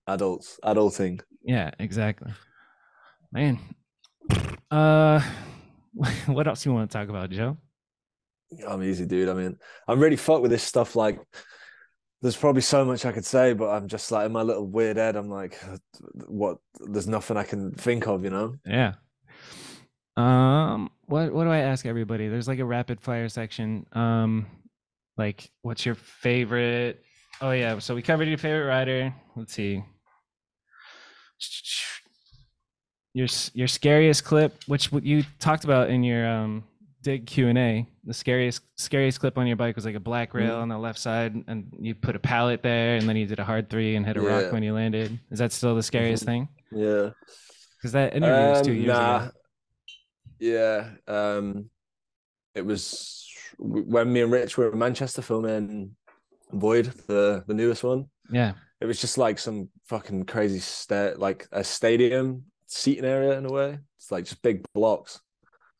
Adults, adulting. Yeah, exactly. Man. Uh, what else you want to talk about, Joe? I'm easy, dude. I mean, I'm really fucked with this stuff. Like, there's probably so much I could say, but I'm just like in my little weird head. I'm like, what? There's nothing I can think of, you know. Yeah. Um what what do I ask everybody? There's like a rapid fire section. Um like what's your favorite? Oh yeah, so we covered your favorite rider. Let's see. Your s- your scariest clip, which w- you talked about in your um dig Q&A. The scariest scariest clip on your bike was like a black rail Mhm. on the left side and you put a pallet there and then you did a hard 3 and hit a rock Yeah. when you landed. Is that still the scariest thing? Yeah. Cuz that interview was 2 Um, years ago. Yeah. Um, it was when me and Rich were in Manchester filming Void, the the newest one. Yeah. It was just like some fucking crazy sta- like a stadium seating area in a way. It's like just big blocks,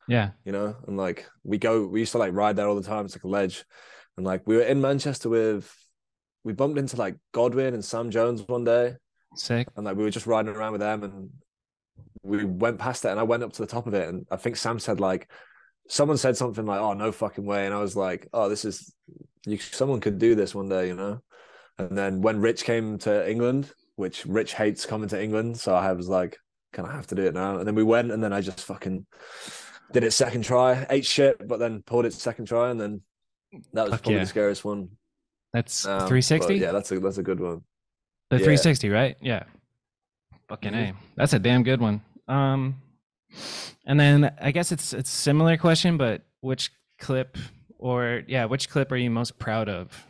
Yeah. you know. And like we go, we used to like ride there all the time. It's like a ledge, and like we were in Manchester with. We bumped into like Godwin and Sam Jones one day, Sick. and like we were just riding around with them and we went past it and I went up to the top of it and I think Sam said like someone said something like oh no fucking way and I was like oh this is you someone could do this one day you know and then when Rich came to England which Rich hates coming to England so I was like can I have to do it now and then we went and then I just fucking did it second try ate shit but then pulled it second try and then that was Fuck probably yeah. the scariest one That's Um, but 360. yeah that's a that's a good one the yeah. 360, right? Yeah. Fucking Mhm. a. That's a damn good one. Um, and then I guess it's it's similar question, but which clip or yeah, which clip are you most proud of?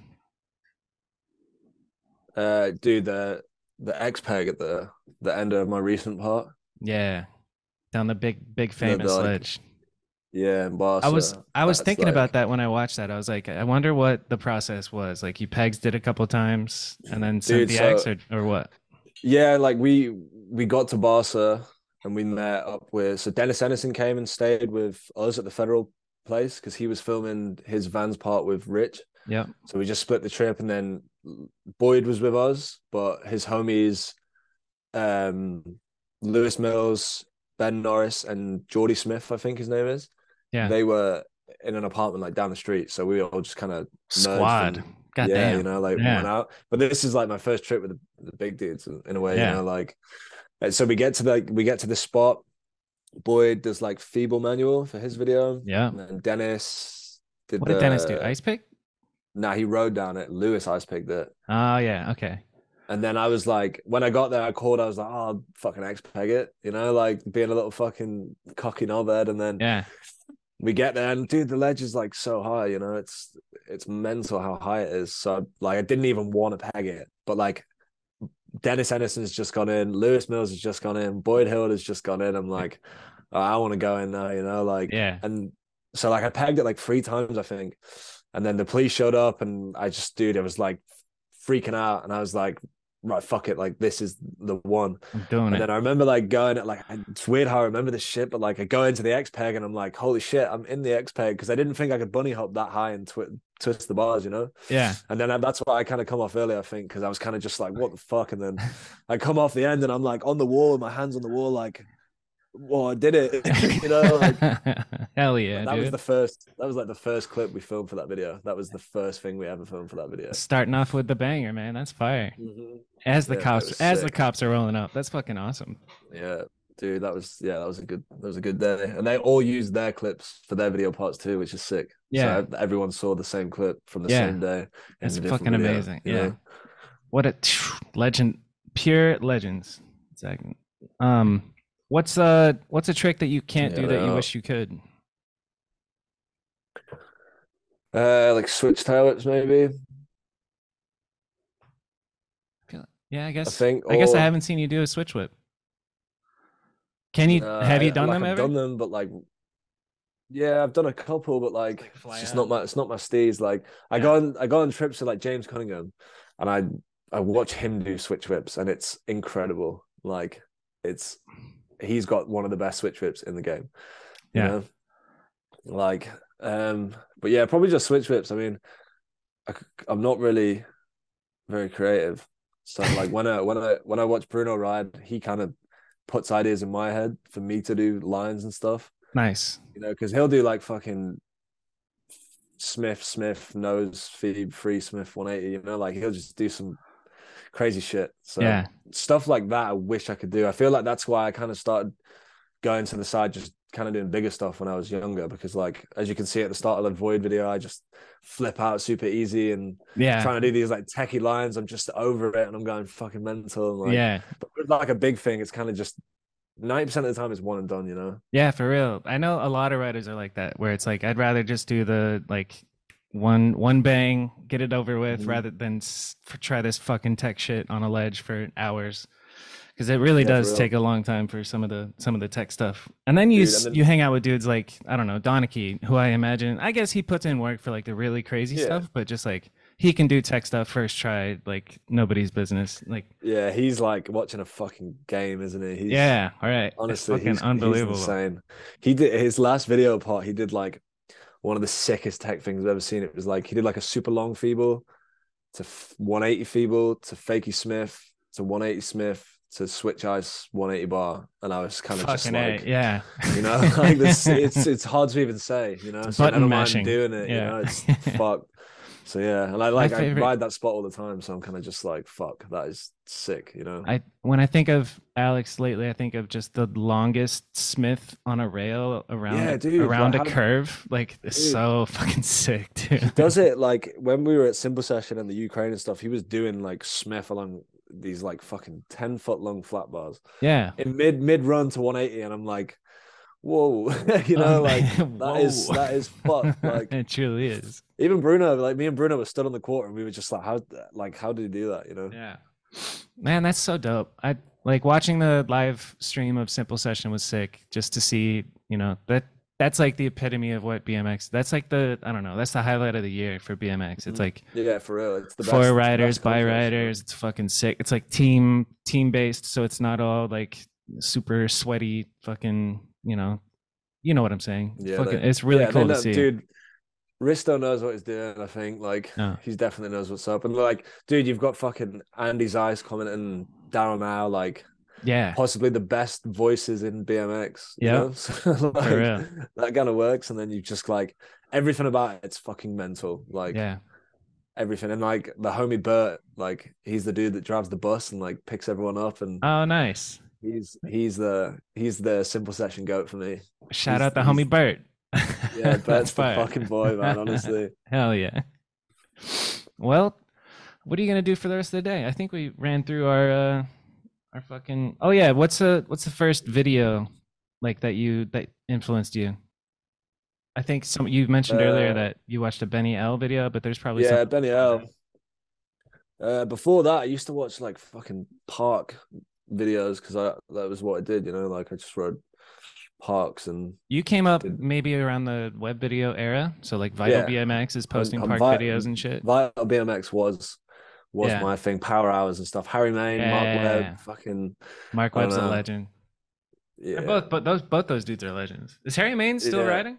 Uh, dude, the the X peg at the the end of my recent part. Yeah, down the big big famous like- ledge. Yeah, in Barca. I was I was that's thinking like- about that when I watched that. I was like, I wonder what the process was. Like you pegs did a couple times and then sent Dude, the so- axe or, or what? Yeah, like we we got to Barca and we met up with so Dennis Anderson came and stayed with us at the Federal place because he was filming his Vans part with Rich. Yep. So we just split the trip and then Boyd was with us, but his homies um Lewis Mills, Ben Norris and Geordie Smith, I think his name is. Yeah. They were in an apartment like down the street. So we all just kind of Squad. God yeah, damn. you know, like Yeah. went out. But this is like my first trip with the, the big dudes in, in a way, Yeah. you know, like and so we get to the we get to the spot. Boyd does like feeble manual for his video. yeah. And then Dennis did What did Dennis do? the- Ice pick? Nah, he rode down it. Lewis ice picked it. Oh yeah. Okay. And then I was like, when I got there, I called, I was like, oh, I'll fucking X peg it, you know, like being a little fucking cocky knobhead. And then Yeah. we get there and dude the ledge is like so high you know it's it's mental how high it is so like i didn't even want to peg it but like dennis Anderson's just gone in lewis mills has just gone in boyd hill has just gone in i'm like oh, i want to go in now you know like Yeah. and so like i pegged it like three times i think and then the police showed up and i just dude i was like freaking out and i was like right fuck it like this is the one I'm doing and it. then I remember like going at like it's weird how I remember this shit, but like I go into the X peg and I'm like, holy shit, I'm in the X peg because I didn't think I could bunny hop that high and twi- twist the bars, you know. Yeah. And then I, that's why I kind of come off early, I think, because I was kind of just like, what the fuck? And then I come off the end and I'm like on the wall with my hands on the wall, like, well, I did it, you know. Like, Hell yeah, that dude. was the first. That was like the first clip we filmed for that video. That was the first thing we ever filmed for that video. Starting off with the banger, man. That's fire. Mhm. As the Yeah, that cops was as the sick. cops are rolling up. That's fucking awesome. Yeah, dude, that was yeah, that was a good that was a good day, and they all used their clips for their video parts too, which is sick. Yeah. so everyone saw the same clip from the Yeah. same day. in That's a different fucking video, amazing. you Yeah. know? What a legend. Pure legends. Second. Um what's uh what's a trick that you can't do Yeah, that you uh, wish you could? Uh, like switch toilets, maybe. Yeah, I I guess. I, think. guess or- I haven't seen you do a switch whip. Can you? Nah, have you I- done uh, like, them I've ever? done them, but like, yeah, I've done a couple, but like, like, fly it's just out. not my it's not my steez. Like, I Yeah. go on I go on trips to like James Cunningham, and I I watch him do switch whips, and it's incredible. Like, it's he's got one of the best switch whips in the game. you Yeah. know? Like, um, but yeah, probably just switch whips. I mean, I, am not really very creative, so like when I when I when I watch Bruno ride, he kind of puts ideas in my head for me to do lines and stuff. Nice. You know, because he'll do like fucking Smith, Smith, nose, feed, free Smith 180. You know, like he'll just do some crazy shit. So yeah. stuff like that, I wish I could do. I feel like that's why I kind of started going to the side, just kind of doing bigger stuff when I was younger. Because like as you can see at the start of the Void video, I just flip out super easy and Yeah. trying to do these like techie lines. I'm just over it and I'm going fucking mental. And, like, yeah. But with like a big thing, it's kind of just. 90% of the time it's one and done, you know? Yeah, for real. I know a lot of writers are like that where it's like I'd rather just do the like one one bang, get it over with Mhm. rather than s- f- try this fucking tech shit on a ledge for hours. Cuz it really Yeah, for does real. take a long time for some of the some of the tech stuff. And then you Dude, and s then- you hang out with dudes like I don't know, Donicky, who I imagine I guess he puts in work for like the really crazy Yeah. stuff, but just like he can do tech stuff first try like nobody's business. Like Yeah, he's like watching a fucking game, isn't he? He's, yeah, all right. It's honestly, fucking he's, he's unbelievable. insane. He did his last video part. He did like one of the sickest tech things I've ever seen. It was like he did like a super long feeble to f- 180 feeble to fakey Smith to 180 Smith to switch ice 180 bar, and I was kind of just fucking A, like, yeah. you know, like this. It's it's hard to even say, you know. It's So button never mashing. mind doing it. Yeah. You know, it's fucked. So yeah, and I like I favorite- ride that spot all the time. So I'm kind of just like, fuck, that is sick, you know. I when I think of Alex lately, I think of just the longest Smith on a rail around Yeah, a- dude, around like, a how- curve. Like it's Dude. so fucking sick, he dude. does it like when we were at Simple Session and the Ukraine and stuff, he was doing like Smith along these like fucking 10 foot long flat bars Yeah. in mid mid run to 180. And I'm like, whoa, you know, Um, like that is whoa. that is fucked. Like it truly is. even Bruno, like me and Bruno were stood on the court and we were just like, how like how do you do that? You know? Yeah. Man, that's so dope. I like watching the live stream of Simple Session was sick just to see, you know, that that's like the epitome of what BMX. That's like the I don't know. That's the highlight of the year for BMX. Mm-hmm. It's like Yeah, for real. It's the best. it's four the riders, best by contest. riders. It's fucking sick. It's like team team based, so it's not all like super sweaty. Fucking you know, you know what I'm saying. It's Yeah, fucking, they- it's really Yeah, they cool to know- see. Dude, Risto knows what he's doing, I think. Like Yeah. he's definitely knows what's up. And like, dude, you've got fucking Andy's eyes commenting Daryl now, like yeah, possibly the best voices in BMX. you Yeah. know? So, like, real. that kind of works. And then you just like everything about it, it's fucking mental. Like yeah, everything. And like the homie Bert, like he's the dude that drives the bus and like picks everyone up and Oh, nice. he's he's the he's the simple session goat for me. Shout He's- out the he's- homie Bert. Yeah, Bert's the fire. fucking boy, man, honestly. Hell yeah. Well, what are you gonna do for the rest of the day? I think we ran through our uh our fucking Oh yeah, what's the what's the first video like that you that influenced you? I think some you mentioned earlier Uh, that you watched a Benny L video, but there's probably yeah, some Benny L. Uh, before that, I used to watch like fucking park videos because I that was what I did, you know. Like I just rode parks and you came up Did- maybe around the web video era, so like Vital BMX is posting um, park Vi- videos and shit. Vital BMX was was Yeah. my thing. Power hours and stuff. Harry Main, Mark Yeah. Webb, fucking Mark I don't Webb's a know. legend. yeah. They're Both but those both those dudes are legends. Is Harry Maine still Yeah. riding?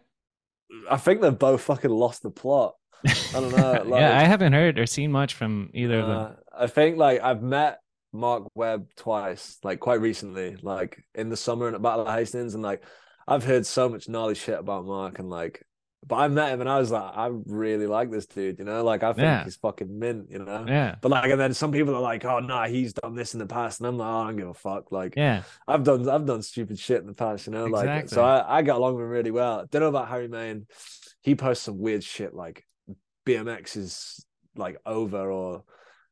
I think they've both fucking lost the plot. I don't know, like- yeah, I haven't heard or seen much from either of them. Uh, I think like I've met Mark Webb twice, like quite recently, like in the summer and at Battle of Hastings, and like I've heard so much gnarly shit about Mark, and like, but I met him and I was like, I really like this dude, you know, like I think Yeah. he's fucking mint, you know. Yeah, But like, and then some people are like, oh no, he's done this in the past, and I'm like, oh, I don't give a fuck. Like, yeah, I've done I've done stupid shit in the past, you know. Like Exactly. so I, I got along with him really well. Don't know about Harry Main. He posts some weird shit like BMX is like over or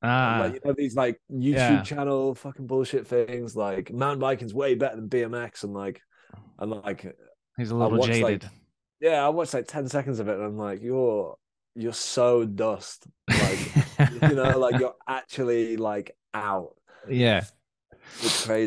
ah, like you know these like YouTube yeah. channel fucking bullshit things like mountain biking's way better than BMX and like and like Ah, he's a I little watched, like, jaded. yeah, I watched like ten seconds of it and I'm like, you're you're so dust. Like you know, like you're actually like out. yeah, It's crazy.